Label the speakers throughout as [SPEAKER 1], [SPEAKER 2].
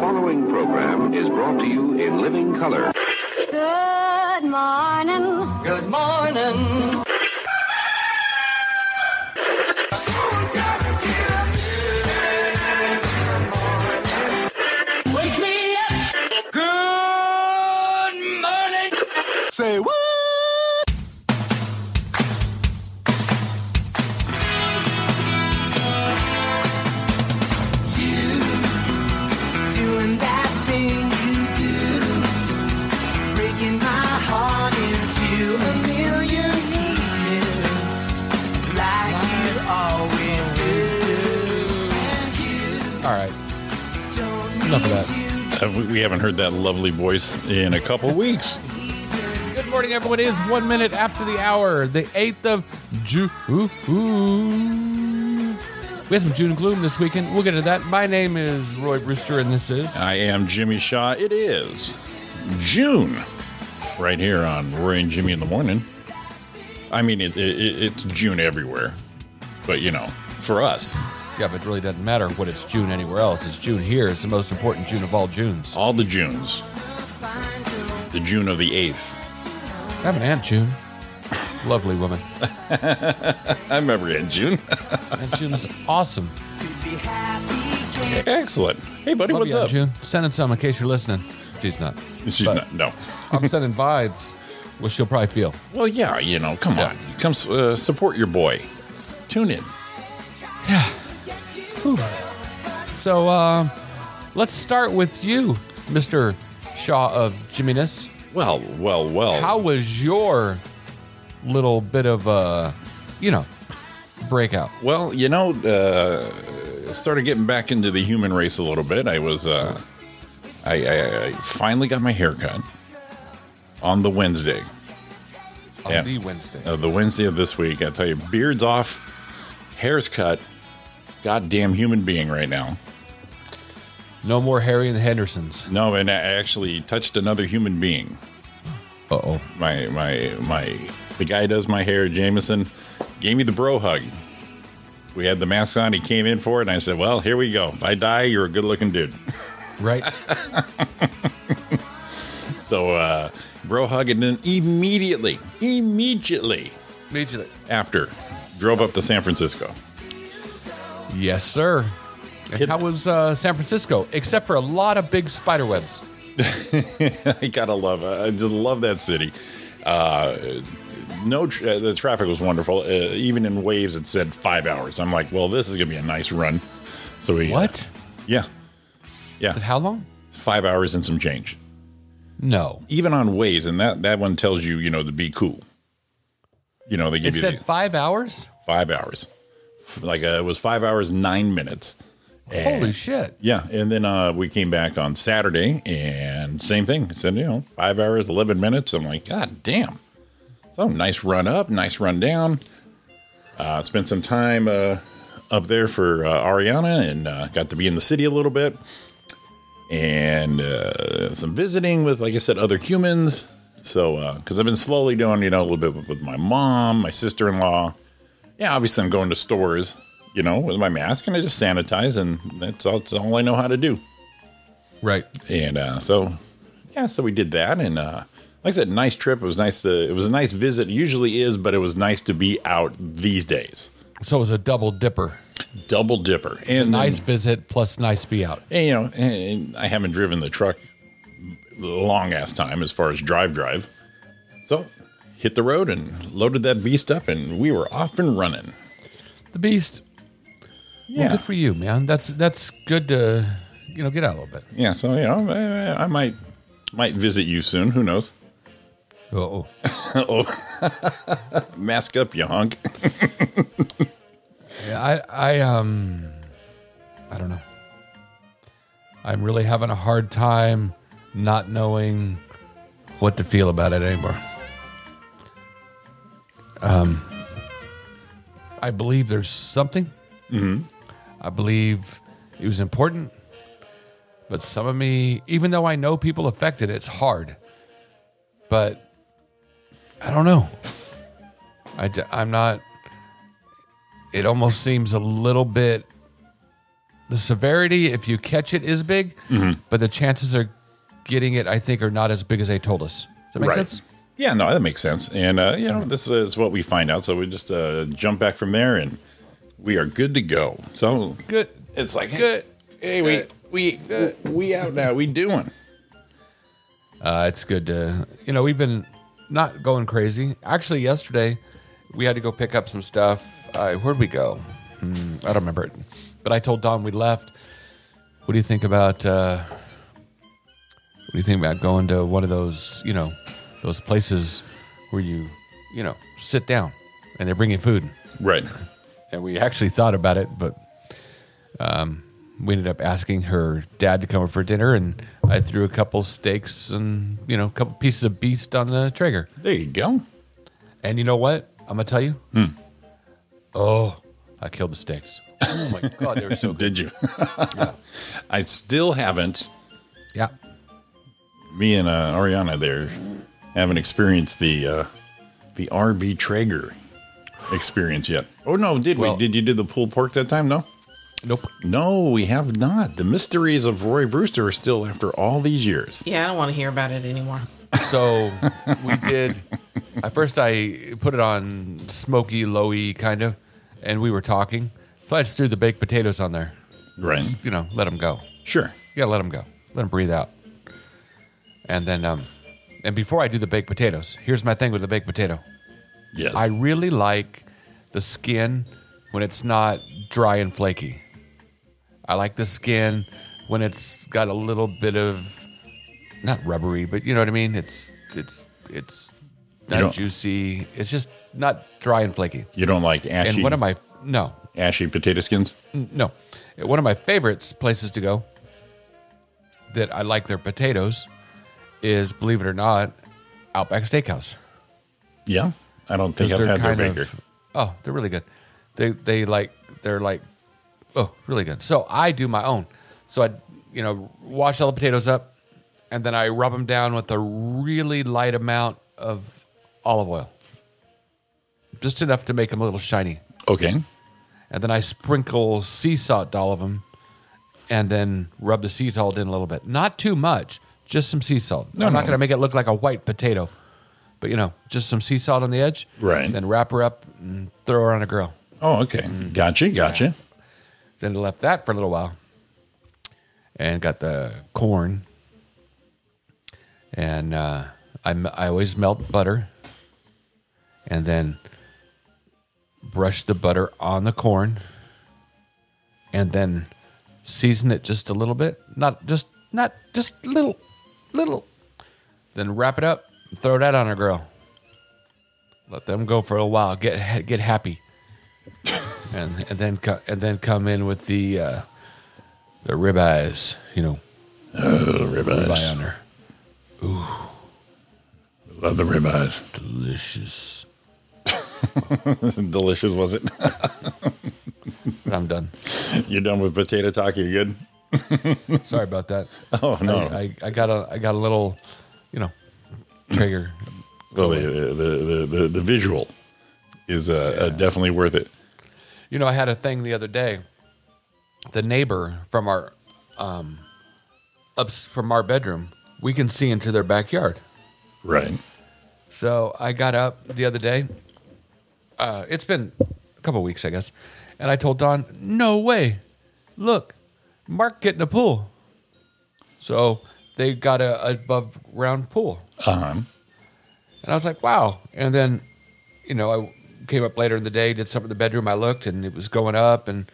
[SPEAKER 1] following program is brought to you in living color.
[SPEAKER 2] Good morning.
[SPEAKER 3] Good morning.
[SPEAKER 4] Wake me up. Good morning. Say what?
[SPEAKER 5] Doing that thing you do, breaking my heart into a million pieces, like you always do. And you
[SPEAKER 6] All right.
[SPEAKER 5] don't
[SPEAKER 6] Enough of
[SPEAKER 5] need
[SPEAKER 6] that.
[SPEAKER 5] to
[SPEAKER 7] Uh, we- we haven't heard that lovely voice in a couple weeks.
[SPEAKER 6] Good morning, everyone. It is one minute after the hour, the 8th of June. We had some June gloom this weekend. We'll get to that. My name is Roy Brewster, and this is.
[SPEAKER 7] I am Jimmy Shaw. It is June, right here on Roy and Jimmy in the morning. I mean, it, it, it- it's June everywhere, but you know, for us,
[SPEAKER 6] Yeah, but it really doesn't matter what it's June anywhere else. It's June here. It's the most important June of all Junes.
[SPEAKER 7] all the Junes, the June of the eighth.
[SPEAKER 6] I have an Aunt June. Lovely woman.
[SPEAKER 7] I remember it, June.
[SPEAKER 6] Aunt June's awesome.
[SPEAKER 5] be happy, can't
[SPEAKER 7] Excellent. Hey, buddy,
[SPEAKER 6] Love
[SPEAKER 7] what's
[SPEAKER 6] you,
[SPEAKER 7] up?
[SPEAKER 6] Aunt June. Sending some in case you're listening. She's not.
[SPEAKER 7] She's
[SPEAKER 6] But-
[SPEAKER 7] not- no.
[SPEAKER 6] I'm sending vibes, which she'll probably feel.
[SPEAKER 7] Well, yeah, you know, come
[SPEAKER 6] Yeah.
[SPEAKER 7] on, come s- uh, support your boy. Tune in.
[SPEAKER 6] So um, let's start with you, Mr. Shaw of Jiminess.
[SPEAKER 7] Well, well, well.
[SPEAKER 6] How was your little bit of uh, you know, breakout?
[SPEAKER 7] Well, you know, uh, started getting back into the human race a little bit. I was, uh, I, I, I finally got my hair cut on the Wednesday
[SPEAKER 6] On
[SPEAKER 7] Yeah.
[SPEAKER 6] the Wednesday.
[SPEAKER 7] uh, the Wednesday of this week. I tell you, beards off, hair's cut. Goddamn human being right now.
[SPEAKER 6] No more Harry and the Hendersons.
[SPEAKER 7] No, and I actually touched another human being.
[SPEAKER 6] Uh oh.
[SPEAKER 7] My my my. The guy who does my hair, Jameson, gave me the bro hug. We had the mask on. He came in for it, and I said, "Well, here we go. If I die, you're a good-looking dude."
[SPEAKER 6] Right?
[SPEAKER 7] So, uh, bro hugging in immediately, immediately
[SPEAKER 6] Immediately.
[SPEAKER 7] after, drove up to San Francisco.
[SPEAKER 6] Yes, sir. And
[SPEAKER 7] Hit-
[SPEAKER 6] how was uh, San Francisco? Except for a lot of big spider webs.
[SPEAKER 7] I gotta love, I just love that city. Uh, no, tr uh, the traffic was wonderful. Uh, even in waves, it said five hours. I'm like, well, this is gonna be a nice run. So we uh,
[SPEAKER 6] What?
[SPEAKER 7] Yeah,
[SPEAKER 6] Is it how long?
[SPEAKER 7] five hours and some change.
[SPEAKER 6] No.
[SPEAKER 7] Even on waves, and that that one tells you, you know, to be cool. You know, they
[SPEAKER 6] It
[SPEAKER 7] give you the-
[SPEAKER 6] said five hours?
[SPEAKER 7] five hours. Like uh, it was five hours nine minutes.
[SPEAKER 6] Holy shit.
[SPEAKER 7] Yeah, and then uh, we came back on Saturday, and same thing. I said, you know, five hours, eleven minutes. I'm like, God damn! So nice run up, nice run down. Uh, spent some time uh, up there for uh, Ariana, and uh, got to be in the city a little bit, and uh, some visiting with, like I said, other humans. So, because I've been slowly doing, you know, a little bit with- with my mom, my sister in law. Yeah, obviously, I'm going to stores, you know, with my mask, and I just sanitize, and that's all, that's all I know how to do.
[SPEAKER 6] Right.
[SPEAKER 7] And uh, so, yeah, so we did that, and uh, like I said, nice trip. It was nice. To, it was a nice visit. It usually is, but it was nice to be out these days.
[SPEAKER 6] So it was a double dipper.
[SPEAKER 7] Double dipper, and
[SPEAKER 6] Nice visit plus nice be out.
[SPEAKER 7] and, you know, and I haven't driven the truck a long ass time as far as drive drive. So, hit the road and loaded that beast up, and we were off and running.
[SPEAKER 6] The beast. Well,
[SPEAKER 7] Yeah.
[SPEAKER 6] good for you, man. That's that's good to you know get out a little bit.
[SPEAKER 7] Yeah, so you know, I, I might might visit you soon. Who knows?
[SPEAKER 6] Oh,
[SPEAKER 7] Mask up, you hunk.
[SPEAKER 6] I I um I don't know. I'm really having a hard time not knowing what to feel about it anymore. Um, I believe there's something. Mm-hmm. I believe it was important, but some of me, even though I know people affected, it's hard. But I don't know. I d- I'm not. It almost seems a little bit the severity, if you catch it, is big, but the chances are getting it, I think, are not as big as they told us. Does that make sense?
[SPEAKER 7] Yeah, no, that makes sense. And uh, you know, this is what we find out. So we just uh, jump back from there, and we are good to go. So
[SPEAKER 6] Good.
[SPEAKER 7] It's like hey,
[SPEAKER 6] Good.
[SPEAKER 7] Hey, we we we out now. We doing.
[SPEAKER 6] Uh, it's good to, you know, we've been not going crazy. Actually, yesterday we had to go pick up some stuff. Uh, where'd we go? Hmm, I don't remember it. But I told Don we left. What do you think about? Uh, what do you think about going to one of those, you know, those places where you, you know, sit down and they're bringing food?
[SPEAKER 7] Right.
[SPEAKER 6] and we actually thought about it, but um, we ended up asking her dad to come over for dinner, and I threw a couple steaks and you know a couple pieces of beast on the Traeger.
[SPEAKER 7] There you go.
[SPEAKER 6] And you know what? I'm gonna tell you. Oh, I killed the steaks. Oh my god, they were so good.
[SPEAKER 7] Did you? I still haven't.
[SPEAKER 6] Yeah,
[SPEAKER 7] Me and uh, Ariana there haven't experienced the uh, the RB Traeger experience yet. Oh no, did
[SPEAKER 6] Well-
[SPEAKER 7] we? Did you do the pulled pork that time? No.
[SPEAKER 6] nope.
[SPEAKER 7] No, we have not. The mysteries of Roy Brewster are still after all these years.
[SPEAKER 8] Yeah, I don't want to hear about it anymore.
[SPEAKER 6] So we did. At first, I put it on smoky, lowy kind of, and we were talking. So I just threw the baked potatoes on there.
[SPEAKER 7] Right.
[SPEAKER 6] You know, let them go.
[SPEAKER 7] Sure.
[SPEAKER 6] You gotta let them go. Let them breathe out. And then, um, and before I do the baked potatoes, here's my thing with the baked potato.
[SPEAKER 7] Yes.
[SPEAKER 6] I really like the skin when it's not dry and flaky. I like the skin when it's got a little bit of not rubbery, but you know what I mean. It's it's it's
[SPEAKER 7] don't-
[SPEAKER 6] not juicy. It's just not dry and flaky.
[SPEAKER 7] you don't like ashy
[SPEAKER 6] And one of my no,
[SPEAKER 7] ashy potato skins?
[SPEAKER 6] no. One of my favorites places to go that I like their potatoes is, believe it or not, Outback Steakhouse.
[SPEAKER 7] Yeah. I don't think
[SPEAKER 6] 'Cause
[SPEAKER 7] I've
[SPEAKER 6] they're
[SPEAKER 7] had their
[SPEAKER 6] kind of-
[SPEAKER 7] baker.
[SPEAKER 6] oh, they're really good. They they like they're like oh really good. So I do my own. So I you know wash all the potatoes up, and then I rub them down with a really light amount of olive oil, just enough to make them a little shiny.
[SPEAKER 7] Okay.
[SPEAKER 6] and then I sprinkle sea salt all of them, and then rub the sea salt in a little bit. Not too much, just some sea salt.
[SPEAKER 7] No,
[SPEAKER 6] I'm not
[SPEAKER 7] no.
[SPEAKER 6] going to make it look like a white potato, but you know, just some sea salt on the edge.
[SPEAKER 7] Right.
[SPEAKER 6] Then wrap her up and throw her on a grill.
[SPEAKER 7] Oh, okay.
[SPEAKER 6] Mm.
[SPEAKER 7] Gotcha. Gotcha.
[SPEAKER 6] Then I left that for a little while, and got the corn, and uh, I m- I always melt butter, and then brush the butter on the corn, and then season it just a little bit, not just not just little, little, then wrap it up, throw that on a grill. Let them go for a while. Get get happy and and then co- and then come in with the uh, the ribeyes, you know,
[SPEAKER 7] The ribeyes.
[SPEAKER 6] ribeye on there.
[SPEAKER 7] Love the ribeyes.
[SPEAKER 6] Delicious.
[SPEAKER 7] Delicious, was it?
[SPEAKER 6] But I'm done.
[SPEAKER 7] You're done with potato talk. You're good.
[SPEAKER 6] Sorry about that.
[SPEAKER 7] Oh no.
[SPEAKER 6] I, I, I got a I got a little, you know, trigger.
[SPEAKER 7] well, the, the, the, the, the visual is uh, uh, definitely worth it.
[SPEAKER 6] You know, I had a thing the other day. The neighbor from our, um, ups from our bedroom, we can see into their backyard.
[SPEAKER 7] Right.
[SPEAKER 6] So I got up the other day. Uh, it's been a couple weeks, I guess. And I told Don, no way. Look, Mark getting a pool. So they got a above ground pool.
[SPEAKER 7] Uh-huh.
[SPEAKER 6] And I was like, wow. And then, you know, I came up later in the day, did something in the bedroom. I looked and it was going up. And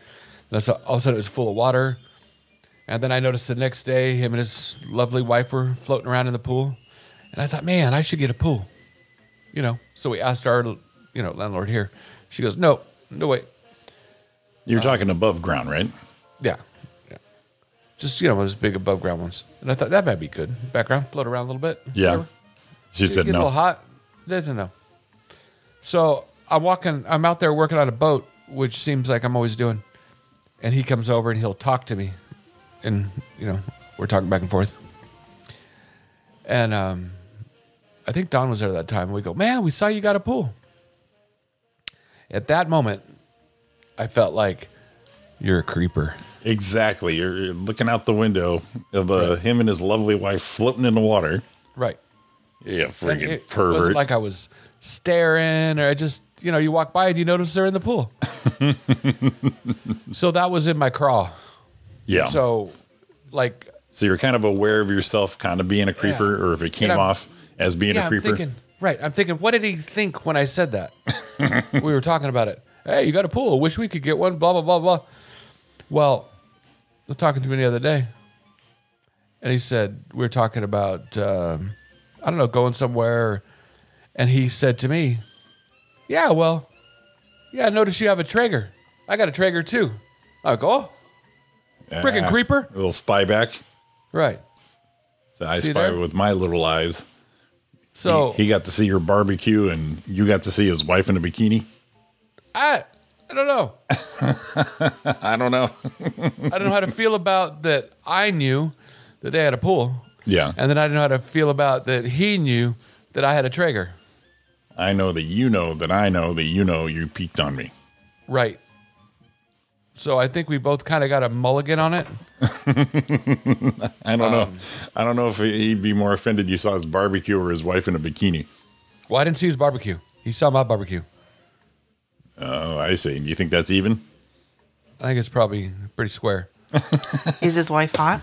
[SPEAKER 6] then I saw, all of a sudden it was full of water. And then I noticed the next day, him and his lovely wife were floating around in the pool. And I thought, man, I should get a pool. You know, so we asked our, you know, landlord here. She goes, no, no, wait.
[SPEAKER 7] You're
[SPEAKER 6] Uh,
[SPEAKER 7] talking above ground, right?
[SPEAKER 6] Yeah. yeah. Just, you know, those big above ground ones. And I thought that might be good. Background, float around a little bit.
[SPEAKER 7] Yeah.
[SPEAKER 6] whatever.
[SPEAKER 7] She said
[SPEAKER 6] Get a little
[SPEAKER 7] no.
[SPEAKER 6] hot. Doesn't know. So I'm walking. I'm out there working on a boat, which seems like I'm always doing. And he comes over and he'll talk to me, and you know we're talking back and forth. And um, I think Don was there at that time. We go, man, we saw you got a pool. At that moment, I felt like, You're a creeper.
[SPEAKER 7] Exactly. You're you're looking out the window of uh, him and his lovely wife floating in the water.
[SPEAKER 6] Right.
[SPEAKER 7] Yeah,
[SPEAKER 6] Like,
[SPEAKER 7] freaking
[SPEAKER 6] it
[SPEAKER 7] pervert.
[SPEAKER 6] wasn't like I was staring, or I just, you know, you walk by and you notice they're in the pool. so that was in my craw.
[SPEAKER 7] yeah. So,
[SPEAKER 6] So, like,
[SPEAKER 7] you're kind of aware of yourself kind of being a creeper, or if it came
[SPEAKER 6] I'm-
[SPEAKER 7] off as being
[SPEAKER 6] yeah,
[SPEAKER 7] a
[SPEAKER 6] I'm
[SPEAKER 7] creeper.
[SPEAKER 6] thinking, right? I'm thinking, what did he think when I said that? we were talking about it. Hey, you got a pool? Wish we could get one. Blah blah blah blah. Well, I was talking to him the other day, and he said we were talking about um, I don't know going somewhere, and he said to me, "Yeah, well, yeah, I noticed you have a Traeger. I got a Traeger too." I go, "Oh, Frickin'
[SPEAKER 7] Ah,
[SPEAKER 6] creeper.
[SPEAKER 7] A little spy back.
[SPEAKER 6] right."
[SPEAKER 7] So I
[SPEAKER 6] See
[SPEAKER 7] spy
[SPEAKER 6] there?
[SPEAKER 7] with my little eyes.
[SPEAKER 6] So
[SPEAKER 7] he, he got to see your barbecue, and you got to see his wife in a bikini.
[SPEAKER 6] I, I don't know.
[SPEAKER 7] I don't know.
[SPEAKER 6] I don't know how to feel about that. I knew that they had a pool,
[SPEAKER 7] yeah,
[SPEAKER 6] and then I didn't know how to feel about that. He knew that I had a Traeger,
[SPEAKER 7] I know that you know that I know that you know you peeked on me.
[SPEAKER 6] right? So I think we both kind of got a mulligan on it.
[SPEAKER 7] I don't know. I don't know if he'd be more offended you saw his barbecue or his wife in a bikini.
[SPEAKER 6] Well, I didn't see his barbecue. He saw my barbecue.
[SPEAKER 7] Oh, I see. You think that's even?
[SPEAKER 6] I think it's probably pretty square.
[SPEAKER 8] Is his wife hot?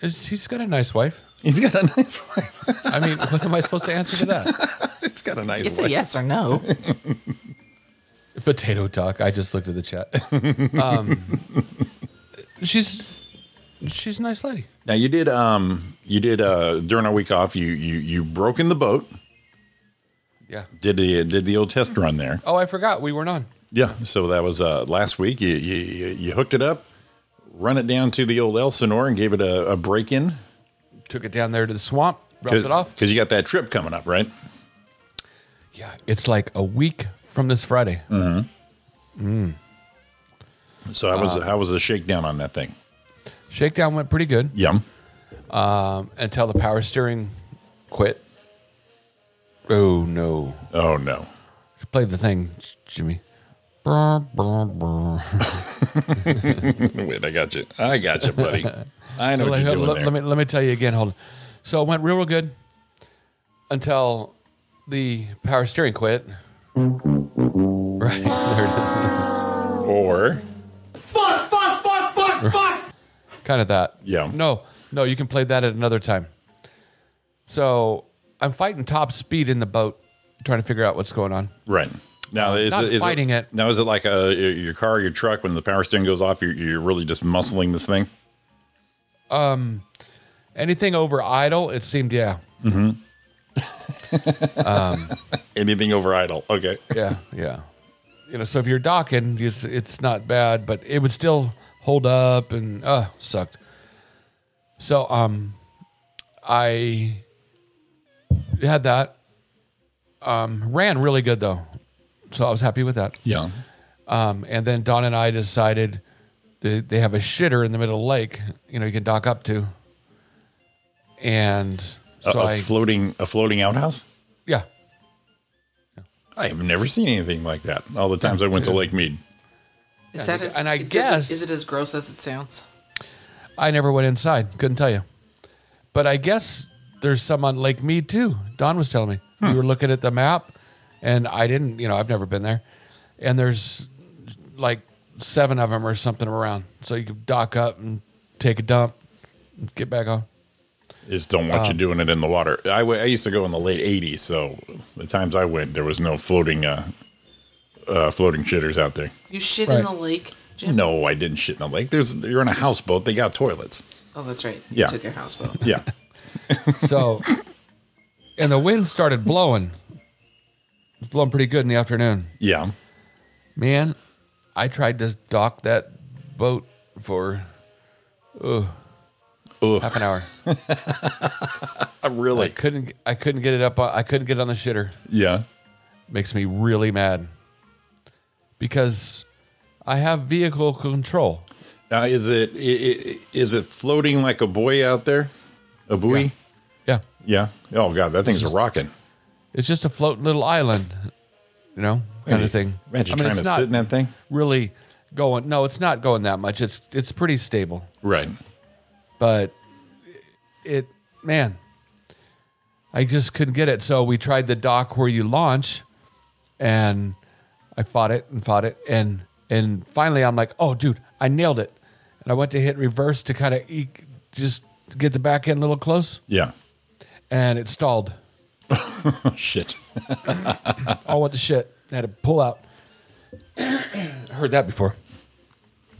[SPEAKER 6] It's, he's got a nice wife.
[SPEAKER 7] He's got a nice wife.
[SPEAKER 6] I mean, what am I supposed to answer to that?
[SPEAKER 7] It's got a nice
[SPEAKER 8] It's
[SPEAKER 7] wife.
[SPEAKER 8] a yes or no.
[SPEAKER 6] Potato talk. I just looked at the chat. Um, she's she's a nice lady.
[SPEAKER 7] Now you did um you did uh during our week off you you you broke in the boat.
[SPEAKER 6] Yeah.
[SPEAKER 7] Did the did the old test run there?
[SPEAKER 6] Oh, I forgot we weren't on.
[SPEAKER 7] Yeah. So that was uh last week. You you you you hooked it up, run it down to the old Elsinore and gave it a, a break in.
[SPEAKER 6] Took it down there to the swamp. Dropped it off.
[SPEAKER 7] Because you got that trip coming up, right?
[SPEAKER 6] Yeah, it's like a week from this Friday.
[SPEAKER 7] Mm. So how was how was the shakedown on that thing?
[SPEAKER 6] Shakedown went pretty good
[SPEAKER 7] Yum.
[SPEAKER 6] um, until the power steering quit. Oh no!
[SPEAKER 7] Oh no.
[SPEAKER 6] Play the thing, Jimmy. Brr, brr, brr.
[SPEAKER 7] Wait, I got you. I got you, buddy. I know what
[SPEAKER 6] let,
[SPEAKER 7] you're doing
[SPEAKER 6] let-
[SPEAKER 7] there.
[SPEAKER 6] let me let me tell you again. Hold on. So it went real, real good until the power steering quit. Right there it
[SPEAKER 7] or
[SPEAKER 4] Fuck, fuck, fuck, fuck, fuck!
[SPEAKER 6] is. kind of that.
[SPEAKER 7] Yeah.
[SPEAKER 6] No, no, you can play that at another time. So I'm fighting top speed in the boat, trying to figure out what's going on.
[SPEAKER 7] right now is
[SPEAKER 6] Um, Not
[SPEAKER 7] it, is
[SPEAKER 6] fighting it.
[SPEAKER 7] Now is it like a your car, or your truck? When the power steering goes off, you're, you're really just muscling this thing.
[SPEAKER 6] Anything over idle, it seemed, yeah.
[SPEAKER 7] Anything over idle. Okay.
[SPEAKER 6] Yeah, yeah. You know, so if you're docking, it's, it's not bad, but it would still hold up and uh sucked. So um I had that. Um ran really good though. So I was happy with that.
[SPEAKER 7] Yeah.
[SPEAKER 6] Um, and then Don and I decided that they have a shitter in the middle of the lake, you know, you can dock up to. And
[SPEAKER 7] A,
[SPEAKER 6] so
[SPEAKER 7] a
[SPEAKER 6] I,
[SPEAKER 7] floating a floating outhouse.
[SPEAKER 6] yeah,
[SPEAKER 7] I have never seen anything like that. All the times I went to Lake Mead.
[SPEAKER 8] Is that as,
[SPEAKER 6] and I
[SPEAKER 8] is it-
[SPEAKER 6] guess-
[SPEAKER 8] is it as gross as it sounds?
[SPEAKER 6] I never went inside. Couldn't tell you. But I guess there's some on Lake Mead too. Don was telling me. We were looking at the map and I didn't, you know, I've never been there. And there's like seven of them or something around. So you could dock up and take a dump and get back on.
[SPEAKER 7] Just don't want you
[SPEAKER 6] Um,
[SPEAKER 7] doing it in the water. I wa- I used to go in the late '80s, so the times I went, there was no floating uh, uh, floating shitters out there.
[SPEAKER 8] You shit in
[SPEAKER 6] Right.
[SPEAKER 8] the lake, Jim?
[SPEAKER 7] No, I didn't shit in the lake. There's you're on a houseboat. They got toilets.
[SPEAKER 8] Oh, that's right. You
[SPEAKER 7] Yeah.
[SPEAKER 8] took your houseboat.
[SPEAKER 7] Yeah.
[SPEAKER 6] So, and the wind started blowing. It was blowing pretty good in the afternoon.
[SPEAKER 7] Yeah.
[SPEAKER 6] Man, I tried to dock that boat for
[SPEAKER 7] Ugh.
[SPEAKER 6] half an hour.
[SPEAKER 7] Uh,
[SPEAKER 6] I
[SPEAKER 7] really?
[SPEAKER 6] couldn't. I couldn't get it up. on- I couldn't get it on the shitter.
[SPEAKER 7] Yeah.
[SPEAKER 6] Makes me really mad because I have vehicle control.
[SPEAKER 7] Now is it i- i- is it floating like a buoy out there? A buoy?
[SPEAKER 6] Yeah,
[SPEAKER 7] Yeah. Oh god, that thing's a rocking.
[SPEAKER 6] it's just a floating little island, you know. kind of thing.
[SPEAKER 7] Imagine
[SPEAKER 6] I mean,
[SPEAKER 7] trying
[SPEAKER 6] it's
[SPEAKER 7] to
[SPEAKER 6] not
[SPEAKER 7] sit in that thing.
[SPEAKER 6] really going. No, it's not going that much. It's it's pretty stable,
[SPEAKER 7] Right.
[SPEAKER 6] but it man, I just couldn't get it. So we tried the dock where you launch, and I fought it and fought it and and finally I'm like, oh dude, I nailed it, and I went to hit reverse to kind of just get the back end a little close,
[SPEAKER 7] Yeah.
[SPEAKER 6] and it stalled.
[SPEAKER 7] Oh shit.
[SPEAKER 6] Oh, what the shit! had to pull out. Heard that before.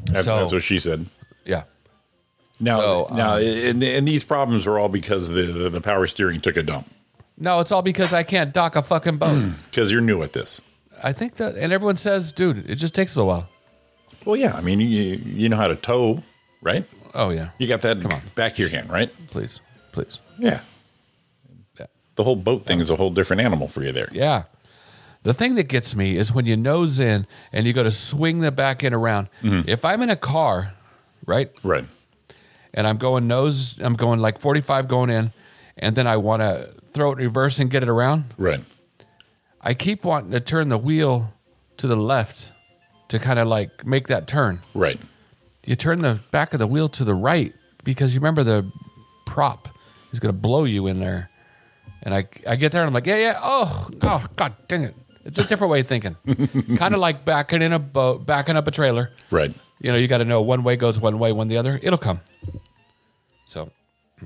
[SPEAKER 7] That's,
[SPEAKER 6] So-
[SPEAKER 7] that's what she said.
[SPEAKER 6] Yeah.
[SPEAKER 7] Now,
[SPEAKER 6] So,
[SPEAKER 7] now,
[SPEAKER 6] um,
[SPEAKER 7] and, and these problems were all because the, the the power steering took a dump
[SPEAKER 6] No, it's all because I can't dock a fucking boat.
[SPEAKER 7] because you're new at this.
[SPEAKER 6] I think that, and everyone says, dude, it just takes a little while.
[SPEAKER 7] Well, yeah. I mean, you you know how to tow, right?
[SPEAKER 6] Oh yeah,
[SPEAKER 7] You got that
[SPEAKER 6] Come on.
[SPEAKER 7] back of your hand, right?
[SPEAKER 6] please, please.
[SPEAKER 7] Yeah.
[SPEAKER 6] Yeah.
[SPEAKER 7] The whole boat thing is a whole different animal for you there.
[SPEAKER 6] Yeah. The thing that gets me is when you nose in and you go to swing the back end around. If I'm in a car, right,
[SPEAKER 7] Right.
[SPEAKER 6] and I'm going nose, I'm going like 45 going in, and then I want to throw it in reverse and get it around.
[SPEAKER 7] Right.
[SPEAKER 6] I keep wanting to turn the wheel to the left to kind of like make that turn.
[SPEAKER 7] Right.
[SPEAKER 6] you turn the back of the wheel to the right because you remember the prop is going to blow you in there. And I, I get there and I'm like, yeah, yeah, oh, oh, god dang it. It's a different way of thinking. kind of like backing in a boat, backing up a trailer.
[SPEAKER 7] Right.
[SPEAKER 6] You know, you got to know one way goes one way, one the other. It'll come. So,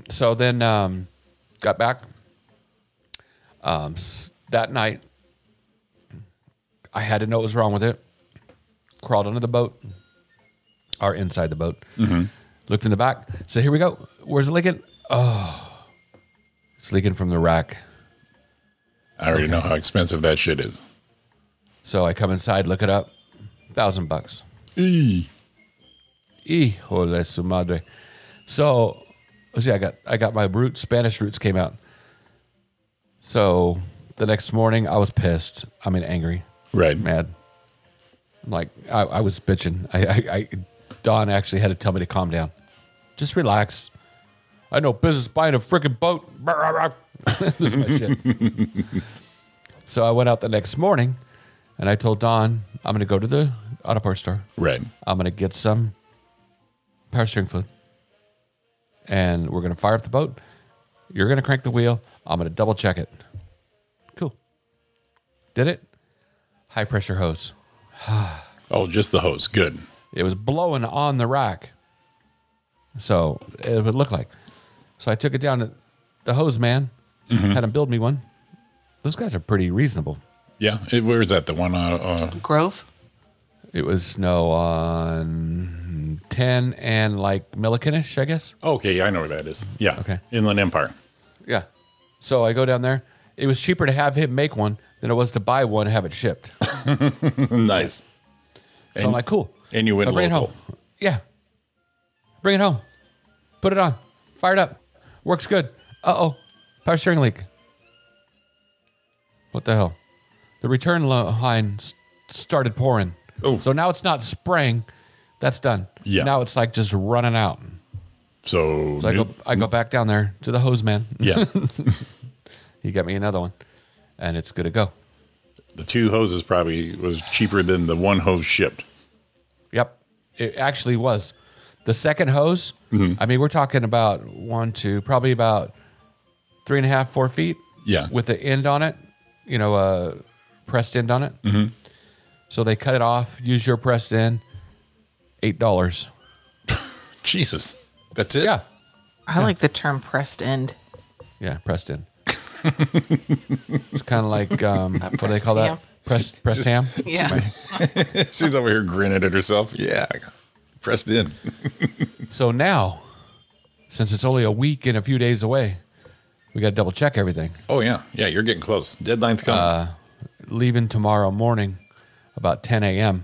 [SPEAKER 6] so then um, got back. Um, s- that night, I had to know what was wrong with it. Crawled under the boat, or inside the boat. Looked in the back. Said, "Here we go. Where's it leaking? Oh, it's leaking from the rack."
[SPEAKER 7] I already know how expensive that shit is.
[SPEAKER 6] So I come inside, look it up. Thousand bucks. Hijo de su madre. So let's see, I got I got my roots, Spanish roots came out. So the next morning I was pissed. I mean angry,
[SPEAKER 7] Right.
[SPEAKER 6] mad. Like I, I was bitching. I, I, I Don actually had to tell me to calm down. Just relax. I know business buying a freaking boat. this is my shit. So I went out the next morning and I told Don, I'm gonna go to the auto parts store.
[SPEAKER 7] Right.
[SPEAKER 6] I'm going to get some power steering fluid. And we're going to fire up the boat. You're going to crank the wheel. I'm going to double check it. Cool. Did it? High pressure hose.
[SPEAKER 7] Oh, just the hose. Good.
[SPEAKER 6] It was blowing on the rack. So eh, it would look like. So I took it down to the hose man, had him build me one. Those guys are pretty reasonable.
[SPEAKER 7] Yeah. It, where is that? The one uh, uh,
[SPEAKER 8] Grove?
[SPEAKER 6] It was snow on 10 and like Millikinish, I guess.
[SPEAKER 7] uh, Okay, yeah, I know where that is. Yeah.
[SPEAKER 6] Okay.
[SPEAKER 7] Inland Empire.
[SPEAKER 6] Yeah. So I go down there. It was cheaper to have him make one than it was to buy one and have it shipped. So
[SPEAKER 7] nice.
[SPEAKER 6] I'm like, cool.
[SPEAKER 7] and you went
[SPEAKER 6] So bring it
[SPEAKER 7] local.
[SPEAKER 6] home. Yeah. Bring it home. Put it on. Fire it up. Works good. Uh oh. Power steering leak. What the hell? The return lo- line s- started pouring.
[SPEAKER 7] Oh.
[SPEAKER 6] So now it's not spraying. That's done.
[SPEAKER 7] Yeah.
[SPEAKER 6] Now it's like just running out.
[SPEAKER 7] So,
[SPEAKER 6] So I go,
[SPEAKER 7] new-
[SPEAKER 6] I go back down there to the hose man.
[SPEAKER 7] yeah,
[SPEAKER 6] He got me another one, and it's good to go.
[SPEAKER 7] the two hoses probably was cheaper than the one hose shipped.
[SPEAKER 6] Yep. It actually was. The second hose, I mean, we're talking about one, two, probably about three and a half, four feet.
[SPEAKER 7] Yeah.
[SPEAKER 6] With the end on it, you know, uh, pressed end on it. Mm-hmm. So they cut it off, use your pressed end, $8.
[SPEAKER 7] Jesus, that's it.
[SPEAKER 6] Yeah.
[SPEAKER 8] I like the term pressed end.
[SPEAKER 6] Yeah, pressed in. it's kind of like, um, what do they
[SPEAKER 8] pressed
[SPEAKER 6] call
[SPEAKER 8] ham.
[SPEAKER 6] that? Pressed, pressed ham.
[SPEAKER 8] Yeah.
[SPEAKER 7] she's over here grinning at herself. Yeah, pressed in.
[SPEAKER 6] So now, since it's only a week and a few days away, we got to double check everything.
[SPEAKER 7] Oh yeah, yeah, you're getting close. Deadline's coming.
[SPEAKER 6] Uh, leaving tomorrow morning about 10 a.m.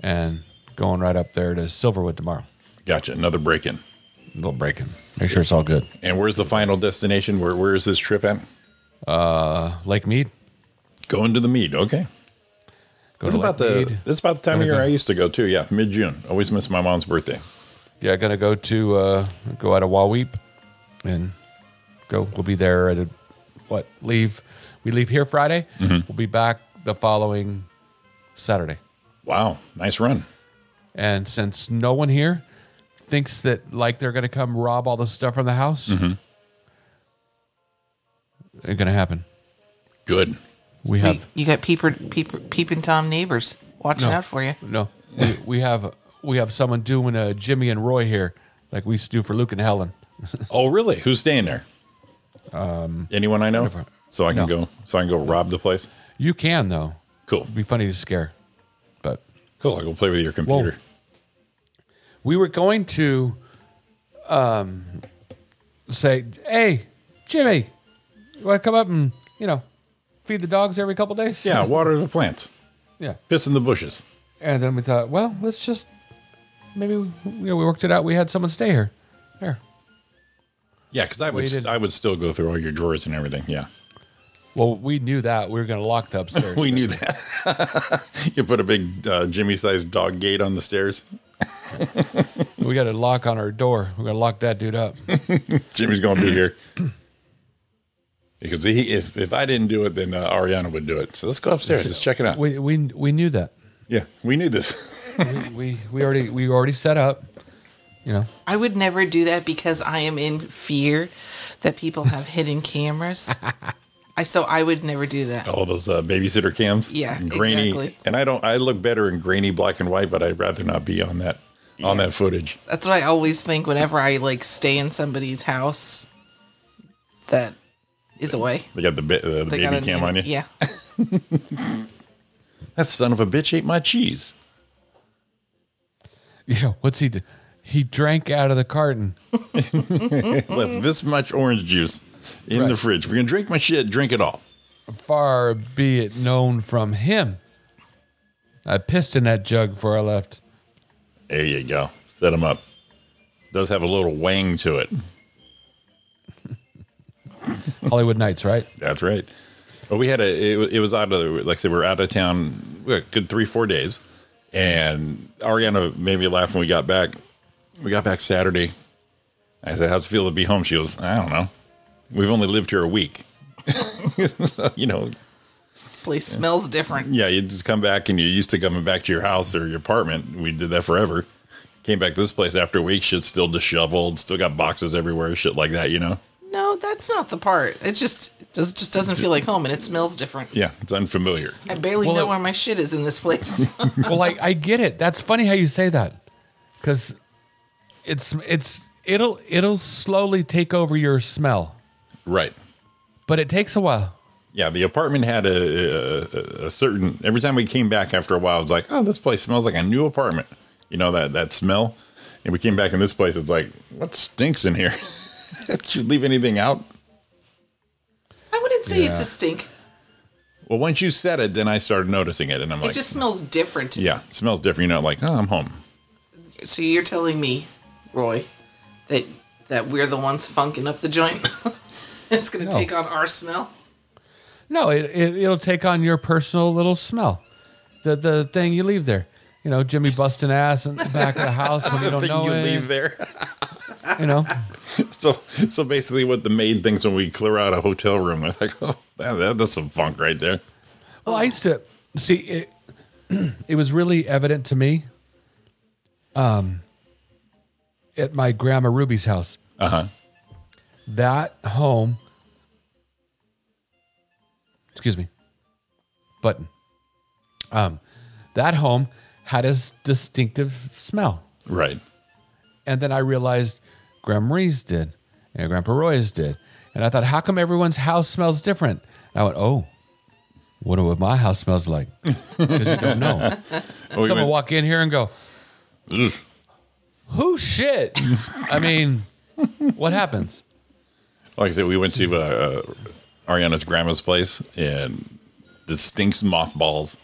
[SPEAKER 6] and going right up there to Silverwood tomorrow.
[SPEAKER 7] gotcha. Another break in.
[SPEAKER 6] A little break in. Make sure it's all good.
[SPEAKER 7] And where's the final destination? Where Where is this trip at?
[SPEAKER 6] Lake Mead.
[SPEAKER 7] Going to the Mead. Okay.
[SPEAKER 6] Go
[SPEAKER 7] That's
[SPEAKER 6] to
[SPEAKER 7] about the
[SPEAKER 6] Lake Mead.
[SPEAKER 7] that's about the time of
[SPEAKER 6] Gonna
[SPEAKER 7] year
[SPEAKER 6] go-
[SPEAKER 7] I used to go too. Yeah, mid June. Always miss my mom's birthday.
[SPEAKER 6] Yeah, gonna go to uh, go out of Waweep and
[SPEAKER 7] Mm-hmm.
[SPEAKER 6] go. We'll be there at a, what leave. We leave here Friday. We'll be back the following Saturday.
[SPEAKER 7] Wow, nice run.
[SPEAKER 6] And since no one here thinks that like they're going to come rob all the stuff from the house, it's going to happen.
[SPEAKER 7] Good.
[SPEAKER 6] We
[SPEAKER 8] You,
[SPEAKER 6] have
[SPEAKER 8] you got peeper, peeper, peeping Tom neighbors watching out for you.
[SPEAKER 6] no, we, we have we have someone doing a Jimmy and Roy here, like we used to do for Luke and Helen.
[SPEAKER 7] Oh, really? Who's staying there? Um, Anyone I know? So I
[SPEAKER 6] no.
[SPEAKER 7] can go. So I can go rob the place.
[SPEAKER 6] You can though;
[SPEAKER 7] Cool.
[SPEAKER 6] it'd be funny to scare. But
[SPEAKER 7] Cool. I'll go play with your computer.
[SPEAKER 6] we were going to um, say, "Hey, Jimmy, you want to come up and you know feed the dogs every couple days?"
[SPEAKER 7] Yeah, water the plants.
[SPEAKER 6] yeah.
[SPEAKER 7] Piss in the bushes.
[SPEAKER 6] And then we thought, well, let's just maybe we, you know, we worked it out. We had someone stay here. Here.
[SPEAKER 7] Yeah, because I would
[SPEAKER 6] Waited.
[SPEAKER 7] I would still go through all your drawers and everything. Yeah,
[SPEAKER 6] Well, we knew that we were going to lock the upstairs.
[SPEAKER 7] we knew that. you put a big uh, Jimmy-sized dog gate on the stairs.
[SPEAKER 6] we got a lock on our door. We're going to lock that dude up.
[SPEAKER 7] Jimmy's gonna be here because he if if I didn't do it, then uh, Ariana would do it. So let's go upstairs. Let's check it out.
[SPEAKER 6] we, we we knew that.
[SPEAKER 7] yeah, we knew this.
[SPEAKER 6] We, we we already we already set up. You know,
[SPEAKER 8] I would never do that because I am in fear that people have hidden cameras. I so I would never do that.
[SPEAKER 7] all those uh, babysitter cams.
[SPEAKER 8] Yeah,
[SPEAKER 7] grainy.
[SPEAKER 8] exactly.
[SPEAKER 7] And I don't. I look better in grainy black and white, but I'd rather not be on that on that footage.
[SPEAKER 8] That's what I always think whenever I like stay in somebody's house that is away.
[SPEAKER 7] They got the ba- uh, the
[SPEAKER 8] They
[SPEAKER 7] baby
[SPEAKER 8] got a
[SPEAKER 7] cam
[SPEAKER 8] new-
[SPEAKER 7] on you.
[SPEAKER 8] Yeah.
[SPEAKER 7] That son of a bitch ate my cheese.
[SPEAKER 6] yeah. What's he do? He drank out of the carton.
[SPEAKER 8] Mm-hmm.
[SPEAKER 7] Left this much orange juice in the
[SPEAKER 6] Right.
[SPEAKER 7] fridge. If you're gonna drink my shit, drink it all.
[SPEAKER 6] Far be it known from him. I pissed in that jug before I left.
[SPEAKER 7] There you go. Set him up. Does have a little wang to it.
[SPEAKER 6] Hollywood Nights, right?
[SPEAKER 7] That's right. But we had a it, wa- it was out of like I said we were out of town a good three four days, and Ariana made me laugh when we got back. We got back Saturday. I said, "How's it feel to be home?" She goes, "I don't know. We've only lived here a week. So, you know,
[SPEAKER 8] This place smells different.
[SPEAKER 7] yeah, you just come back and you're used to coming back to your house or your apartment. We did that forever. Came back to this place after a week. Shit's still disheveled. Still got boxes everywhere. Shit like that. You know."
[SPEAKER 8] No, that's not the part. It just it does, just doesn't feel like home and it smells different.
[SPEAKER 7] Yeah, it's unfamiliar.
[SPEAKER 8] I barely
[SPEAKER 6] Well,
[SPEAKER 8] know
[SPEAKER 6] it-
[SPEAKER 8] where my shit is in this place.
[SPEAKER 6] well, like I get it. That's funny how you say that, because it's it's it'll it'll slowly take over your smell,
[SPEAKER 7] Right.
[SPEAKER 6] but it takes a while.
[SPEAKER 7] Yeah, the apartment had a, a, a certain. Every time we came back after a while, it was like, oh, this place smells like a new apartment. You know that that smell. And we came back in this place. It's like, what stinks in here? Did you leave anything out?
[SPEAKER 8] I wouldn't say it's
[SPEAKER 6] Yeah.
[SPEAKER 8] a stink.
[SPEAKER 7] Well, once you said it, then I started noticing it, and I'm
[SPEAKER 8] It
[SPEAKER 7] like,
[SPEAKER 8] just smells different.
[SPEAKER 7] yeah, it smells different. You know, like, oh, I'm home.
[SPEAKER 8] So you're telling me, Roy, that that we're the ones funking up the joint? it's going to
[SPEAKER 6] No.
[SPEAKER 8] take on our smell.
[SPEAKER 6] No, it, it it'll take on your personal little smell, the the thing you leave there. You know, Jimmy busting ass in the back of the house when you don't
[SPEAKER 7] Thing
[SPEAKER 6] know
[SPEAKER 7] you
[SPEAKER 6] it.
[SPEAKER 7] leave there.
[SPEAKER 6] You know,
[SPEAKER 7] so, so basically, what the maid thinks when we clear out a hotel room, we're like, oh, that, that- that's some funk right there.
[SPEAKER 6] well, I used to see it. It was really evident to me, um, at my grandma Ruby's house.
[SPEAKER 7] Uh huh.
[SPEAKER 6] that home excuse me button um that home had a s- distinctive smell
[SPEAKER 7] Right.
[SPEAKER 6] and then i realized grandma marie's did and grandpa roy's did and i thought how come everyone's house smells different and i went oh wonder what my house smells like because you don't know
[SPEAKER 7] Oh, we
[SPEAKER 6] someone
[SPEAKER 7] went-
[SPEAKER 6] walk in here and go
[SPEAKER 7] Ugh.
[SPEAKER 6] who shit i mean what happens
[SPEAKER 7] Like I said, we went to uh, uh, Ariana's grandma's place, and it stinks mothballs.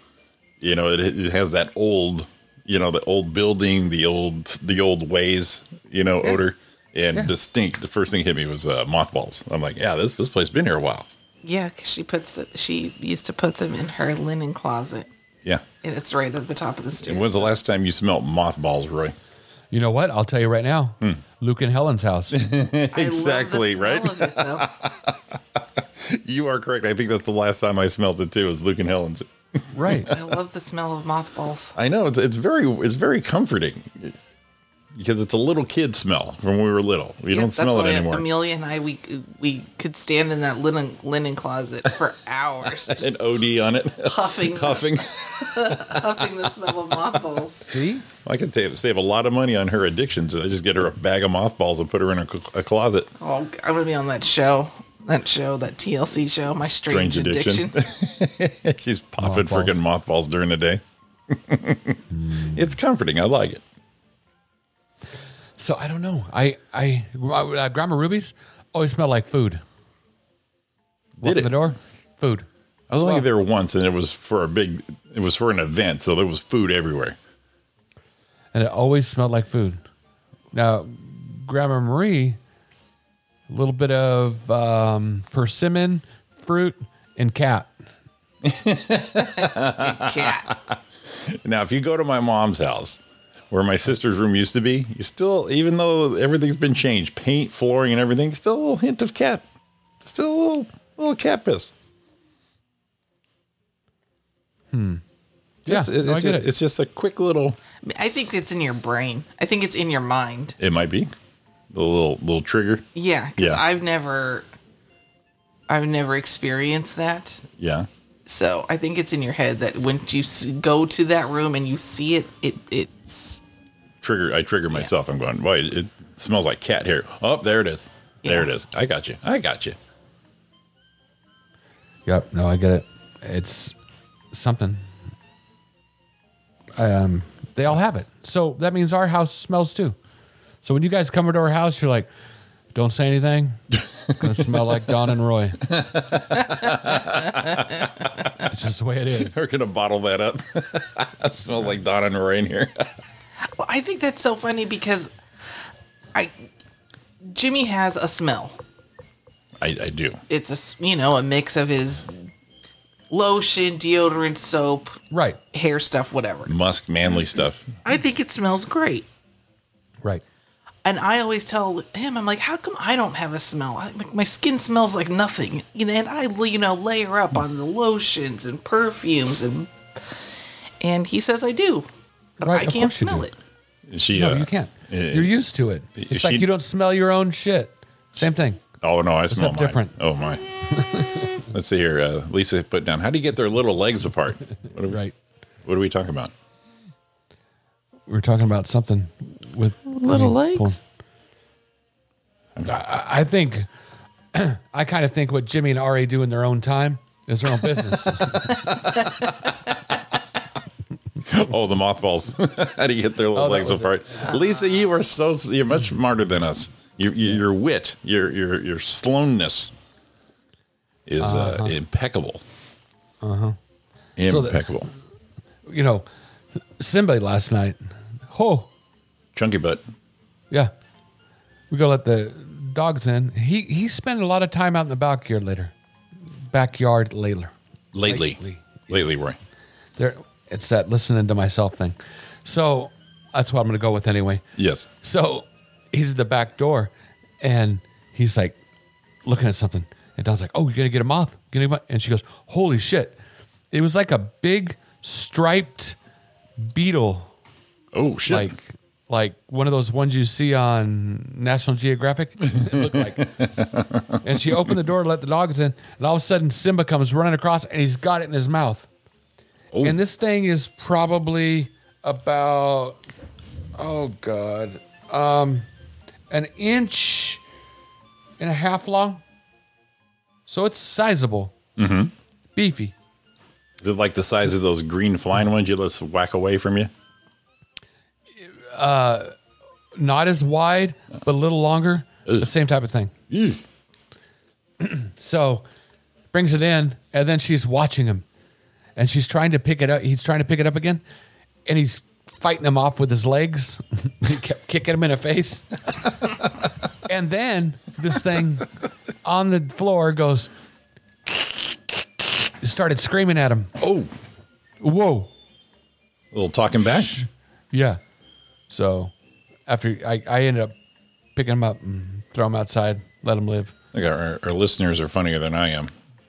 [SPEAKER 7] You know, it, it has that old, you know, the old building, the old the old ways, you know, odor. And the stink. The first thing hit me was uh, mothballs. I'm like, yeah, this this place been here a while.
[SPEAKER 8] Yeah, 'cause she puts the she used to put them in her linen closet,
[SPEAKER 7] Yeah.
[SPEAKER 8] and it's right at the top of the stairs.
[SPEAKER 7] And when's the last time you smelt mothballs, Roy?
[SPEAKER 6] You know what? I'll tell you right now. Luke and Helen's house.
[SPEAKER 8] I love the
[SPEAKER 7] Exactly,
[SPEAKER 8] smell
[SPEAKER 7] right?
[SPEAKER 8] of it, though.
[SPEAKER 7] You are correct. I think that's the last time I smelled it too. Was Luke and Helen's.
[SPEAKER 6] Right.
[SPEAKER 8] I love the smell of mothballs.
[SPEAKER 7] I know it's it's very it's very comforting because it's a little kid smell from when we were little. We
[SPEAKER 8] Yeah,
[SPEAKER 7] don't smell
[SPEAKER 8] that's
[SPEAKER 7] it
[SPEAKER 8] why
[SPEAKER 7] anymore.
[SPEAKER 8] Amelia and I, we we could stand in that linen linen closet for hours,
[SPEAKER 7] An
[SPEAKER 8] just
[SPEAKER 7] OD on it,
[SPEAKER 8] puffing,
[SPEAKER 7] huffing.
[SPEAKER 8] puffing the smell of mothballs.
[SPEAKER 6] See?
[SPEAKER 7] I could save, save a lot of money on her addictions. I just get her a bag of mothballs and put her in a, cl- a closet.
[SPEAKER 8] Oh, I'm gonna be on that show, that show, that TLC show, my strange,
[SPEAKER 7] Strange addiction.
[SPEAKER 8] addiction.
[SPEAKER 7] She's popping
[SPEAKER 6] Mothballs.
[SPEAKER 7] freaking mothballs during the day. it's comforting. I like it.
[SPEAKER 6] So I don't know. I I, I Grandma Ruby's always smelled like food. Walk in
[SPEAKER 7] it?
[SPEAKER 6] the door? Food.
[SPEAKER 7] I was only there once, and it was for a big. It was for an event, so there was food everywhere.
[SPEAKER 6] and it always smelled like food. Now, Grandma Marie, a little bit of um, persimmon, fruit, and cat.
[SPEAKER 8] Cat.
[SPEAKER 7] Now, if you go to my mom's house, where my sister's room used to be, you still, even though everything's been changed, paint, flooring, and everything, still a little hint of cat. Still a little, little cat piss. Hmm. Just,
[SPEAKER 6] Yeah,
[SPEAKER 7] it-
[SPEAKER 6] no, I
[SPEAKER 7] it's
[SPEAKER 6] get
[SPEAKER 7] just-
[SPEAKER 6] it.
[SPEAKER 7] It's just a quick little.
[SPEAKER 8] I think it's in your brain. I think it's in your mind.
[SPEAKER 7] It might be the little little trigger.
[SPEAKER 8] Yeah, because
[SPEAKER 7] Yeah.
[SPEAKER 8] I've never, I've never experienced that.
[SPEAKER 7] Yeah.
[SPEAKER 8] So I think it's in your head that when you s- go to that room and you see it, it it's
[SPEAKER 7] Trigger. I trigger myself. I'm going. Boy, it, it smells like cat hair. Oh, there it is. There
[SPEAKER 8] Yeah.
[SPEAKER 7] it is. I got you. I got you.
[SPEAKER 6] Yep. No, I get it. It's something. Um, they all have it. So that means our house smells too. So when you guys come into our house, you're like, don't say anything. It's going to smell like Don and Roy. it's just the way it is.
[SPEAKER 7] We're gonna bottle that up. I smell like Donna and Rain here.
[SPEAKER 8] Well, I think that's so funny because I Jimmy has a smell.
[SPEAKER 7] I, I do.
[SPEAKER 8] It's a s- you know a mix of his lotion, deodorant, soap,
[SPEAKER 6] Right.
[SPEAKER 8] hair stuff, whatever.
[SPEAKER 7] Musk manly stuff.
[SPEAKER 8] I think it smells great.
[SPEAKER 6] Right.
[SPEAKER 8] And I always tell him, I'm like, how come I don't have a smell? I, like, my skin smells like nothing. You know, and I, you know, layer up on the lotions and perfumes and and he says I do, but
[SPEAKER 6] Right,
[SPEAKER 8] I
[SPEAKER 6] of
[SPEAKER 8] can't
[SPEAKER 6] course you
[SPEAKER 8] smell
[SPEAKER 6] do.
[SPEAKER 8] it.
[SPEAKER 7] She.
[SPEAKER 6] No,
[SPEAKER 7] uh,
[SPEAKER 6] you can't.
[SPEAKER 7] uh,
[SPEAKER 6] You're used to it. It's like
[SPEAKER 7] she-
[SPEAKER 6] you don't smell your own shit. Same thing.
[SPEAKER 7] Oh no, I smell
[SPEAKER 6] up
[SPEAKER 7] mine.
[SPEAKER 6] different?
[SPEAKER 7] Oh my. Let's see here. Uh, Lisa put down. How do you get their little legs apart? What are, we-
[SPEAKER 6] Right.
[SPEAKER 7] What are we talking about?
[SPEAKER 6] We were talking about something with
[SPEAKER 8] Little
[SPEAKER 6] I mean, pull-
[SPEAKER 8] legs?
[SPEAKER 6] I, I think, I kind of think what Jimmy and Ari do in their own time is their own business.
[SPEAKER 7] Oh, the mothballs. how do you get their
[SPEAKER 6] Oh,
[SPEAKER 7] little
[SPEAKER 6] that
[SPEAKER 7] legs
[SPEAKER 6] was
[SPEAKER 7] apart? Lisa, you are so. You're much smarter than us. Your your, your wit, your your your slowness, is uh, impeccable. Uh huh.
[SPEAKER 6] Uh-huh. So the-
[SPEAKER 7] Impeccable.
[SPEAKER 6] you know, Simba last night. Oh,
[SPEAKER 7] Chunky butt.
[SPEAKER 6] yeah. We go let the dogs in. He he spent a lot of time out in the backyard later. Backyard later.
[SPEAKER 7] Lately.
[SPEAKER 6] Lately.
[SPEAKER 7] Lately, Lately Roy.
[SPEAKER 6] There, it's that listening to myself thing. So that's what I'm going to go with anyway.
[SPEAKER 7] Yes.
[SPEAKER 6] So he's at the back door and he's like looking at something. And Don's like, Oh, you're going to get a moth? Gonna get a moth?" And she goes, Holy shit. It was like a big striped beetle,
[SPEAKER 7] Oh shit.
[SPEAKER 6] like like one of those ones you see on National Geographic. It looked like. and she opened the door to let the dogs in. And all of a sudden, Simba comes running across and he's got it in his mouth.
[SPEAKER 7] Oh.
[SPEAKER 6] And this thing is probably about oh god, um, an inch and a half long. So it's sizable, mm-hmm. beefy.
[SPEAKER 7] Is it like the size of those green flying ones you let us whack away from you?
[SPEAKER 6] Not as wide, but a little longer. The same type of thing. So brings it in, and then she's watching him, and she's trying to pick it up. He's trying to pick it up again, and he's fighting him off with his legs. he kept kicking him in the face, and then this thing on the floor goes. Started screaming at him.
[SPEAKER 7] Oh,
[SPEAKER 6] Whoa!
[SPEAKER 7] a little talking back.
[SPEAKER 6] Yeah. So after I, I ended up picking him up and throw him outside, let him live.
[SPEAKER 7] Look, our, our listeners are funnier than I am.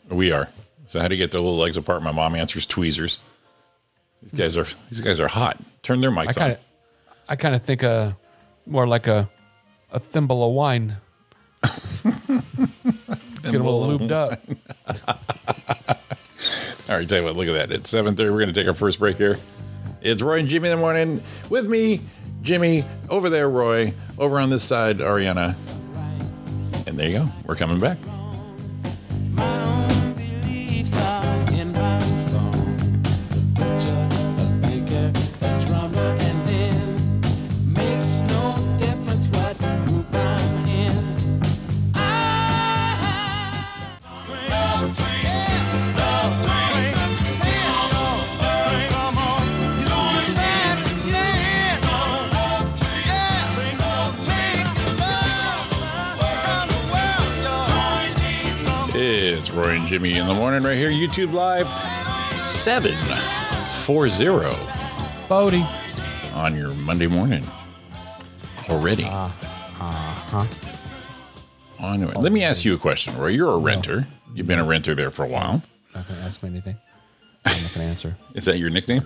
[SPEAKER 7] We are. So how do you get the little legs apart? My mom answers tweezers. These guys are these guys are hot. Turn their
[SPEAKER 6] I
[SPEAKER 7] mics
[SPEAKER 6] kind
[SPEAKER 7] on.
[SPEAKER 6] of, I kind of think uh more like a, a thimble of wine. Get them all lubed up.
[SPEAKER 7] All right, tell you what, look at that. It's 7.30. We're going to take our first break here. It's Roy and Jimmy in the morning. With me, Jimmy. Over there, Roy. Over on this side, Ariana. And there you go. We're coming back. It's Roy and Jimmy in the morning right here. YouTube Live 740
[SPEAKER 6] Bodie.
[SPEAKER 7] on your Monday morning already. Uh, huh On, let me ask you a question, Roy. You're a renter. You've been a renter there for a while.
[SPEAKER 6] Not gonna ask me anything. I'm not gonna answer
[SPEAKER 7] Is that your nickname?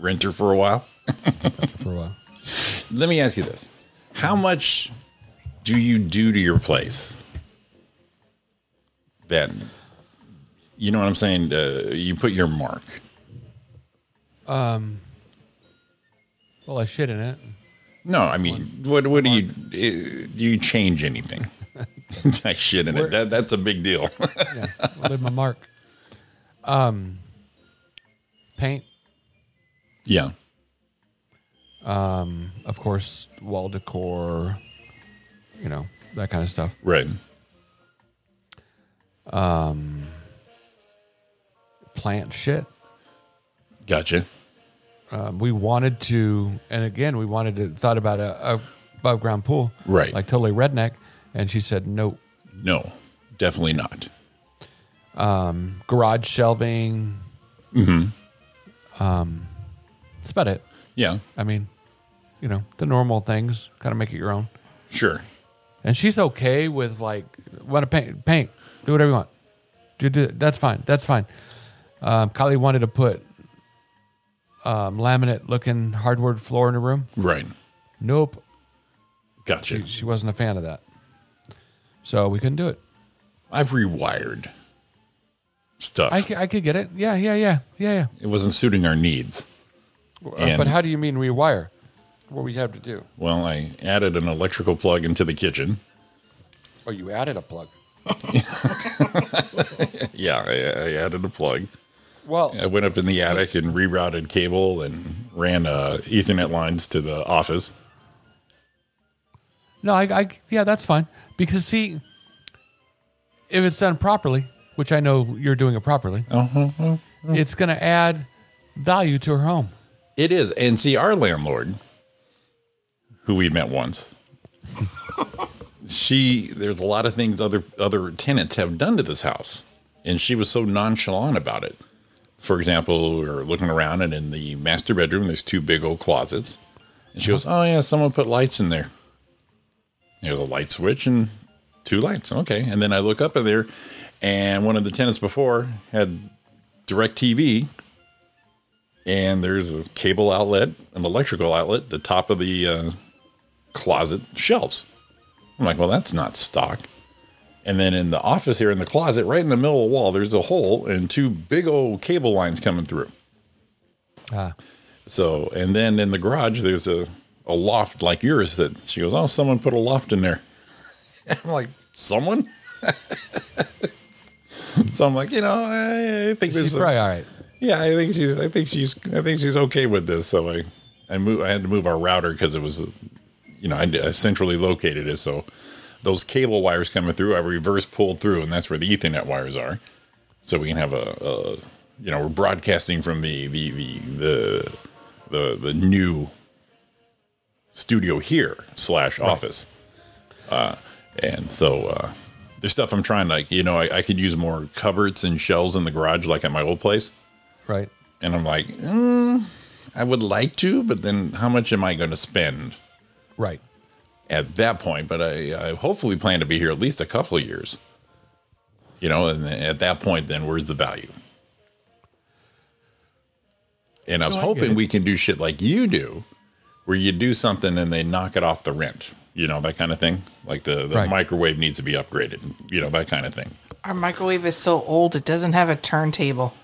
[SPEAKER 7] Renter for a while.
[SPEAKER 6] for a while.
[SPEAKER 7] Let me ask you this: How much do you do to your place? That you know what I'm saying. Uh, you put your mark.
[SPEAKER 6] Well, I shit in it.
[SPEAKER 7] No, I mean, what what do you eh, do? You change anything? I shit in it. That, that's a big deal.
[SPEAKER 6] Yeah, I leave my mark. Um, paint,
[SPEAKER 7] yeah,
[SPEAKER 6] of course, wall decor, you know that kind of stuff.
[SPEAKER 7] right.
[SPEAKER 6] Plant shit.
[SPEAKER 7] Gotcha.
[SPEAKER 6] Um, we wanted to, and again, we wanted to thought about a, a above ground pool,
[SPEAKER 7] Right.
[SPEAKER 6] Like totally redneck. And she said no.
[SPEAKER 7] No, definitely not.
[SPEAKER 6] Garage shelving. Mm-hmm. Um, that's about it.
[SPEAKER 7] Yeah,
[SPEAKER 6] I mean, you know, the normal things. Kind of make it your own.
[SPEAKER 7] sure.
[SPEAKER 6] and she's okay with like want to paint paint do whatever you want do, do that's fine that's fine um, Kylie wanted to put um, laminate looking hardwood floor in her room
[SPEAKER 7] Right.
[SPEAKER 6] nope
[SPEAKER 7] Gotcha.
[SPEAKER 6] she wasn't a fan of that so we couldn't do it
[SPEAKER 7] I've rewired stuff.
[SPEAKER 6] I, c- I could get it yeah yeah yeah yeah
[SPEAKER 7] it wasn't suiting our needs.
[SPEAKER 6] yeah Uh,
[SPEAKER 7] And-
[SPEAKER 6] but how do you mean rewire what we have to do
[SPEAKER 7] Well, I added an electrical plug into the kitchen.
[SPEAKER 6] oh you added a plug
[SPEAKER 7] Yeah, I, I added a plug.
[SPEAKER 6] well
[SPEAKER 7] I went up in the attic and rerouted cable and ran uh, Ethernet lines to the office.
[SPEAKER 6] No, I, I, yeah, that's fine. Because see, if it's done properly, which I know you're doing it properly, it's going to add value to her home.
[SPEAKER 7] It is. And see, our landlord, who we met once, she there's a lot of things other other tenants have done to this house, and she was so nonchalant about it. For example, we were looking around, and in the master bedroom, there's two big old closets, and she goes, "Oh yeah, someone put lights in there." There's a light switch and two lights. Okay, and then I look up in there, and one of the tenants before had direct TV and there's a cable outlet, an electrical outlet, the top of the uh, closet shelves. I'm like, well, that's not stock. And then in the office here in the closet, right in the middle of the wall, there's a hole and two big old cable lines coming through.
[SPEAKER 6] Ah.
[SPEAKER 7] So, and then in the garage, there's a, a loft like yours that she goes, oh, someone put a loft in there. I'm like, someone? so I'm like, you know, I, I think
[SPEAKER 6] She's
[SPEAKER 7] there's a-
[SPEAKER 6] probably all right.
[SPEAKER 7] yeah, I think she's. I think she's. I think she's okay with this. So I, I move. I had to move our router because it was, you know, I, I centrally located it. So those cable wires coming through, I reverse pulled through, and that's where the Ethernet wires are. So we can have a, a you know, we're broadcasting from the the the the the, the new studio here slash office. Uh, and so uh, there's stuff I'm trying like you know I, I could use more cupboards and shelves in the garage like at my old place.
[SPEAKER 6] Right.
[SPEAKER 7] And I'm like, mm, I would like to, but then how much am I going to spend
[SPEAKER 6] Right.
[SPEAKER 7] at that point? But I, I hopefully plan to be here at least a couple of years. You know, and then at that point, then where's the value? And I was
[SPEAKER 6] No, I get
[SPEAKER 7] hoping
[SPEAKER 6] it.
[SPEAKER 7] we can do shit like you do, where you do something and they knock it off the rent, you know, that kind of thing. Like the, the
[SPEAKER 6] Right.
[SPEAKER 7] microwave needs to be upgraded, you know, that kind of thing.
[SPEAKER 8] Our microwave is so old it doesn't have a turntable.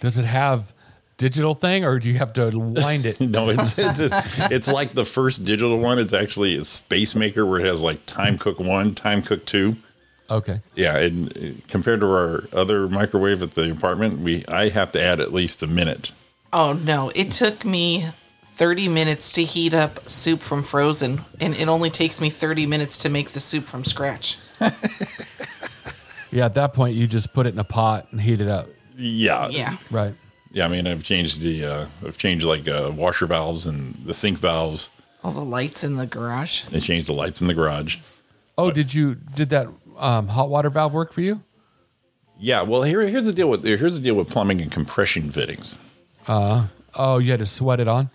[SPEAKER 6] Does it have digital thing or do you have to wind it?
[SPEAKER 7] No, it's, it's it's like the first digital one. It's actually a Space Maker where it has like Time Cook One, Time Cook Two.
[SPEAKER 6] Okay.
[SPEAKER 7] Yeah, and uh, compared to our other microwave at the apartment, we I have to add at least a minute.
[SPEAKER 8] Oh no, it took me 30 minutes to heat up soup from frozen and it only takes me 30 minutes to make the soup from scratch.
[SPEAKER 6] Yeah, at that point you just put it in a pot and heat it up.
[SPEAKER 7] Yeah,
[SPEAKER 8] Yeah.
[SPEAKER 6] Right.
[SPEAKER 7] yeah. I mean, I've changed the uh, I've changed like uh, washer valves and the sink valves.
[SPEAKER 8] All the lights in the garage.
[SPEAKER 7] I changed the lights in the garage.
[SPEAKER 6] Oh, did you did that um, hot water valve work for you?
[SPEAKER 7] Yeah, well, here here's the deal with here's the deal with plumbing and compression fittings.
[SPEAKER 6] Oh, you had to sweat it on.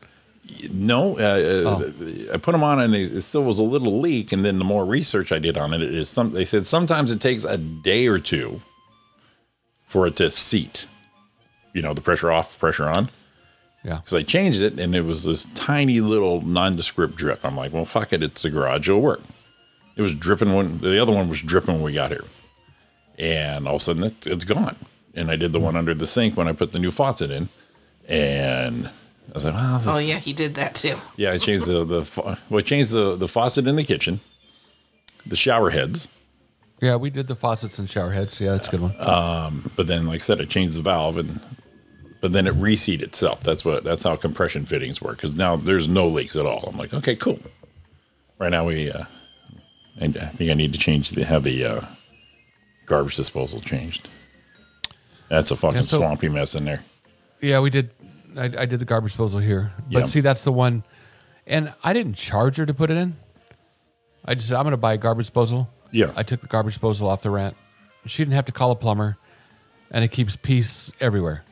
[SPEAKER 7] No, uh, uh I put them on and it it still was a little leak. And then the more research I did on it, it is some. They said sometimes it takes a day or two for it to seat. You know, the pressure off, pressure on.
[SPEAKER 6] Yeah.
[SPEAKER 7] Because I changed it and it was this tiny little nondescript drip. I'm like, well, fuck it, it's the garage, it'll work. It was dripping when the other one was dripping when we got here, and all of a sudden it's, it's gone. And I did the one under the sink when I put the new faucet in, and I was like, well, this,
[SPEAKER 8] Oh yeah, he did that too.
[SPEAKER 7] yeah, I changed the the fa- well, I changed the the faucet in the kitchen, the shower heads.
[SPEAKER 6] Yeah, we did the faucets and shower heads. Yeah, that's a good one.
[SPEAKER 7] Uh, But then, like I said, I changed the valve, and but then it reseat itself. That's what that's how compression fittings work. Because now there's no leaks at all. I'm like, okay, cool. Right now we, uh, and I think I need to change the have the uh, garbage disposal changed. That's a fucking
[SPEAKER 6] Yeah, so-
[SPEAKER 7] swampy mess in there.
[SPEAKER 6] Yeah, we did. I, I did the garbage disposal here, but
[SPEAKER 7] Yeah.
[SPEAKER 6] see, that's the one. And I didn't charge her to put it in. I just said I'm going to buy a garbage disposal.
[SPEAKER 7] Yeah.
[SPEAKER 6] I took the garbage disposal off the rent. She didn't have to call a plumber, and it keeps peace everywhere.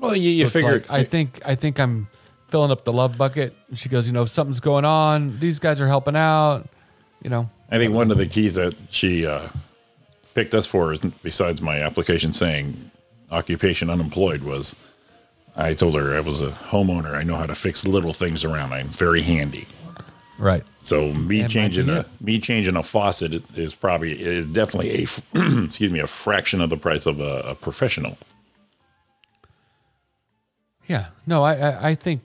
[SPEAKER 7] Well, you, you
[SPEAKER 6] So it's
[SPEAKER 7] figure
[SPEAKER 6] like, I think I think I'm filling up the love bucket. And she goes, you know, if something's going on. These guys are helping out. You know,
[SPEAKER 7] I think one of the keys that she uh, picked us for, is, besides my application saying occupation unemployed, was I told her I was a homeowner. I know how to fix little things around. I'm very handy.
[SPEAKER 6] right?
[SPEAKER 7] So me
[SPEAKER 6] That might
[SPEAKER 7] changing
[SPEAKER 6] be
[SPEAKER 7] a
[SPEAKER 6] it.
[SPEAKER 7] me changing a faucet is probably is definitely a f- excuse me a fraction of the price of a, a professional.
[SPEAKER 6] Yeah. No, I, I, I think,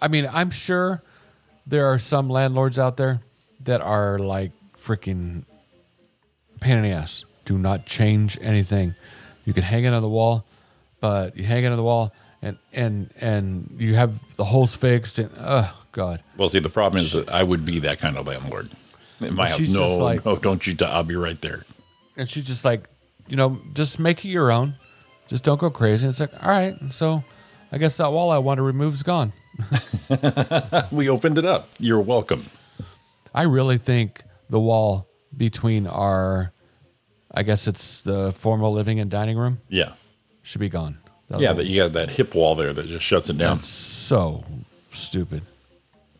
[SPEAKER 6] I mean, I'm sure there are some landlords out there that are like freaking pain in the ass. Do not change anything. You can hang it on the wall, but you hang it on the wall and, and, and you have the holes fixed and, oh, God.
[SPEAKER 7] Well, see, the problem is that I would be that kind of landlord. In my house,
[SPEAKER 6] She's
[SPEAKER 7] no,
[SPEAKER 6] just like-
[SPEAKER 7] no, don't you? I'll be right there.
[SPEAKER 6] And she's just like, you know, just make it your own. Just don't go crazy. And it's like, all right. So I guess that wall I want to remove is gone.
[SPEAKER 7] We opened it up. You're welcome.
[SPEAKER 6] I really think the wall between our, I guess it's the formal living and dining room,
[SPEAKER 7] Yeah,
[SPEAKER 6] should be gone. That
[SPEAKER 7] yeah.
[SPEAKER 6] was
[SPEAKER 7] That you got that hip wall there that just shuts it down.
[SPEAKER 6] so stupid.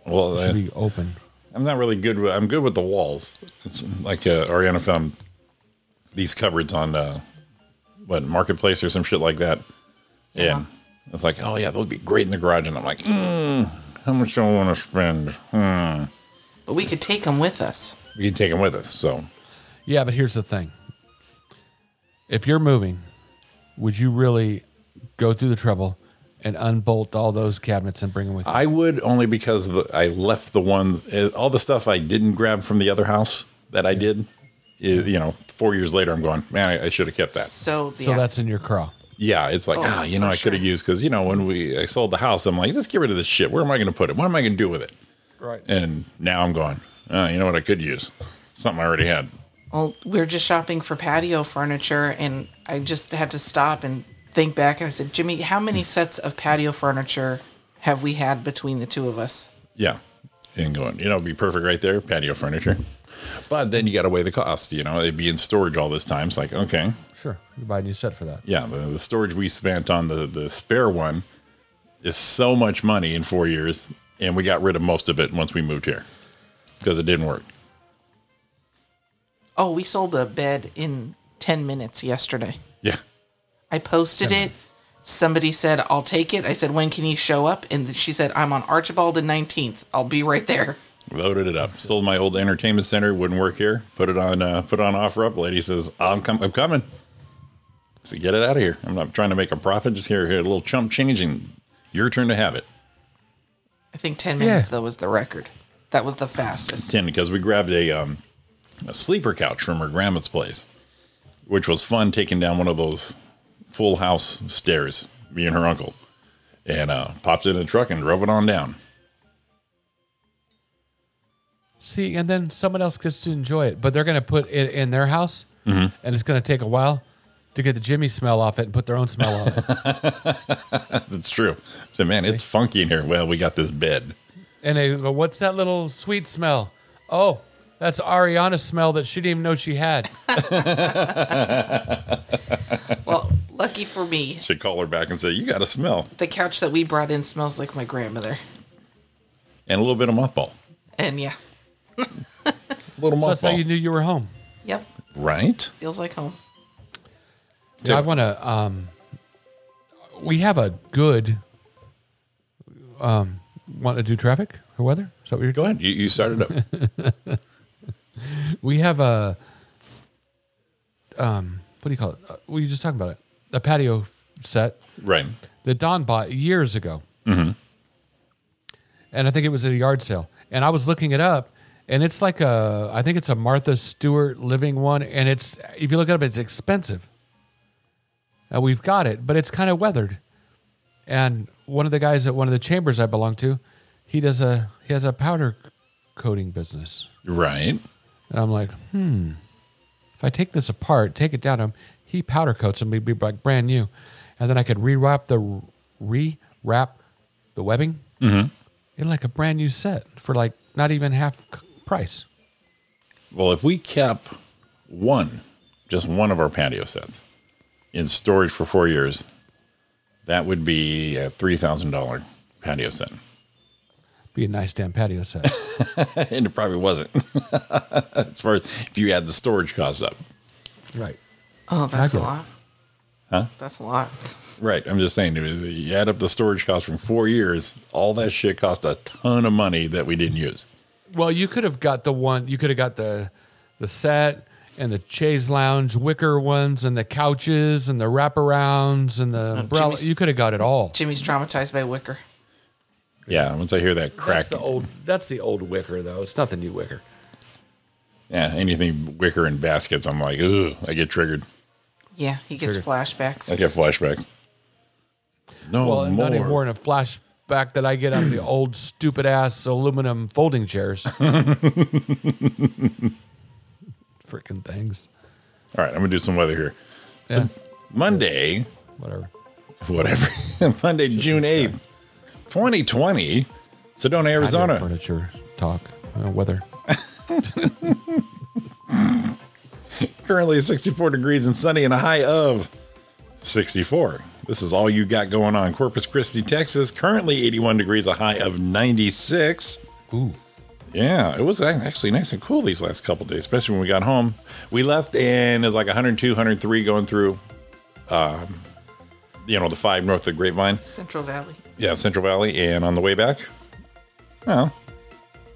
[SPEAKER 7] Well,
[SPEAKER 6] It
[SPEAKER 7] uh,
[SPEAKER 6] should be open.
[SPEAKER 7] I'm not really good with. I'm good with the walls. It's like uh, Ariana found these cupboards on uh, what marketplace or some shit like that. Yeah. And it's like, oh yeah, those would be great in the garage. And I'm like, mm, how much do I want to spend? Hmm.
[SPEAKER 8] But we could take them with us.
[SPEAKER 7] We can take them with us. So
[SPEAKER 6] Yeah, but here's the thing. If you're moving, would you really go through the trouble and unbolt all those cabinets and bring them with you?
[SPEAKER 7] I would only because the, I left the one eh, all the stuff I didn't grab from the other house that I did. eh, you know, four years later, I'm going, man, I, I should have kept that.
[SPEAKER 8] So, yeah.
[SPEAKER 6] So that's in your crawl.
[SPEAKER 7] Yeah, it's like,
[SPEAKER 8] Oh,
[SPEAKER 7] ah, you know,
[SPEAKER 8] for
[SPEAKER 7] I could have
[SPEAKER 8] sure.
[SPEAKER 7] used because you know when we I sold the house, I'm like, just get rid of this shit. Where am I going to put it? What am I going to do with it?
[SPEAKER 6] Right.
[SPEAKER 7] And now I'm going, ah, you know what I could use? Something I already had.
[SPEAKER 8] Well, we were just shopping for patio furniture, and I just had to stop and think back. And I said, Jimmy, how many sets of patio furniture have we had between the two of us?
[SPEAKER 7] Yeah, and going, you know, it'd be perfect right there, patio furniture. But then you got to weigh the cost. You know, it'd be in storage all this time. It's like, okay,
[SPEAKER 6] Sure. You buy a new set for that.
[SPEAKER 7] yeah, the, the storage we spent on the the spare one is so much money in four years, and we got rid of most of it once we moved here because it didn't work.
[SPEAKER 8] Oh, we sold a bed in 10 minutes yesterday.
[SPEAKER 7] Yeah.
[SPEAKER 8] I posted it. Somebody said, I'll take it. I said, When can you show up? And then she said, I'm on Archibald and 19th. I'll be right there.
[SPEAKER 7] Loaded it up. Sold my old entertainment center. Wouldn't work here. Put it on. Uh, put it on offer up. Lady says, "I'm com- I'm coming." So get it out of here. I'm not trying to make a profit. Just here, here, a little chump change, and your turn to have it.
[SPEAKER 8] I think 10 minutes, though, was the record. That was the fastest.
[SPEAKER 7] Ten because we grabbed a um, a sleeper couch from her grandma's place, which was fun. Taking down one of those full house stairs. Me and her uncle, and uh, popped it in a truck and drove it on down.
[SPEAKER 6] See, and then someone else gets to enjoy it, but they're going to put it in their house, and it's going to take a while to get the Jimmy smell off it and put their own smell on it.
[SPEAKER 7] It's true. So man, it's funky in here. Well, we got this bed.
[SPEAKER 6] And they go, "What's that little sweet smell?" Oh, that's Ariana's smell that she didn't even know she had.
[SPEAKER 8] Well, lucky for me,
[SPEAKER 7] Should call her back and say, "You got a smell."
[SPEAKER 8] the couch that we brought in smells like my grandmother.
[SPEAKER 7] and a little bit of mothball.
[SPEAKER 8] And yeah,
[SPEAKER 7] A little
[SPEAKER 6] So
[SPEAKER 7] mothball.
[SPEAKER 6] that's how you knew you were home.
[SPEAKER 8] yep,
[SPEAKER 7] right?
[SPEAKER 8] feels like home.
[SPEAKER 6] Dude, I want to. Um, we have a good. Um, want to do traffic or weather? Is that what you're
[SPEAKER 7] Go ahead. You, you started up.
[SPEAKER 6] We have a. Um, what do you call it? Uh, we were just talking about it. A patio set
[SPEAKER 7] right.
[SPEAKER 6] that Don bought years ago, and I think it was at a yard sale. And I was looking it up, and it's like a. I think it's a Martha Stewart living one, and it's if you look it up, it's expensive. Now we've got it, but it's kind of weathered. And one of the guys at one of the chambers I belong to, he does a he has a powder coating business.
[SPEAKER 7] Right.
[SPEAKER 6] And I'm like, hmm, if I take this apart, take it down to him, he powder coats them, it'd be like brand new. And then I could rewrap the rewrap the webbing in like a brand new set for like not even half c- price.
[SPEAKER 7] Well, if we kept one, just one of our patio sets in storage for four years, that would be a $3,000 patio set.
[SPEAKER 6] Be a nice damn patio set.
[SPEAKER 7] and it probably wasn't. as far as if you add the storage costs up.
[SPEAKER 6] right.
[SPEAKER 8] Oh, that's a
[SPEAKER 6] get it.
[SPEAKER 8] lot. Huh? That's a lot.
[SPEAKER 7] Right. I'm just saying, you add up the storage costs from four years, all that shit cost a ton of money that we didn't use.
[SPEAKER 6] Well, you could have got the one. You could have got the the set and the chaise lounge wicker ones and the couches and the wraparounds and the umbrella.
[SPEAKER 8] Jimmy's-
[SPEAKER 6] You could have got it all.
[SPEAKER 8] Jimmy's traumatized by Wicker.
[SPEAKER 7] Yeah. Once I hear that crack,
[SPEAKER 6] That's the old. That's the old wicker though. It's not the new wicker.
[SPEAKER 7] Yeah, anything wicker and baskets, I'm like, ugh, I get triggered.
[SPEAKER 8] Yeah, he gets flashbacks.
[SPEAKER 7] I get flashbacks. No
[SPEAKER 6] Well,
[SPEAKER 7] more.
[SPEAKER 6] not anymore in a flashback that I get on the old stupid ass aluminum folding chairs. Freaking things.
[SPEAKER 7] All right, I'm gonna do some weather here.
[SPEAKER 6] Yeah,
[SPEAKER 7] Monday,
[SPEAKER 6] whatever.
[SPEAKER 7] whatever. Monday, June eighth, 2020, Sedona,
[SPEAKER 6] I do
[SPEAKER 7] Arizona.
[SPEAKER 6] Furniture talk. Uh, weather.
[SPEAKER 7] Currently 64 degrees and sunny, and a high of 64. This is all you got going on. Corpus Christi, Texas. Currently 81 degrees, a high of 96.
[SPEAKER 6] Ooh.
[SPEAKER 7] Yeah, it was ac- actually nice and cool these last couple days, especially when we got home. We left and it was like 102, 103 going through, um, you know, the five north of Grapevine.
[SPEAKER 8] Central Valley.
[SPEAKER 7] Yeah, Central Valley. And on the way back, well,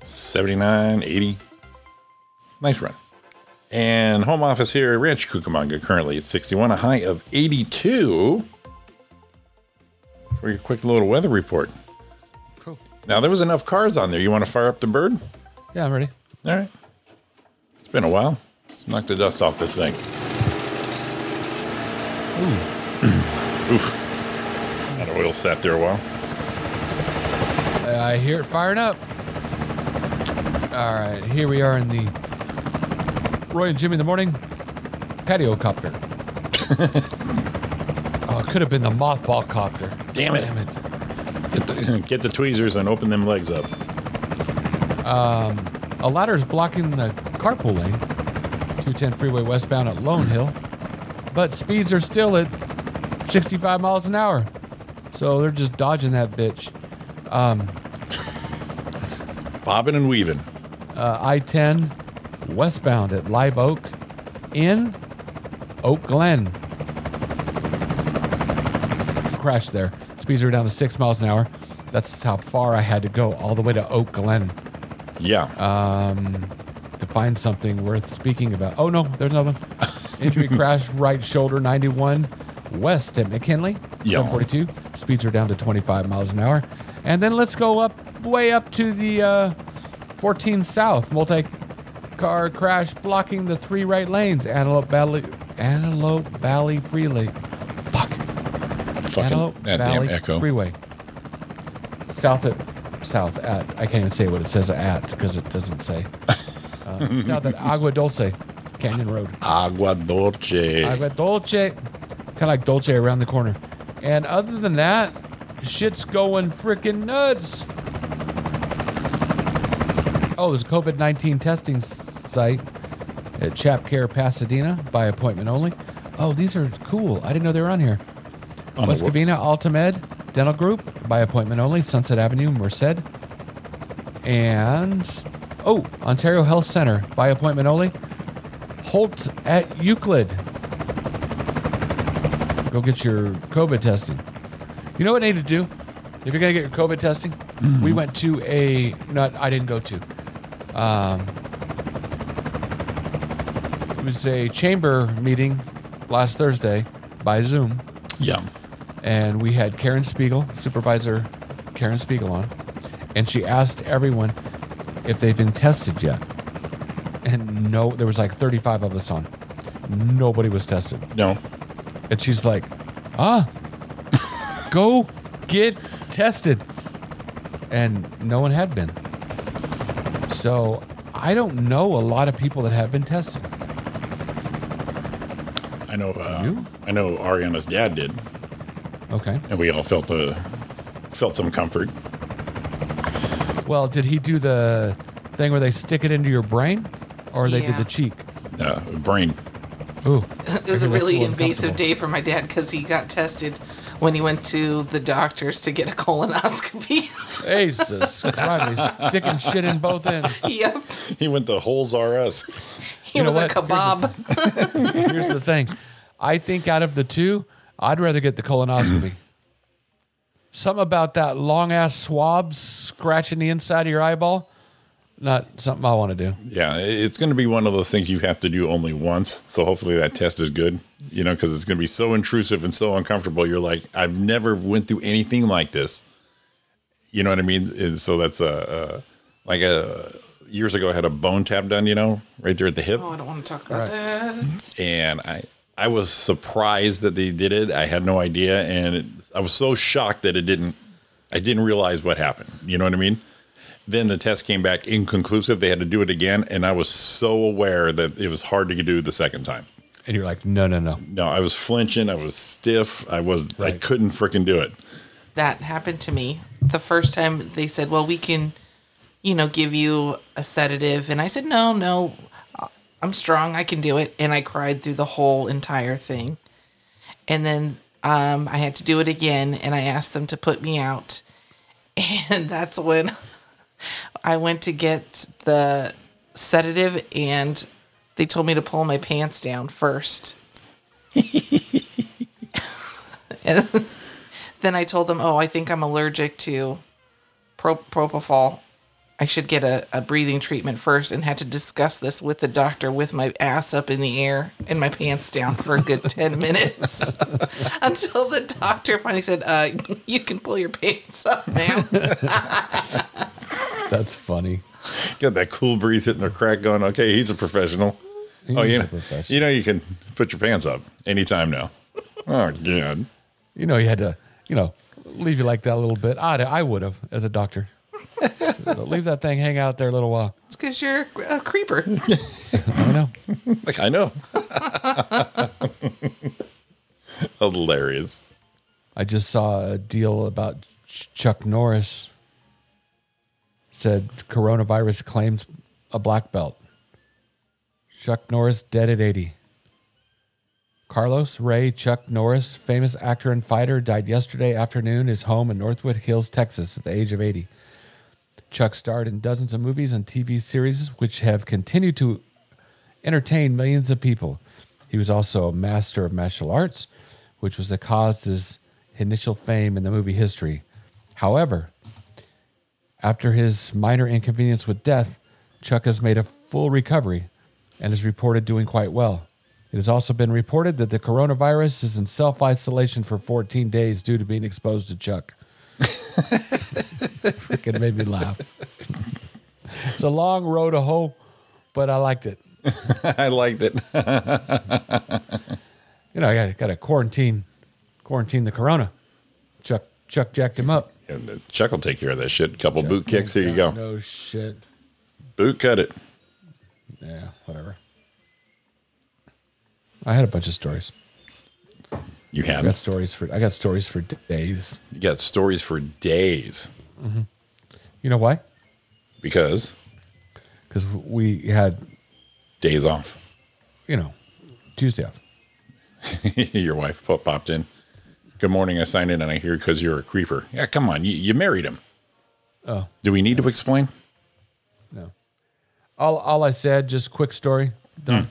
[SPEAKER 7] 79, 80. Nice run. And home office here, Ranch Cucamonga, currently at 61, a high of 82. For your quick little weather report.
[SPEAKER 6] Cool.
[SPEAKER 7] Now, there was enough cars on there. You want to fire up the bird?
[SPEAKER 6] Yeah, I'm ready.
[SPEAKER 7] All right. It's been a while. Let's knock the dust off this thing. Oof. That oil sat there a while.
[SPEAKER 6] I hear it firing up. All right, here we are in the Roy and Jimmy in the morning patio copter. oh, it could have been the mothball copter.
[SPEAKER 7] Damn it.
[SPEAKER 6] Damn it.
[SPEAKER 7] Get the, get the tweezers and open them legs up.
[SPEAKER 6] A ladder is blocking the carpool lane, 210 freeway westbound at Lone Hill, but speeds are still at 65 miles an hour. So they're just dodging that bitch.
[SPEAKER 7] Bobbing and weaving.
[SPEAKER 6] Uh, I 10 westbound at Live Oak in Oak Glen. Crashed there. Speeds were down to six miles an hour. That's how far I had to go, all the way to Oak Glen
[SPEAKER 7] Yeah.
[SPEAKER 6] Uh, to find something worth speaking about. Oh no, there's another one. Injury crash, right shoulder, 91 west at McKinley,
[SPEAKER 7] Yeah.
[SPEAKER 6] 742. Speeds are down to 25 miles an hour. And then let's go up, way up to the uh, 14 south, multi car crash blocking the three right lanes, Antelope Valley, Antelope Valley Freeway. Fuck,
[SPEAKER 7] Fucking
[SPEAKER 6] Antelope
[SPEAKER 7] that damn
[SPEAKER 6] Valley
[SPEAKER 7] echo.
[SPEAKER 6] Freeway. South at south at I can't even say what it says at because it doesn't say. Uh, south at Agua Dulce, Canyon Road.
[SPEAKER 7] Agua Dolce.
[SPEAKER 6] Agua Dulce, kind of like Dolce around the corner. And other than that, shit's going freaking nuts. Oh, there's a COVID 19 testing site at Chapcare Pasadena by appointment only. Oh, these are cool. I didn't know they were on here.
[SPEAKER 7] On the
[SPEAKER 6] West
[SPEAKER 7] wo-
[SPEAKER 6] Covina Altamed Dental Group by appointment only, Sunset Avenue, Merced. And oh, Ontario Health Center by appointment only, Holt at Euclid. Go get your COVID testing. You know what I need to do? If you're going to get your COVID testing, we went to a, not, I didn't go to. Um, it was a chamber meeting last Thursday by Zoom
[SPEAKER 7] Yeah.
[SPEAKER 6] and we had Karen Spiegel, supervisor Karen Spiegel on, and she asked everyone if they've been tested yet. And no, there was like 35 of us on. Nobody was tested.
[SPEAKER 7] No.
[SPEAKER 6] And she's like, "Ah, go get tested." And no one had been. So, I don't know a lot of people that have been tested.
[SPEAKER 7] I know. Uh,
[SPEAKER 6] You?
[SPEAKER 7] I know Ariana's dad did,
[SPEAKER 6] Okay.
[SPEAKER 7] and we all felt the felt some comfort.
[SPEAKER 6] Well, did he do the thing where they stick it into your brain or they did
[SPEAKER 8] Yeah.
[SPEAKER 6] the cheek?
[SPEAKER 7] Uh, brain.
[SPEAKER 6] Ooh.
[SPEAKER 8] It was a really invasive
[SPEAKER 6] date.
[SPEAKER 8] day for my dad because he got tested when he went to the doctors to get a colonoscopy.
[SPEAKER 6] Jesus Christ, he's sticking shit in both ends.
[SPEAKER 8] yep.
[SPEAKER 7] He went to holes R us.
[SPEAKER 8] He
[SPEAKER 6] You know
[SPEAKER 8] was a
[SPEAKER 6] what? Here's the
[SPEAKER 8] kebab.
[SPEAKER 6] Here's the thing. I think out of the two, I'd rather get the colonoscopy. something about that long ass swab scratching the inside of your eyeball, not something I want to do.
[SPEAKER 7] Yeah, i- it's going to be one of those things you have to do only once. So hopefully that test is good, you know, because it's going to be so intrusive and so uncomfortable. You're like, I've never went through anything like this. You know what I mean? And so that's a, a like a years ago I had a bone tap done, you know, right there at the hip,
[SPEAKER 8] Oh, I don't want to talk about that.
[SPEAKER 7] and I I was surprised that they did it. I had no idea, and it, I was so shocked that it didn't. I didn't realize what happened. You know what I mean? Then the test came back inconclusive. They had to do it again, and I was so aware that it was hard to do the second time.
[SPEAKER 6] And you're like, no, no, no.
[SPEAKER 7] No, I was flinching. I was stiff. I was. I
[SPEAKER 6] Right.
[SPEAKER 7] couldn't freaking do it.
[SPEAKER 8] That happened to me the first time they said, well, we can, you know, give you a sedative. And I said, no, no, I'm strong. I can do it. And I cried through the whole entire thing. And then um, I had to do it again. And I asked them to put me out. And that's when I went to get the sedative. And they told me to pull my pants down first. and then I told them, oh, I think I'm allergic to pro- propofol. I should get a, a breathing treatment first and had to discuss this with the doctor with my ass up in the air and my pants down for a good 10 minutes until the doctor finally said, uh, You can pull your pants up now.
[SPEAKER 6] That's funny.
[SPEAKER 7] Got that cool breeze hitting the crack. Going, okay, he's a professional.
[SPEAKER 6] He
[SPEAKER 7] oh,
[SPEAKER 6] is
[SPEAKER 7] you
[SPEAKER 6] a
[SPEAKER 7] know,
[SPEAKER 6] professional.
[SPEAKER 7] you know, you can put your pants up anytime now. oh, God.
[SPEAKER 6] You know, you had to, you know, leave you like that a little bit. I'd, I would have as a doctor. leave that thing hang out there a little while.
[SPEAKER 8] It's because you're a creeper.
[SPEAKER 6] I know.
[SPEAKER 7] Like, I know. Hilarious.
[SPEAKER 6] I just saw a deal about Ch- Chuck Norris said coronavirus claims a black belt. Chuck Norris dead at 80. Carlos Ray Chuck Norris, famous actor and fighter, died yesterday afternoon his home in Northwood Hills, Texas at the age of 80. Chuck starred in dozens of movies and TV series which have continued to entertained millions of people. He was also a master of martial arts, which was the cause of his initial fame in the movie history. However, after his minor inconvenience with death, Chuck has made a full recovery and is reported doing quite well. It has also been reported that the coronavirus is in self isolation for 14 days due to being exposed to Chuck. Freaking made me laugh. It's a long road to hoe, but I liked it.
[SPEAKER 7] I liked it.
[SPEAKER 6] You know, I got got to quarantine, quarantine the corona. Chuck Chuck jacked him up.
[SPEAKER 7] And the Chuck will take care of that shit. Couple boot kicks. Here you go.
[SPEAKER 6] No shit.
[SPEAKER 7] Boot cut it.
[SPEAKER 6] Yeah, whatever. I had a bunch of stories.
[SPEAKER 7] You
[SPEAKER 6] I
[SPEAKER 7] had
[SPEAKER 6] got
[SPEAKER 7] it.
[SPEAKER 6] stories for I got stories for days.
[SPEAKER 7] You got stories for days
[SPEAKER 6] You know why?
[SPEAKER 7] because
[SPEAKER 6] Because we had
[SPEAKER 7] days off.
[SPEAKER 6] you know Tuesday off.
[SPEAKER 7] Your wife po- popped in. Good morning. I signed in and I hear because you're a creeper. Yeah, come on. You, you married him.
[SPEAKER 6] Oh.
[SPEAKER 7] Do we need to explain?
[SPEAKER 6] No. All all I said, just quick story,
[SPEAKER 7] Hmm.
[SPEAKER 6] done,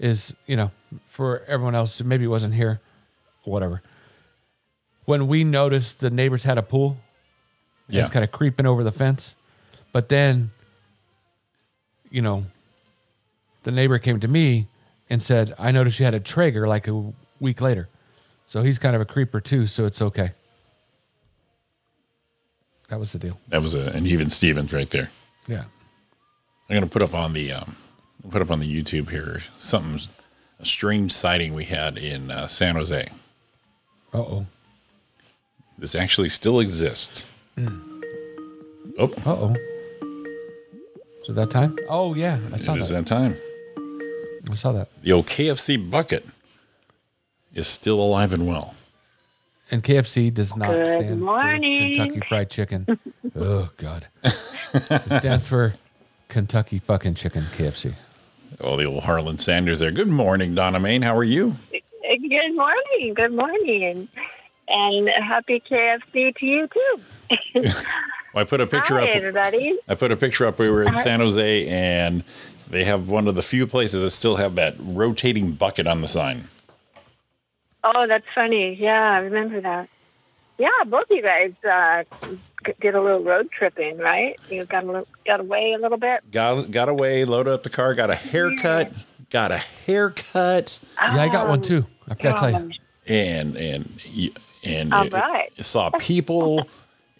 [SPEAKER 6] is you know for everyone else who maybe wasn't here, whatever. When we noticed the neighbors had a pool, and
[SPEAKER 7] Yeah.
[SPEAKER 6] it's kind of creeping over the fence, but then, you know, the neighbor came to me and said, "I noticed you had a Traeger like a week later," so he's kind of a creeper too, so it's okay. That was the deal.
[SPEAKER 7] That was a, an even Stevens right there.
[SPEAKER 6] Yeah.
[SPEAKER 7] I'm gonna put up on the um, put up on the YouTube here something a strange sighting we had in uh, San Jose.
[SPEAKER 6] Uh oh.
[SPEAKER 7] This actually still exists. Oh,
[SPEAKER 6] Uh oh. Is it that time? Oh yeah, I saw
[SPEAKER 7] it is
[SPEAKER 6] that.
[SPEAKER 7] that time.
[SPEAKER 6] I saw that.
[SPEAKER 7] The old KFC bucket is still alive and well.
[SPEAKER 6] And KFC does not
[SPEAKER 9] Good
[SPEAKER 6] stand
[SPEAKER 9] morning.
[SPEAKER 6] for Kentucky Fried Chicken. oh God, it stands for Kentucky fucking chicken KFC.
[SPEAKER 7] Oh, the old Harlan Sanders there. Good morning, Donna Main. How are you?
[SPEAKER 9] Good morning. Good morning. And happy KFC to you, too.
[SPEAKER 7] Well, I put a picture
[SPEAKER 9] Hi,
[SPEAKER 7] up.
[SPEAKER 9] everybody.
[SPEAKER 7] I put a picture up. We were in San Jose, and they have one of the few places that still have that rotating bucket on the sign.
[SPEAKER 9] Oh, that's funny. Yeah, I remember that. Yeah, both of you guys uh, g- did a little road tripping, right? You got a little, got away a little bit.
[SPEAKER 7] got got away, loaded up the car, got a haircut, got a haircut,
[SPEAKER 6] Yeah, I got one too. I forgot to tell you.
[SPEAKER 9] Um,
[SPEAKER 7] and and y- and
[SPEAKER 9] All
[SPEAKER 7] it-
[SPEAKER 9] right.
[SPEAKER 7] it saw people,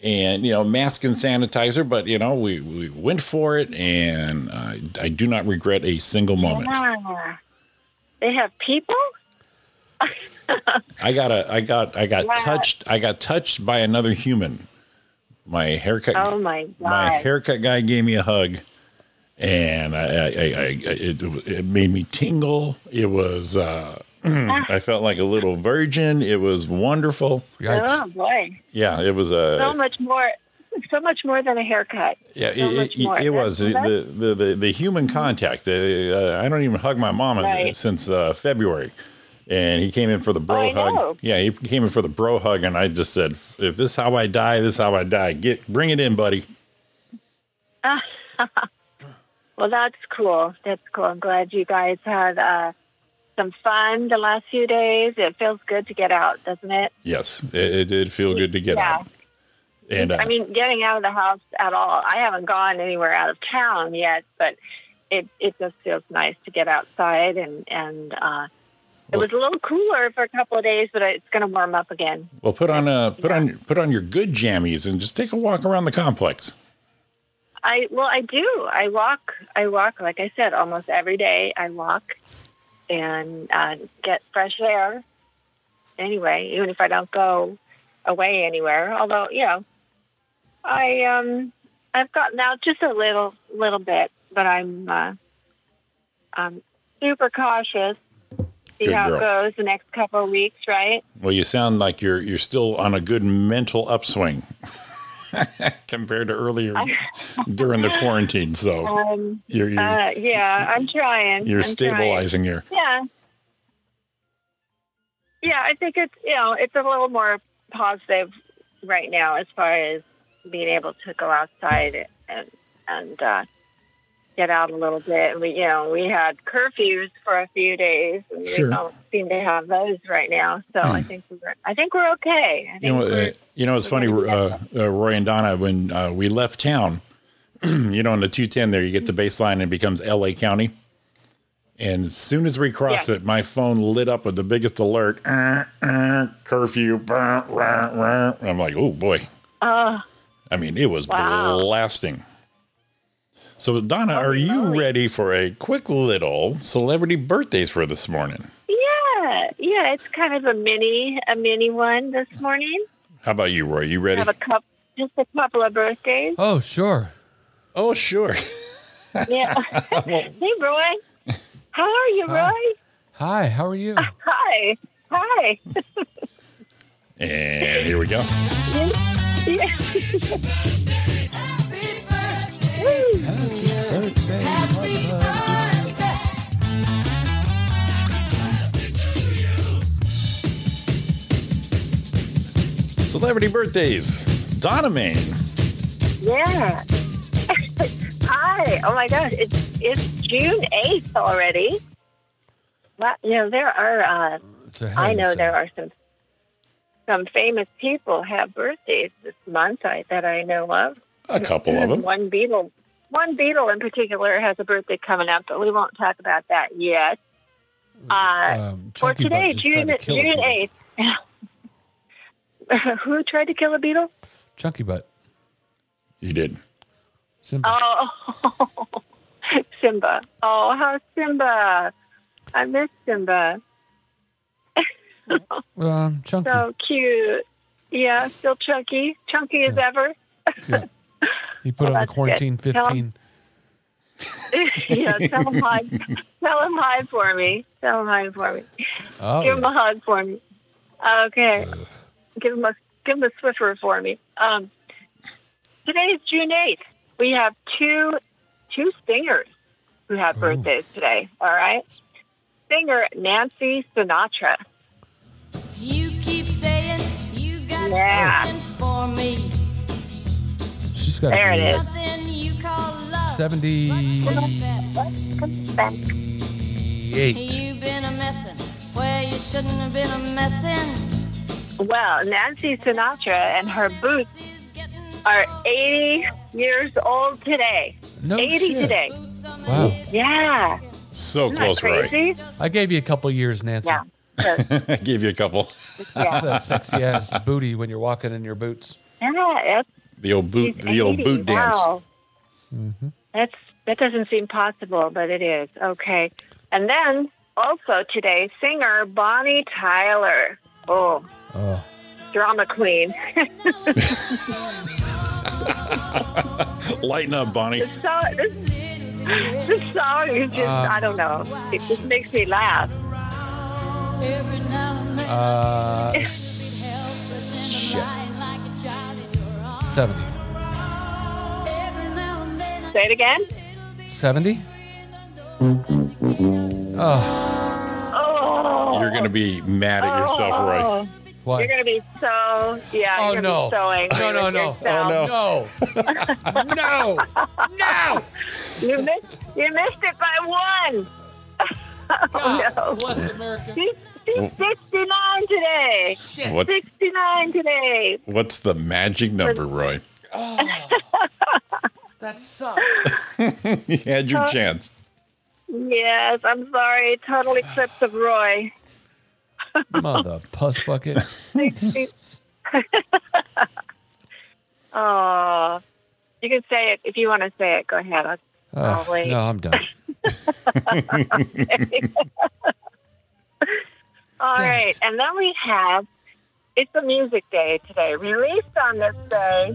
[SPEAKER 7] and you know mask and sanitizer, but you know we we went for it, and I, I do not regret a single moment.
[SPEAKER 9] ah, they have people.
[SPEAKER 7] I got a I got I got
[SPEAKER 9] Wow.
[SPEAKER 7] touched I got touched by another human. My haircut
[SPEAKER 9] Oh my god!
[SPEAKER 7] my haircut guy gave me a hug, and I, I, I, I it, it made me tingle. It was, uh, I felt like a little virgin. It was wonderful.
[SPEAKER 9] oh
[SPEAKER 6] Yikes.
[SPEAKER 9] boy!
[SPEAKER 7] Yeah, it was a.
[SPEAKER 9] So much more. So much more than a haircut.
[SPEAKER 7] yeah, it,
[SPEAKER 9] so
[SPEAKER 7] it-
[SPEAKER 9] much
[SPEAKER 7] it-
[SPEAKER 9] more.
[SPEAKER 7] it was
[SPEAKER 9] That's-
[SPEAKER 7] the, the, the, the human contact. Uh, uh, I don't even hug my mom in-
[SPEAKER 9] Right.
[SPEAKER 7] since uh, February. And he came in for the bro
[SPEAKER 9] I
[SPEAKER 7] hug.
[SPEAKER 9] know.
[SPEAKER 7] Yeah, he came in for the bro hug, and I just said, "If this is how I die, this is how I die. Get bring it in, buddy."
[SPEAKER 9] Well, that's cool. That's cool. I'm glad you guys had uh, some fun the last few days. It feels good to get out, doesn't it?
[SPEAKER 7] Yes, it, it did feel good to get
[SPEAKER 9] Yeah.
[SPEAKER 7] out. And uh,
[SPEAKER 9] I mean, getting out of the house at all. I haven't gone anywhere out of town yet, but it it just feels nice to get outside and and uh, it was a little cooler for a couple of days, but it's going to warm up again.
[SPEAKER 7] Well, put on uh, put on put on your good jammies and just take a walk around the complex.
[SPEAKER 9] I well, I do. I walk. I walk. Like I said, almost every day. I walk and uh, get fresh air. Anyway, even if I don't go away anywhere, although you know, I um, I've gotten out just a little, little bit, but I'm uh, I'm super cautious. See
[SPEAKER 7] Good
[SPEAKER 9] how
[SPEAKER 7] girl.
[SPEAKER 9] it goes the next couple of weeks, right?
[SPEAKER 7] Well, you sound like you're you're still on a good mental upswing compared to earlier during the quarantine. So
[SPEAKER 9] Um,
[SPEAKER 7] you're you're,
[SPEAKER 9] uh, yeah, I'm trying.
[SPEAKER 7] you're
[SPEAKER 9] I'm trying.
[SPEAKER 7] stabilizing here.
[SPEAKER 9] Yeah. Yeah, I think it's you know it's a little more positive right now as far as being able to go outside and and uh, get out a little bit. And we, you know, we had curfews for a few days. And
[SPEAKER 7] Sure. Hmm.
[SPEAKER 9] We don't seem to have those right now, so I think we're, I think we're okay. I think
[SPEAKER 7] You know,
[SPEAKER 9] we're,
[SPEAKER 7] uh, you know, it's funny, uh, uh, Roy and Donna, when uh, we left town, you know, on the 210 there, you get the baseline and it becomes LA County. And as soon as we crossed
[SPEAKER 9] Yeah.
[SPEAKER 7] it, my phone lit up with the biggest alert "Uh, uh, curfew. brr, brr, brr." And I'm like, oh boy.
[SPEAKER 9] oh,
[SPEAKER 7] I mean, it was
[SPEAKER 9] Wow.
[SPEAKER 7] blasting. So, Donna, are you ready for a quick little celebrity birthdays for this morning?
[SPEAKER 9] yeah, yeah. It's kind of a mini, a mini one this morning.
[SPEAKER 7] How about you, Roy? You
[SPEAKER 9] I
[SPEAKER 7] ready?
[SPEAKER 9] have a cup, just a couple of birthdays.
[SPEAKER 6] Oh, sure.
[SPEAKER 7] oh, sure.
[SPEAKER 9] Yeah. hey, Roy. How are you,
[SPEAKER 6] Hi.
[SPEAKER 9] Roy?
[SPEAKER 6] Hi, how are you?
[SPEAKER 9] Hi. Hi.
[SPEAKER 7] and here we go.
[SPEAKER 9] Yes.
[SPEAKER 7] Celebrity birthdays. Donna Main.
[SPEAKER 9] Yeah. Hi. Oh my gosh, it's it's June eighth already. Well, you know there are. Uh,
[SPEAKER 6] It's a hell
[SPEAKER 9] I
[SPEAKER 6] of a
[SPEAKER 9] know
[SPEAKER 6] song.
[SPEAKER 9] there are some some famous people have birthdays this month I, that I know of.
[SPEAKER 7] A couple of them.
[SPEAKER 9] One Beatle, one Beatle in particular has a birthday coming up, but we won't talk about that yet. Uh,
[SPEAKER 6] Um,
[SPEAKER 9] for
[SPEAKER 6] Chunky
[SPEAKER 9] today,
[SPEAKER 6] Butt just tried
[SPEAKER 9] June
[SPEAKER 6] to kill a
[SPEAKER 9] June
[SPEAKER 6] beetle.
[SPEAKER 9] eighth. Who tried to kill a beetle?
[SPEAKER 6] Chunky butt.
[SPEAKER 7] You did.
[SPEAKER 6] Simple.
[SPEAKER 9] Oh, Simba. Oh, how Simba. I miss Simba.
[SPEAKER 6] Well, um, chunky.
[SPEAKER 9] So cute. Yeah, still chunky. Chunky as ever.
[SPEAKER 6] yeah. He put on the
[SPEAKER 9] that's good.
[SPEAKER 6] quarantine
[SPEAKER 9] Tell him-
[SPEAKER 6] 15.
[SPEAKER 9] yeah, tell him hi. Tell him hi for me. Tell him hi for me.
[SPEAKER 6] Oh,
[SPEAKER 9] give him
[SPEAKER 6] yeah. Uh.
[SPEAKER 9] a hug for me. Uh, Okay. Give him a give him a swiffer for me. Um, today is June eighth. We have two two singers who
[SPEAKER 6] Oh.
[SPEAKER 9] have birthdays today. All right. Singer Nancy Sinatra.
[SPEAKER 2] You keep saying you got
[SPEAKER 9] Yeah.
[SPEAKER 2] something for me.
[SPEAKER 6] she's got
[SPEAKER 9] There it is.
[SPEAKER 2] Something you call love.
[SPEAKER 6] 78.
[SPEAKER 2] You've been a messin' where you shouldn't have been a messin'.
[SPEAKER 9] Well, Nancy Sinatra and her boots are 80 years old today.
[SPEAKER 6] No
[SPEAKER 9] 80
[SPEAKER 6] shit.
[SPEAKER 9] today.
[SPEAKER 6] Wow.
[SPEAKER 9] Yeah.
[SPEAKER 7] So
[SPEAKER 9] Isn't that
[SPEAKER 7] close, Roy.
[SPEAKER 9] crazy?
[SPEAKER 6] I gave you a couple years, Nancy.
[SPEAKER 9] Yeah.
[SPEAKER 7] I gave you a couple.
[SPEAKER 9] Yeah.
[SPEAKER 6] That sexy ass booty when you're walking in your boots.
[SPEAKER 9] yeah that's,
[SPEAKER 7] The old boot,
[SPEAKER 9] she's
[SPEAKER 7] the old
[SPEAKER 9] 80.
[SPEAKER 7] boot dance.
[SPEAKER 9] Wow.
[SPEAKER 6] Mm-hmm.
[SPEAKER 9] That's, that doesn't seem possible, but it is. Okay. And then also today, singer Bonnie Tyler. Oh,
[SPEAKER 6] Oh.
[SPEAKER 9] drama queen.
[SPEAKER 7] Lighten up, Bonnie.
[SPEAKER 9] so this, this song is just
[SPEAKER 6] Um,
[SPEAKER 9] I don't know. It just makes me laugh.
[SPEAKER 2] Every now and then
[SPEAKER 6] Uh,
[SPEAKER 2] shit. like a child in your arms.
[SPEAKER 6] 70.
[SPEAKER 2] Every now and then I
[SPEAKER 9] Say it again.
[SPEAKER 6] 70? Oh,
[SPEAKER 9] Oh,
[SPEAKER 7] You're going to be mad at yourself, Roy.
[SPEAKER 9] oh.
[SPEAKER 6] what?
[SPEAKER 9] You're gonna be so yeah.
[SPEAKER 6] Oh,
[SPEAKER 9] you're
[SPEAKER 6] no.
[SPEAKER 9] gonna Be so angry
[SPEAKER 6] No, no, Oh,
[SPEAKER 9] with
[SPEAKER 6] no.
[SPEAKER 9] yourself.
[SPEAKER 6] No. Oh, no. No.
[SPEAKER 9] You missed you missed it by one. oh no.
[SPEAKER 6] Bless America.
[SPEAKER 9] She's, she's 69 today.
[SPEAKER 7] What,
[SPEAKER 9] 69 today.
[SPEAKER 7] what's the magic number, Roy?
[SPEAKER 5] That sucks.
[SPEAKER 7] You had your chance.
[SPEAKER 9] Yes, I'm sorry. Total eclipse of Roy.
[SPEAKER 6] Mother puss bucket.
[SPEAKER 9] Oh, you can say it if you want to say it. Go ahead. I'll
[SPEAKER 6] Oh,
[SPEAKER 9] Oh, wait.
[SPEAKER 6] no, I'm done.
[SPEAKER 9] All
[SPEAKER 6] Damn
[SPEAKER 9] right,
[SPEAKER 6] it.
[SPEAKER 9] and then we have it's a music day today, released on this day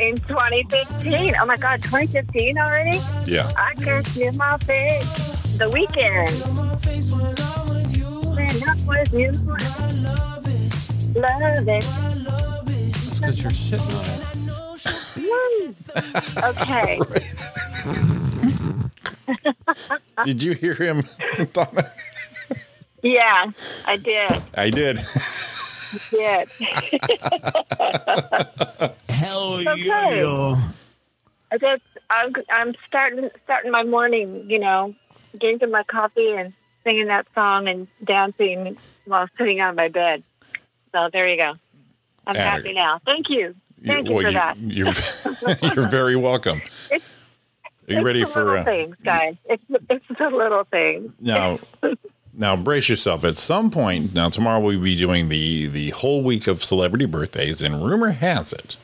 [SPEAKER 9] in 2015. Oh my God, 2015 already?
[SPEAKER 7] Yeah.
[SPEAKER 9] I can't see my face. The weekend. When I'm with you, love it.
[SPEAKER 6] It's because you're sitting on it.
[SPEAKER 9] Woo. Okay.
[SPEAKER 7] Did you hear him, Donna?
[SPEAKER 9] Yeah, I did.
[SPEAKER 7] I did.
[SPEAKER 9] Did.
[SPEAKER 5] Hell
[SPEAKER 9] Okay. I just I'm, I'm starting starting my morning, you know, drinking my coffee and singing that song and dancing while sitting on my bed. So there you go. I'm
[SPEAKER 7] There
[SPEAKER 9] happy
[SPEAKER 7] you go.
[SPEAKER 9] now. Thank you. Thank you, for that.
[SPEAKER 7] you, are you're very welcome. Are
[SPEAKER 9] It's-
[SPEAKER 7] you ready
[SPEAKER 9] it's the
[SPEAKER 7] for
[SPEAKER 9] little
[SPEAKER 7] uh,
[SPEAKER 9] things, guys? It's it's the little things.
[SPEAKER 7] now? Now brace yourself. At some point now tomorrow we'll be doing the the whole week of celebrity birthdays, and rumor has it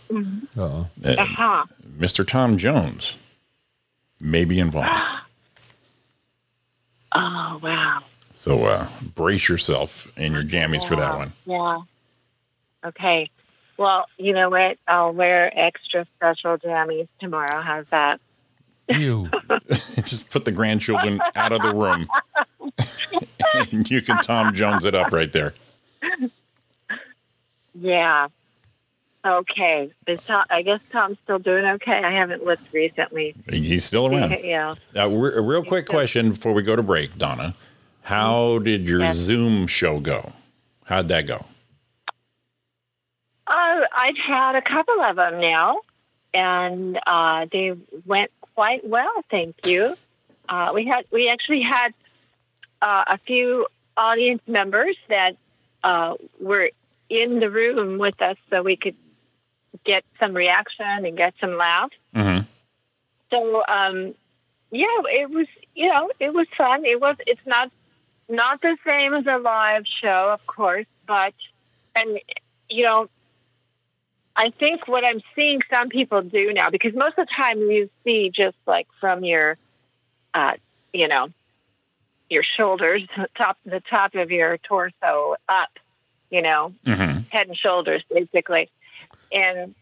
[SPEAKER 6] Oh,
[SPEAKER 7] that
[SPEAKER 9] Huh.
[SPEAKER 7] Mr. Tom Jones may be involved.
[SPEAKER 9] Oh wow.
[SPEAKER 7] So uh, brace yourself in your jammies for that one.
[SPEAKER 9] Yeah. Okay. Well, you know what? I'll wear extra special jammies tomorrow. How's that?
[SPEAKER 6] you.
[SPEAKER 7] Just put the grandchildren out of the room, and you can Tom Jones it up right there.
[SPEAKER 9] Yeah. Okay. Is Tom, I guess Tom's still doing okay. I haven't looked recently.
[SPEAKER 7] He's still around.
[SPEAKER 9] Yeah.
[SPEAKER 7] Now, we're, a real quick question before we go to break, Donna. How did your
[SPEAKER 9] Yes.
[SPEAKER 7] Zoom show go? How'd that go?
[SPEAKER 9] Oh, I've had a couple of them now, and uh, they went quite well. Thank you. Uh, we had we actually had uh, a few audience members that uh, were in the room with us, so we could get some reaction and get some laughs.
[SPEAKER 7] Mhm.
[SPEAKER 9] So, um, yeah, it was you know it was fun. It was it's not not the same as a live show, of course, but and you know I think what I'm seeing some people do now, because most of the time you see just like from your, uh, you know, your shoulders, the top the top of your torso up, you know,
[SPEAKER 7] Mm-hmm.
[SPEAKER 9] head and shoulders basically, and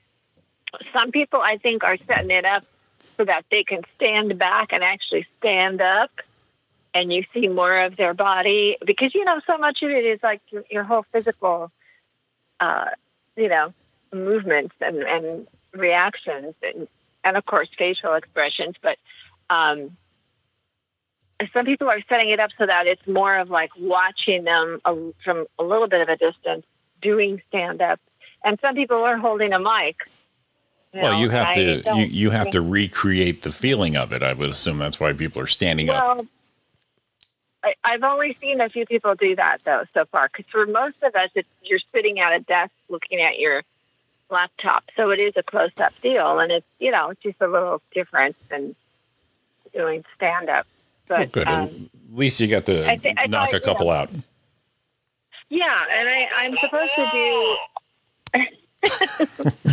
[SPEAKER 9] some people I think are setting it up so that they can stand back and actually stand up, and you see more of their body because you know so much of it is like your, your whole physical, uh, you know, movements and, and reactions and, and of course facial expressions but um, some people are setting it up so that it's more of like watching them a, from a little bit of a distance doing stand up and some people are holding a mic
[SPEAKER 7] Well,
[SPEAKER 9] know,
[SPEAKER 7] you
[SPEAKER 9] I
[SPEAKER 7] have to
[SPEAKER 9] don't
[SPEAKER 7] you, you have
[SPEAKER 9] think-
[SPEAKER 7] to recreate the feeling of it. I would assume that's why people are standing up.
[SPEAKER 9] Well, I, I've only seen a few people do that though so far. Because for most of us, it's you're sitting at a desk looking at your laptop, so it is a close-up deal, and it's you know it's just a little different than doing stand-up.
[SPEAKER 7] Well,
[SPEAKER 9] But
[SPEAKER 7] good.
[SPEAKER 9] um,
[SPEAKER 7] At least you got to
[SPEAKER 9] I thi- I
[SPEAKER 7] knock
[SPEAKER 9] thought,
[SPEAKER 7] a couple
[SPEAKER 9] you
[SPEAKER 7] out.
[SPEAKER 9] yeah, and I, I'm supposed to do.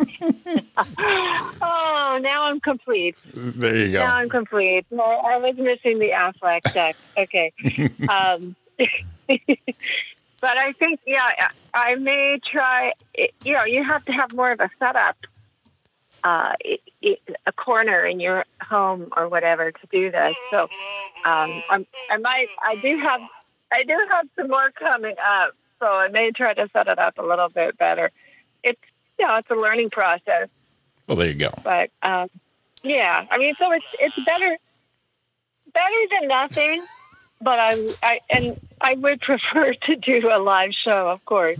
[SPEAKER 9] oh, now I'm complete.
[SPEAKER 7] There you
[SPEAKER 9] Now
[SPEAKER 7] go.
[SPEAKER 9] I'm complete. No, I was missing the Affleck deck. Okay. um, but I think, yeah, I- I may try. It, you know, you have to have more of a setup, uh, it, it, a corner in your home or whatever to do this. So um, I'm, I might. I do have. I do have some more coming up, so I may try to set it up a little bit better. It's you know, it's a learning process
[SPEAKER 7] Well, there you go.
[SPEAKER 9] but um, yeah, I mean, so it's it's better better than nothing. But I, I and I would prefer to do a live show, of course.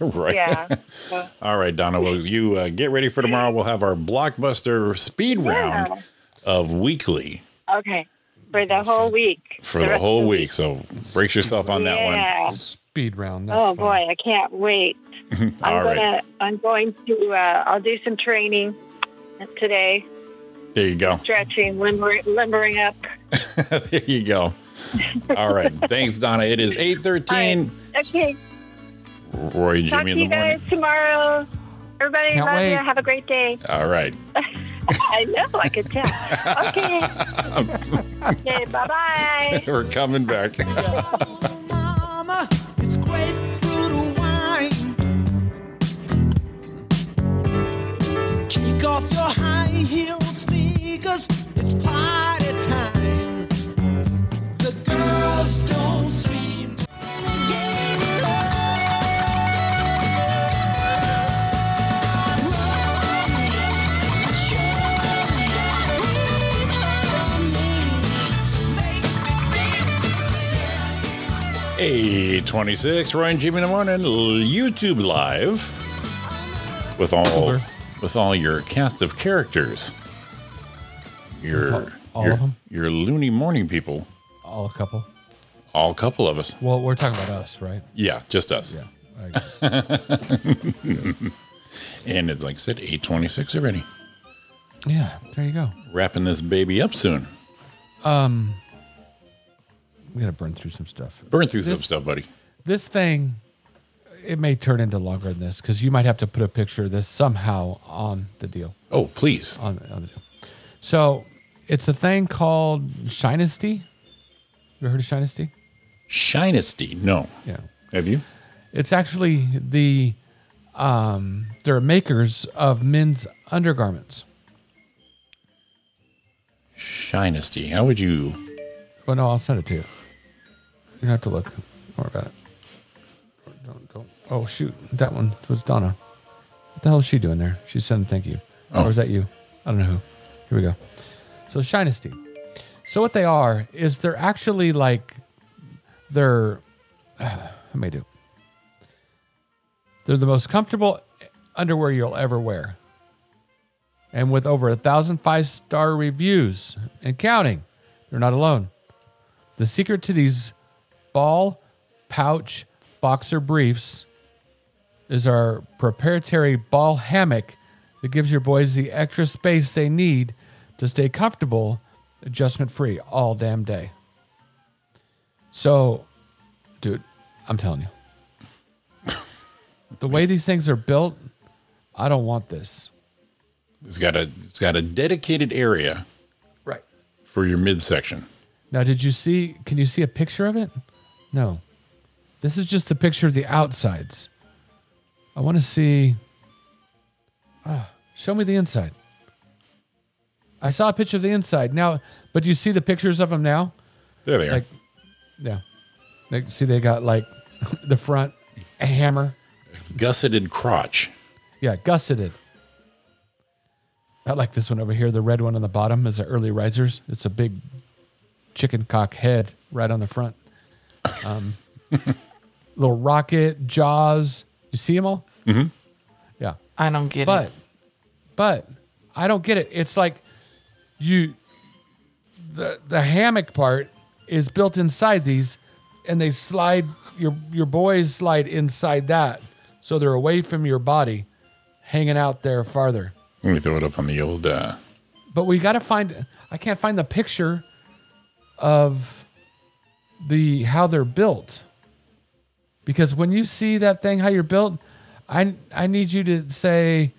[SPEAKER 7] right.
[SPEAKER 9] Yeah,
[SPEAKER 7] All right, Donna. Well, you uh, get ready for tomorrow. We'll have our blockbuster speed round of weekly
[SPEAKER 9] okay, for the whole week.
[SPEAKER 7] for the,
[SPEAKER 9] rest of
[SPEAKER 7] whole week. So brace yourself on that one.
[SPEAKER 9] Yeah.
[SPEAKER 6] Speed round. That's
[SPEAKER 9] Oh
[SPEAKER 6] fun.
[SPEAKER 9] boy, I can't wait. I'm
[SPEAKER 7] All right.
[SPEAKER 9] gonna. I'm going to. Uh, I'll do some training today,
[SPEAKER 7] There you go.
[SPEAKER 9] stretching, limbering, limbering up.
[SPEAKER 7] there you go. All right. Thanks, Donna. It is 8.13.
[SPEAKER 9] Okay,
[SPEAKER 7] Roy, and
[SPEAKER 9] talk
[SPEAKER 7] Jimmy
[SPEAKER 9] to you
[SPEAKER 7] in the
[SPEAKER 9] guys
[SPEAKER 7] morning.
[SPEAKER 9] tomorrow. Everybody,
[SPEAKER 6] Can't
[SPEAKER 9] love
[SPEAKER 6] wait.
[SPEAKER 9] you. Have a great day.
[SPEAKER 7] All right.
[SPEAKER 9] I know, I could tell. Okay. okay, bye bye.
[SPEAKER 7] We're coming back.
[SPEAKER 5] Mama, it's grapefruit wine. Kick off your high heel sneakers. It's party time. The girls don't seem to
[SPEAKER 7] Eight twenty-six. Roy and Jimmy in the morning. YouTube live with all with all your cast of characters. You're
[SPEAKER 6] all
[SPEAKER 7] you're,
[SPEAKER 6] of 'em?
[SPEAKER 7] You're loony morning people.
[SPEAKER 6] All a couple.
[SPEAKER 7] All couple of us.
[SPEAKER 6] Well, we're talking about us, right?
[SPEAKER 7] Yeah, just us.
[SPEAKER 6] Yeah. I-
[SPEAKER 7] And it, like I said, eight twenty six already.
[SPEAKER 6] yeah. There you go.
[SPEAKER 7] Wrapping this baby up soon.
[SPEAKER 6] We gotta burn through some stuff.
[SPEAKER 7] Burn through some
[SPEAKER 6] This-
[SPEAKER 7] stuff, buddy.
[SPEAKER 6] This thing, it may turn into longer than this because you might have to put a picture of this somehow on the deal.
[SPEAKER 7] Oh, please.
[SPEAKER 6] On, on the deal. So it's a thing called Shinesty. You ever heard of Shinesty?
[SPEAKER 7] Shinesty. No.
[SPEAKER 6] Yeah.
[SPEAKER 7] Have you?
[SPEAKER 6] It's actually the um, they're makers of men's undergarments.
[SPEAKER 7] Shinesty. How would you
[SPEAKER 6] Well, no, I'll send it to you. You have to look. Don't worry about it. Don't, don't. Oh, shoot. That one was Donna. What the hell is she doing there? She's sending thank you.
[SPEAKER 7] Oh.
[SPEAKER 6] Or is that you? I don't know who. Here we go. So, Shinesty. So, what they are is they're actually like, they're, uh, let me do. They're the most comfortable underwear you'll ever wear. And with over a thousand five star reviews and counting, they're not alone. The secret to these ball pouch boxer briefs is our proprietary ball hammock that gives your boys the extra space they need to stay comfortable, adjustment free all damn day. So, dude, I'm telling you, the way these things are built, I don't want this.
[SPEAKER 7] it's got a it's got a dedicated area
[SPEAKER 6] Right.
[SPEAKER 7] for your midsection.
[SPEAKER 6] Now, did you see? Can you see a picture of it? No. This is just a picture of the outsides. I want to see. Ah, show me the inside. I saw a picture of the inside now, but do you see the pictures of them now?
[SPEAKER 7] There they are.
[SPEAKER 6] Like- Yeah. They, see, they got like the front a hammer.
[SPEAKER 7] Gusseted crotch.
[SPEAKER 6] Yeah, gusseted. Not like this one over here. The red one on the bottom is the early risers. It's a big chicken cock head right on the front. Um, little rocket jaws. You see them all? Mm-hmm. Yeah,
[SPEAKER 8] I don't get
[SPEAKER 6] but
[SPEAKER 8] it.
[SPEAKER 6] but I don't get it. It's like you the the hammock part is built inside these, and they slide your your boys slide inside that, so they're away from your body, hanging out there farther.
[SPEAKER 7] Let me throw it up on the old uh
[SPEAKER 6] But we got to find. I can't find the picture of the how they're built, because when you see that thing how you're built, I I need you to say,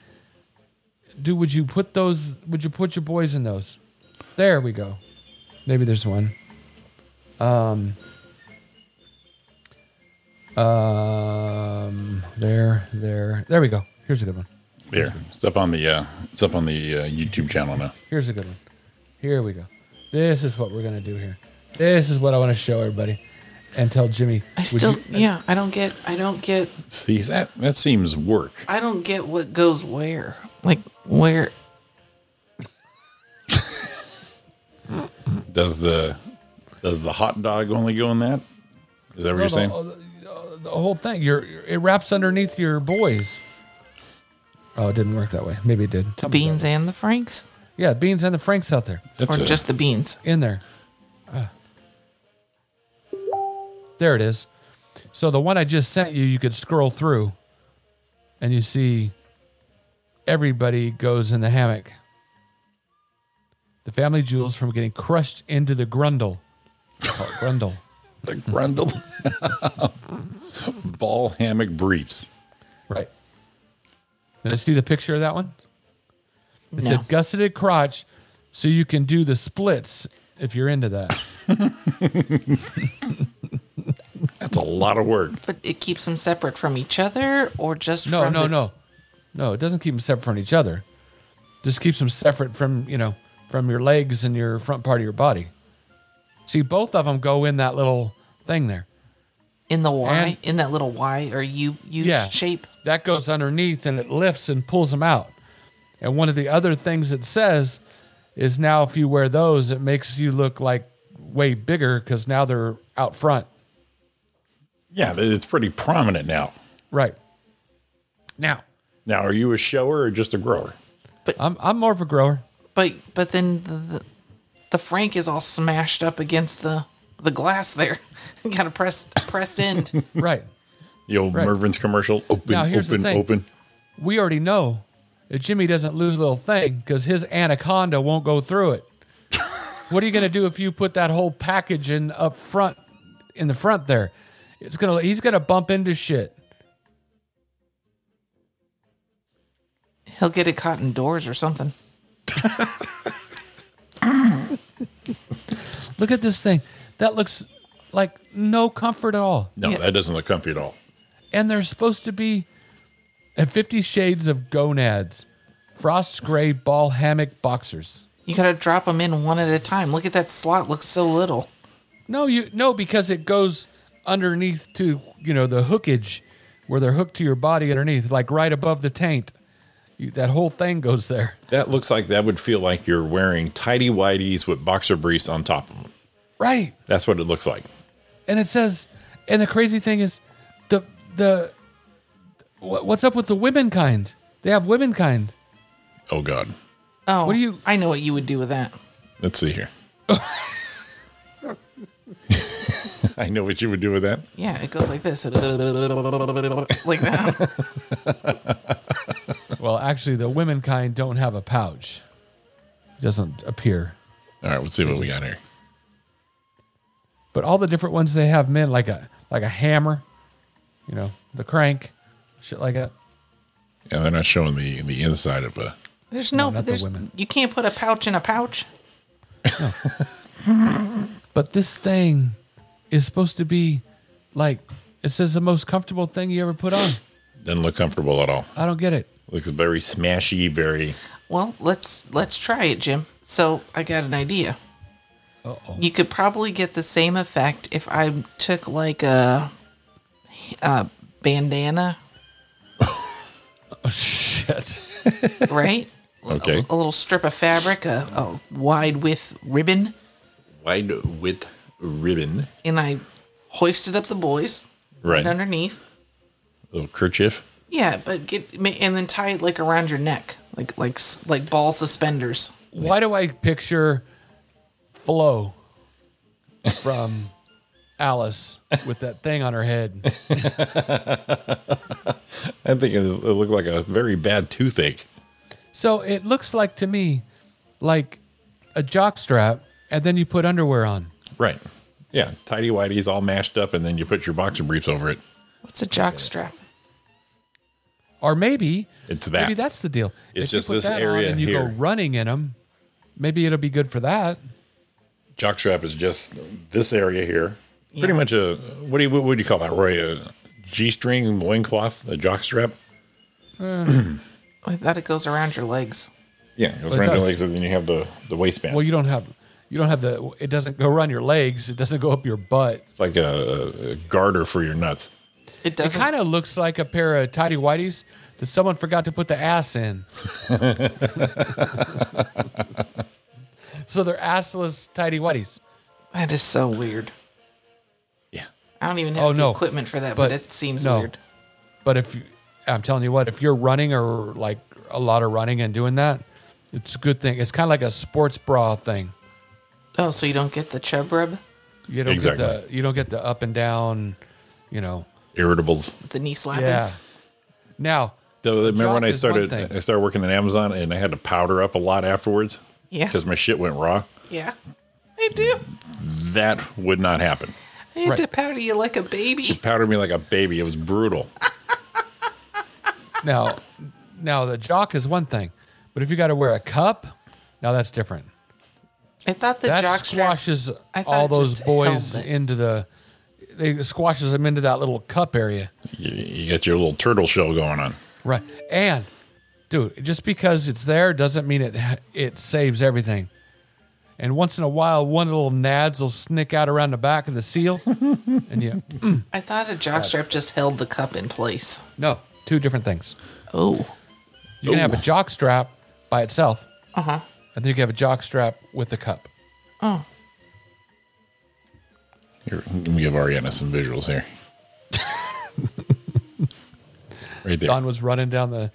[SPEAKER 6] "Do would you put those? Would you put your boys in those?" There we go. Maybe there's one. Um. Um. There. There. There we go. Here's a good one.
[SPEAKER 7] there. It's up on the uh it's up on the uh, YouTube channel now.
[SPEAKER 6] Here's a good one. Here we go. This is what we're gonna do here. This is what I want to show everybody, and tell Jimmy.
[SPEAKER 8] I
[SPEAKER 6] would
[SPEAKER 8] still,
[SPEAKER 6] you-
[SPEAKER 8] yeah, I don't get, I don't get,
[SPEAKER 7] See that that seems work.
[SPEAKER 8] I don't get what goes where. Like where?
[SPEAKER 7] Does the does the hot dog only go in that? Is that what
[SPEAKER 6] No,
[SPEAKER 7] you're
[SPEAKER 6] the-
[SPEAKER 7] saying?
[SPEAKER 6] uh, the whole thing. Your your- it wraps underneath your boys. Oh, it didn't work that way. Maybe it did.
[SPEAKER 8] The beans and the franks,
[SPEAKER 6] Yeah, beans and the Franks out there
[SPEAKER 7] That's
[SPEAKER 8] or
[SPEAKER 7] a-
[SPEAKER 8] just the beans?
[SPEAKER 6] in there. Ah. There it is. So the one I just sent you, you could scroll through, and you see everybody goes in the hammock. The family jewels from getting crushed into the grundle. Oh, grundle.
[SPEAKER 7] the grundle ball hammock briefs.
[SPEAKER 6] Right. Did I see the picture of that one? It's a gusseted crotch, so you can do the splits if you're into that.
[SPEAKER 7] That's a lot of work.
[SPEAKER 8] But it keeps them separate from each other, or just
[SPEAKER 6] No,
[SPEAKER 8] from
[SPEAKER 6] no,
[SPEAKER 8] the-
[SPEAKER 6] no, no. It doesn't keep them separate from each other. Just keeps them separate from you know from your legs and your front part of your body. See, both of them go in that little thing there.
[SPEAKER 8] in the Y,
[SPEAKER 6] And-
[SPEAKER 8] in that little Y or U U
[SPEAKER 6] Yeah.
[SPEAKER 8] shape.
[SPEAKER 6] That goes underneath and it lifts and pulls them out. And one of the other things it says is now if you wear those, it makes you look like way bigger because now they're out front.
[SPEAKER 7] Yeah, it's pretty prominent now.
[SPEAKER 6] Right. Now,
[SPEAKER 7] Now, are you a shower or just a grower?
[SPEAKER 6] I'm I'm more of a grower.
[SPEAKER 8] But but then the, the the Frank is all smashed up against the the glass there. Got a press pressed end.
[SPEAKER 6] Right.
[SPEAKER 7] The old
[SPEAKER 6] Right.
[SPEAKER 7] Mervin's commercial. Open,
[SPEAKER 6] Now, here's the
[SPEAKER 7] open,
[SPEAKER 6] thing.
[SPEAKER 7] open.
[SPEAKER 6] We already know that Jimmy doesn't lose a little thing because his anaconda won't go through it. what are you going to do if you put that whole package in up front, in the front there? It's gonna. He's gonna bump into shit.
[SPEAKER 8] He'll get it caught indoors or something.
[SPEAKER 6] Look at this thing. That looks like no comfort at all.
[SPEAKER 7] No, that doesn't look comfy at all.
[SPEAKER 6] and they're supposed to be at 50 shades of gonads frost gray ball hammock boxers
[SPEAKER 8] You gotta drop them in one at a time. Look at that slot. Looks so little.
[SPEAKER 6] no you no because it goes underneath to you know the hookage where they're hooked to your body underneath like right above the taint you, that whole thing goes there
[SPEAKER 7] That looks like that would feel like you're wearing tidy whities with boxer briefs on top of them.
[SPEAKER 6] right
[SPEAKER 7] That's what it looks like.
[SPEAKER 6] and it says and the crazy thing is the the wha- what's up with the womenkind they have womenkind
[SPEAKER 7] Oh God.
[SPEAKER 8] Oh,
[SPEAKER 6] What do you-
[SPEAKER 8] I know what you would do with that.
[SPEAKER 7] Let's see here. I know what you would do with that.
[SPEAKER 8] Yeah, it goes like this, like that.
[SPEAKER 6] well actually the womenkind don't have a pouch doesn't appear
[SPEAKER 7] All right, let's see what we got here.
[SPEAKER 6] but all the different ones they have men like a like a hammer, you know, the crank, shit like that.
[SPEAKER 7] Yeah, they're not showing the the inside of a.
[SPEAKER 8] There's no,
[SPEAKER 6] not the
[SPEAKER 8] there's,
[SPEAKER 6] women.
[SPEAKER 8] you can't put a pouch in a pouch.
[SPEAKER 6] But this thing is supposed to be like it says the most comfortable thing you ever put on.
[SPEAKER 7] Doesn't look comfortable at all.
[SPEAKER 6] I don't get it.
[SPEAKER 7] Looks very smashy, very.
[SPEAKER 8] Well, let's let's try it, Jim. So I got an idea.
[SPEAKER 6] Uh-oh.
[SPEAKER 8] You could probably get the same effect if I took like a, a bandana,
[SPEAKER 6] Oh shit.
[SPEAKER 8] right?
[SPEAKER 7] Okay.
[SPEAKER 8] a little strip of fabric, a, a wide width ribbon,
[SPEAKER 7] Wide width ribbon.
[SPEAKER 8] and I hoisted up the boys
[SPEAKER 7] Right.
[SPEAKER 8] right underneath.
[SPEAKER 7] little kerchief.
[SPEAKER 8] Yeah, but get ma- and then tie it like around your neck, like like s- like ball suspenders.
[SPEAKER 6] Why do I picture Flo from Alice with that thing on her head?
[SPEAKER 7] I think it, is, it looked like a very bad toothache.
[SPEAKER 6] So it looks like to me like a jock strap and then you put underwear on.
[SPEAKER 7] Right. Yeah. Tidy whitey's all mashed up, and then you put your boxer briefs over it.
[SPEAKER 8] What's a jock strap?
[SPEAKER 6] Or maybe
[SPEAKER 7] It's that.
[SPEAKER 6] Maybe that's the deal.
[SPEAKER 7] It's
[SPEAKER 6] you
[SPEAKER 7] just
[SPEAKER 6] put
[SPEAKER 7] this
[SPEAKER 6] that on
[SPEAKER 7] area
[SPEAKER 6] and you go
[SPEAKER 7] here.
[SPEAKER 6] running in them. Maybe it'll be good for that.
[SPEAKER 7] Jockstrap is just this area here. Pretty much a what do you what would you call that, Roy? A G string loincloth, a jockstrap.
[SPEAKER 8] I thought it goes around your legs.
[SPEAKER 7] Yeah, it was
[SPEAKER 6] It
[SPEAKER 7] around your
[SPEAKER 6] does.
[SPEAKER 7] legs, and then you have the the waistband.
[SPEAKER 6] Well, you don't have you don't have the it doesn't go around your legs. It doesn't go up your butt.
[SPEAKER 7] it's like a, a garter for your nuts.
[SPEAKER 8] It
[SPEAKER 6] It
[SPEAKER 8] doesn't.
[SPEAKER 6] kind of looks like a pair of tidy whities that someone forgot to put the ass in. so they're assless tidy whities.
[SPEAKER 8] that is so weird.
[SPEAKER 7] Yeah.
[SPEAKER 8] I don't even have
[SPEAKER 6] Oh,
[SPEAKER 8] the
[SPEAKER 6] no.
[SPEAKER 8] equipment for that, but,
[SPEAKER 6] But
[SPEAKER 8] it seems
[SPEAKER 6] no.
[SPEAKER 8] weird.
[SPEAKER 6] But if you- I'm telling you what, if you're running or like a lot of running and doing that, it's a good thing. It's kind of like a sports bra thing.
[SPEAKER 8] Oh, so you don't get the chub rub,
[SPEAKER 6] You don't
[SPEAKER 7] Exactly.
[SPEAKER 6] get the you don't get the up and down, you know.
[SPEAKER 7] Irritables.
[SPEAKER 8] the knee slappings?
[SPEAKER 6] Yeah. Now,
[SPEAKER 7] Though, remember
[SPEAKER 6] jock
[SPEAKER 7] when I
[SPEAKER 6] is one
[SPEAKER 7] started
[SPEAKER 6] thing.
[SPEAKER 7] I started working at Amazon and I had to powder up a lot afterwards
[SPEAKER 8] Yeah.
[SPEAKER 7] because my shit went raw.
[SPEAKER 8] Yeah. I do.
[SPEAKER 7] That would not happen.
[SPEAKER 8] I had to
[SPEAKER 6] Right.
[SPEAKER 8] powder you like a baby.
[SPEAKER 7] Powdered me like a baby. It was brutal.
[SPEAKER 6] now, now the jock is one thing, but if you got to wear a cup, now that's different.
[SPEAKER 8] I thought the
[SPEAKER 6] that
[SPEAKER 8] jock strap.
[SPEAKER 6] squashes
[SPEAKER 8] I thought
[SPEAKER 6] all
[SPEAKER 8] it
[SPEAKER 6] those
[SPEAKER 8] just
[SPEAKER 6] boys
[SPEAKER 8] held it.
[SPEAKER 6] into the. They squashes them into that little cup area,
[SPEAKER 7] You, you get your little turtle shell going on.
[SPEAKER 6] right? And, dude, just because it's there doesn't mean it it saves everything. And once in a while, one little nads will snick out around the back of the seal, and you
[SPEAKER 8] I thought a jock strap just held the cup in place.
[SPEAKER 6] no two different things.
[SPEAKER 8] Oh.
[SPEAKER 6] You can have a jock strap by itself,
[SPEAKER 8] Uh huh.
[SPEAKER 6] and then you can have a jock strap with a cup.
[SPEAKER 8] Oh.
[SPEAKER 7] Here, let me give Ariana some visuals here. right there.
[SPEAKER 6] Don was running down the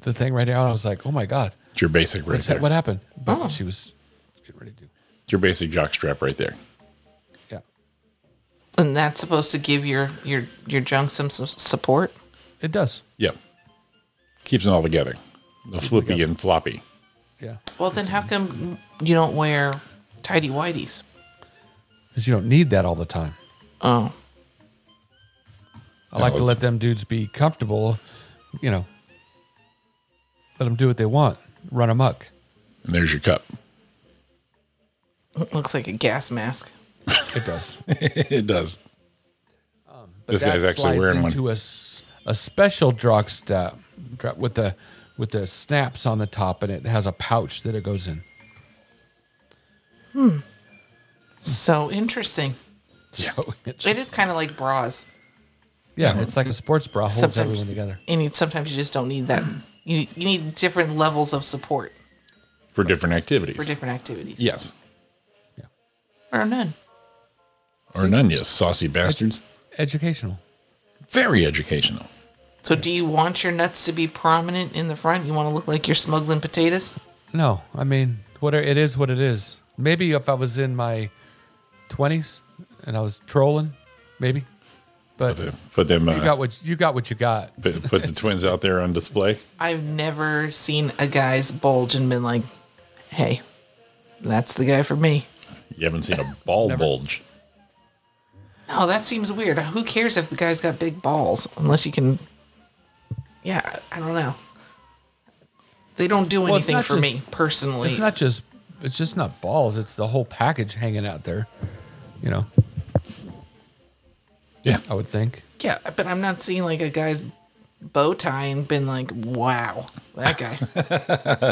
[SPEAKER 6] the thing right now, and I was like, "Oh my god,
[SPEAKER 7] It's your basic right
[SPEAKER 6] what's that,
[SPEAKER 7] there. Oh.
[SPEAKER 6] what happened?" But she was getting ready to.
[SPEAKER 7] It's your basic jock strap right there.
[SPEAKER 6] Yeah.
[SPEAKER 8] And that's supposed to give your your your junk some su- support.
[SPEAKER 6] It does.
[SPEAKER 7] Yep. Keeps it all together. The flippy and floppy.
[SPEAKER 6] Yeah.
[SPEAKER 8] Well, then how come you don't wear tidy whities?
[SPEAKER 6] Because you don't need that all the time.
[SPEAKER 8] Oh,
[SPEAKER 6] I
[SPEAKER 7] No,
[SPEAKER 6] like to
[SPEAKER 7] it's-
[SPEAKER 6] let them dudes be comfortable, you know, let them do what they want, run amok.
[SPEAKER 7] And there's your cup.
[SPEAKER 8] it looks like a gas mask.
[SPEAKER 6] It does.
[SPEAKER 7] it does.
[SPEAKER 6] Um, But
[SPEAKER 7] This guy's
[SPEAKER 6] that
[SPEAKER 7] actually
[SPEAKER 6] slides
[SPEAKER 7] wearing one.
[SPEAKER 6] into A, s- a special drop strap drop with the with the snaps on the top, and it has a pouch that it goes in.
[SPEAKER 8] So interesting.
[SPEAKER 6] So it's,
[SPEAKER 8] It is kind of like bras.
[SPEAKER 6] yeah, it's like a sports bra holds
[SPEAKER 8] Sometimes-
[SPEAKER 6] everyone together.
[SPEAKER 8] and you, sometimes you just don't need that. You you need different levels of support
[SPEAKER 7] For different activities.
[SPEAKER 8] for different activities.
[SPEAKER 7] yes.
[SPEAKER 8] or none.
[SPEAKER 7] Or none, you saucy bastards.
[SPEAKER 6] Educational.
[SPEAKER 7] Very educational.
[SPEAKER 8] So, do you want your nuts to be prominent in the front? You want to look like you're smuggling potatoes?
[SPEAKER 6] No, I mean, whatever it is, what it is. Maybe if I was in my twenties and I was trolling, maybe. But
[SPEAKER 7] Put, the, put them
[SPEAKER 6] you
[SPEAKER 7] uh,
[SPEAKER 6] got what you got. What you got.
[SPEAKER 7] put, put the twins out there on display.
[SPEAKER 8] I've never seen a guy's bulge and been like, "Hey, that's the guy for me."
[SPEAKER 7] You haven't seen a ball
[SPEAKER 6] Never.
[SPEAKER 7] bulge.
[SPEAKER 8] No, Oh, that seems weird. Who cares if the guy's got big balls? Unless you can. Yeah, I I don't know. They don't do
[SPEAKER 6] Well, it's
[SPEAKER 8] anything
[SPEAKER 6] not
[SPEAKER 8] for
[SPEAKER 6] just-
[SPEAKER 8] me personally.
[SPEAKER 6] It's not just. It's just not balls. It's the whole package hanging out there. You know,
[SPEAKER 7] Yeah.
[SPEAKER 6] I would think.
[SPEAKER 8] yeah, but I'm not seeing like a guy's bow tie and been like, "Wow, that guy,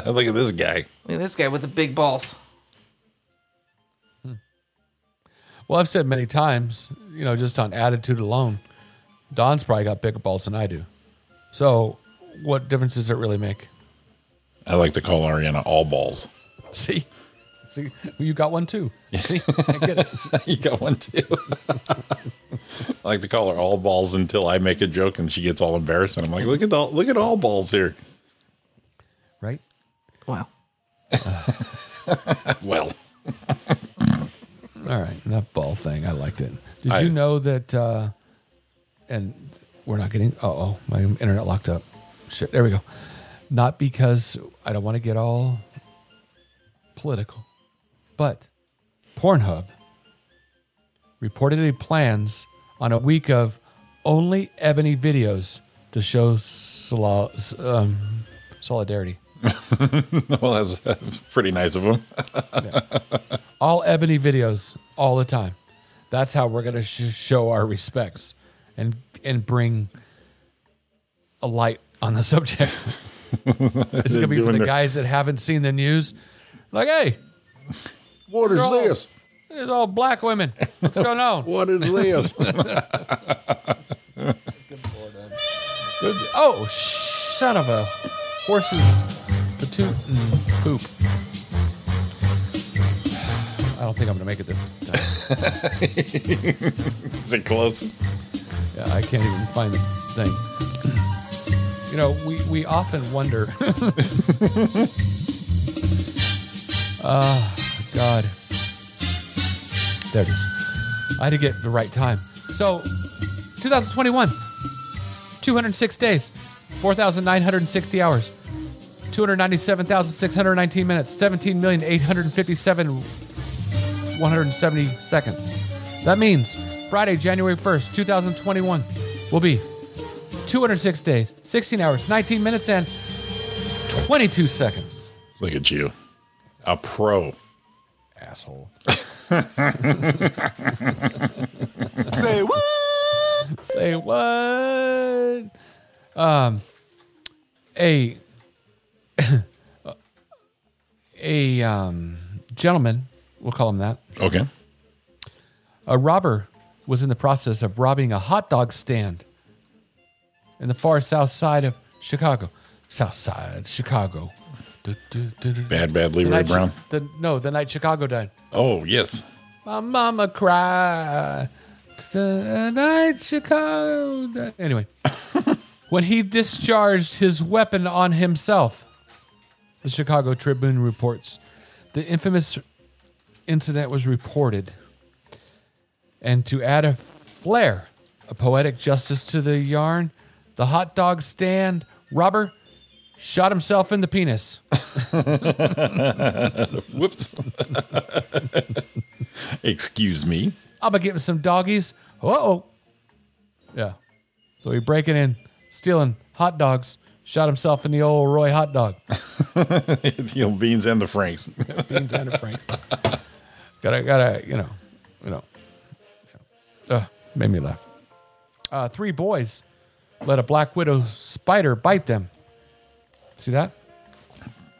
[SPEAKER 8] Look
[SPEAKER 7] Look at this guy.
[SPEAKER 8] at this guy with the big balls."
[SPEAKER 6] Well, I've said many times, you know, just on attitude alone, Don's probably got bigger balls than I do. So, what difference does it really make?
[SPEAKER 7] I like to call Ariana all balls.
[SPEAKER 6] See, see, you got one too. See, I get it.
[SPEAKER 7] you got one too. I like to call her all balls until I make a joke and she gets all embarrassed. And I'm like, look at the look at all balls here.
[SPEAKER 6] right?
[SPEAKER 8] Wow.
[SPEAKER 7] Well,
[SPEAKER 6] All right, that ball thing, I liked it. Did
[SPEAKER 7] I-
[SPEAKER 6] you know that? Uh, and we're not getting. Uh oh, my internet locked up. Shit, there we go. Not because I don't want to get all political, but Pornhub reportedly plans on a week of only ebony videos to show solo- um, solidarity.
[SPEAKER 7] well, that's uh, pretty nice of him.
[SPEAKER 6] all ebony videos all the time. That's how we're gonna sh- show our respects and and bring a light on the subject. it's gonna be for
[SPEAKER 7] Doing
[SPEAKER 6] the
[SPEAKER 7] their-
[SPEAKER 6] guys that haven't seen the news. Like, hey,
[SPEAKER 7] What is
[SPEAKER 6] Girl. this? there's all black women. What's going on?
[SPEAKER 7] What is this?
[SPEAKER 6] Oh, son of a horse's patootin poop. I don't think I'm gonna make it this time.
[SPEAKER 7] is it close?
[SPEAKER 6] Yeah, I can't even find the thing. You know, we, we often wonder. Ah, Ah, God. There it is. I had to get the right time. So, 2021, 206 days, 4,960 hours, 297,619 minutes, 17,857 170 seconds. That means Friday, January 1st, 2021 will be 206 days, 16 hours, 19 minutes, and 22 seconds.
[SPEAKER 7] Look at you, a pro.
[SPEAKER 6] Asshole.
[SPEAKER 7] Say what?
[SPEAKER 6] Say what? Um, a a um, gentleman, we'll call him that,
[SPEAKER 7] Okay.
[SPEAKER 6] A robber was in the process of robbing a hot dog stand in the far south side of Chicago. South side, Chicago. Du- du- du- du-
[SPEAKER 7] Bad, bad
[SPEAKER 6] The
[SPEAKER 7] Leroy
[SPEAKER 6] night Chi-
[SPEAKER 7] Brown.
[SPEAKER 6] the- no, the night Chicago died.
[SPEAKER 7] Oh yes.
[SPEAKER 6] My mama cried. The night Chicago died. Anyway, when he discharged his weapon on himself, the Chicago Tribune reports the infamous incident was reported, and to add a flair, a poetic justice to the yarn, the hot dog stand robber shot himself in the penis.
[SPEAKER 7] Whoops. Excuse me.
[SPEAKER 6] I'm gonna get me some doggies. Oh, yeah. So he breaking in, stealing hot dogs. Shot himself in the old Roy hot dog.
[SPEAKER 7] the old beans and the Franks.
[SPEAKER 6] Being down to Frank. gotta, gotta, you know, you know. Uh, made me laugh. Uh, three boys let a black widow spider bite them. See that?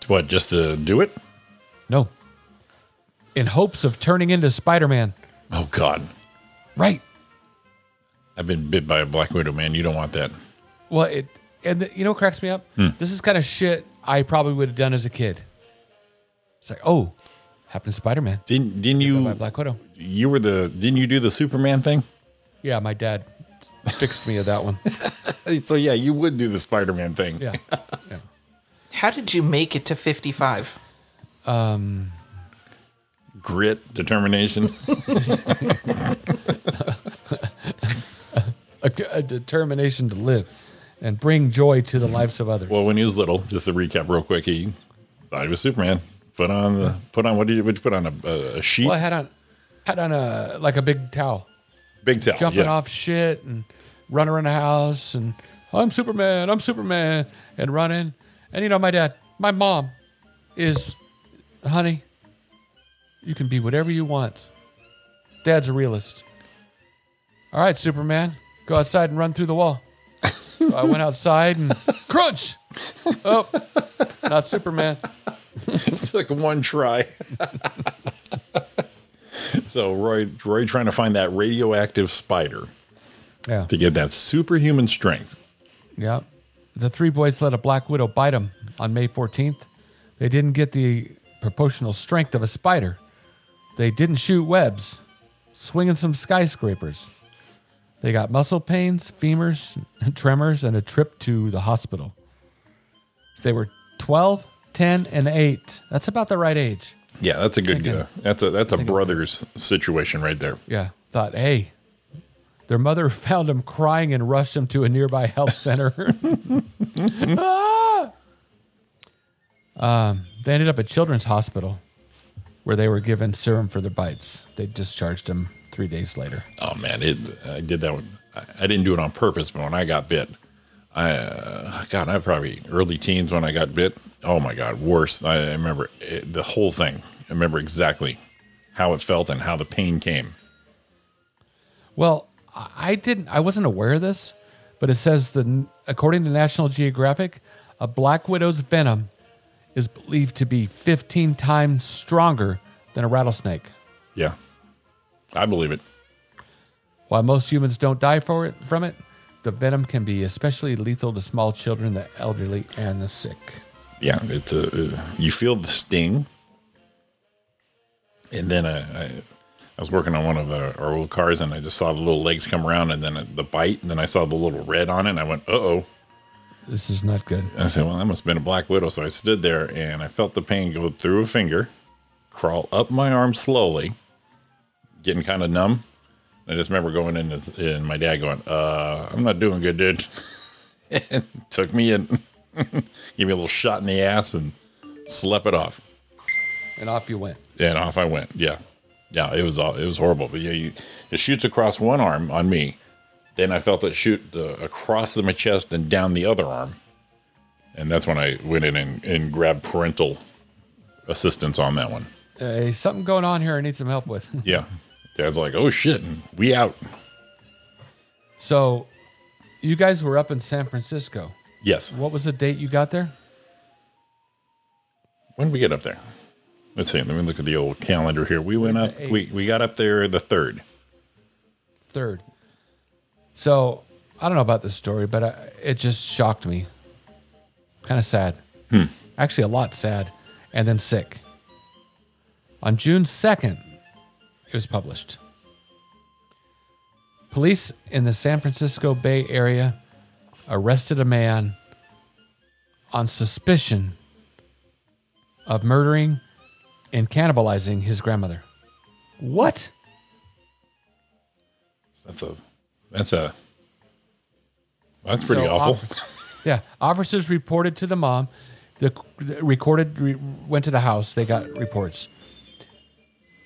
[SPEAKER 7] what, just to do it?
[SPEAKER 6] No. In hopes of turning into Spider Man.
[SPEAKER 7] Oh, God.
[SPEAKER 6] Right.
[SPEAKER 7] I've been bit by a Black Widow, man. You don't want that.
[SPEAKER 6] Well, it and the, you know what cracks me up. This is kind of shit I probably would have done as a kid. It's like, oh, happened to Spider Man
[SPEAKER 7] Didn't, didn't
[SPEAKER 6] by
[SPEAKER 7] you,
[SPEAKER 6] Black Widow.
[SPEAKER 7] you were the, didn't you do the Superman thing?
[SPEAKER 6] Yeah, my dad fixed me of that one.
[SPEAKER 7] So, yeah, you would do the Spider Man thing.
[SPEAKER 6] Yeah, yeah.
[SPEAKER 8] How did you make it to 55?
[SPEAKER 7] Grit, determination.
[SPEAKER 6] A, a determination to live and bring joy to the lives of others.
[SPEAKER 7] well, when he was little, just to recap real quick, he thought he was Superman. Put on the, put on, what did you, what'd you put on? A, a sheet?
[SPEAKER 6] Well, I had on had on a like a big towel,
[SPEAKER 7] Big towel.
[SPEAKER 6] jumping
[SPEAKER 7] yeah.
[SPEAKER 6] off shit and running around the house and I'm Superman, I'm Superman, and running. And you know, my dad, my mom is, honey, you can be whatever you want. Dad's a realist. All right, Superman, go outside and run through the wall. So I went outside and crunch. Oh, not Superman.
[SPEAKER 7] It's like one try. so Roy, Roy trying to find that radioactive spider
[SPEAKER 6] Yeah.
[SPEAKER 7] to get that superhuman strength.
[SPEAKER 6] Yeah. The three boys let a black widow bite them on May 14th. They didn't get the proportional strength of a spider. They didn't shoot webs, swinging some skyscrapers. They got muscle pains, femurs, tremors, and a trip to the hospital. They were 12, 10, and 8. That's about the right age.
[SPEAKER 7] Yeah, that's a good.
[SPEAKER 6] Okay.
[SPEAKER 7] Uh, that's a that's a brother's situation right there.
[SPEAKER 6] Yeah. Thought, hey, their mother found him crying and rushed him to a nearby health center. Ah! um, they ended up at Children's Hospital where they were given serum for their bites. They discharged him three days later.
[SPEAKER 7] Oh man, it. I did that one. I, I didn't do it on purpose, but when I got bit, I uh, God, I probably early teens when I got bit. Oh my God, worse. I, I remember it, the whole thing. I remember exactly how it felt and how the pain came.
[SPEAKER 6] Well, I I didn't. I wasn't aware of this, but it says that according to National Geographic, a black widow's venom is believed to be 15 times stronger than a rattlesnake.
[SPEAKER 7] Yeah, I believe it.
[SPEAKER 6] While most humans don't die for it, from it, the venom can be especially lethal to small children, the elderly, and the sick.
[SPEAKER 7] yeah, it's a you feel the sting, and then uh, I, I was working on one of uh, our old cars, and I just saw the little legs come around, and then the bite, and then I saw the little red on it, and I went, "Uh oh!"
[SPEAKER 6] This is not good.
[SPEAKER 7] I said, "Well, that must have been a black widow." So I stood there, and I felt the pain go through a finger, crawl up my arm slowly, getting kind of numb. I just remember going in, and- and my dad going, "Uh, I'm not doing good, dude." and took me in, gave me a little shot in the ass, and slept it off.
[SPEAKER 6] And off you went.
[SPEAKER 7] and off I went. Yeah, yeah, it was all it was horrible. But yeah, you, it shoots across one arm on me. Then I felt it shoot uh, across the, my chest and down the other arm, and that's when I went in and, and grabbed parental assistance on that one.
[SPEAKER 6] Hey, something going on here I need some help with.
[SPEAKER 7] Yeah, Dad's like, "Oh shit, and we out."
[SPEAKER 6] so, you guys were up in San Francisco.
[SPEAKER 7] Yes.
[SPEAKER 6] What was the date you got there?
[SPEAKER 7] When did we get up there? Let's see. Let me look at the old calendar here. We went up.
[SPEAKER 6] the
[SPEAKER 7] We, we got up there the third.
[SPEAKER 6] Third. So, I don't know about this story, but I, it just shocked me. Kind of sad. Actually, a lot sad. And then sick. On June 2nd, it was published. Police in the San Francisco Bay Area arrested a man on suspicion of murdering and cannibalizing his grandmother. What?
[SPEAKER 7] That's a, that's a, that's pretty
[SPEAKER 6] So,
[SPEAKER 7] awful.
[SPEAKER 6] Yeah, officers reported to the mom. The, the recorded re, went to the house. They got reports.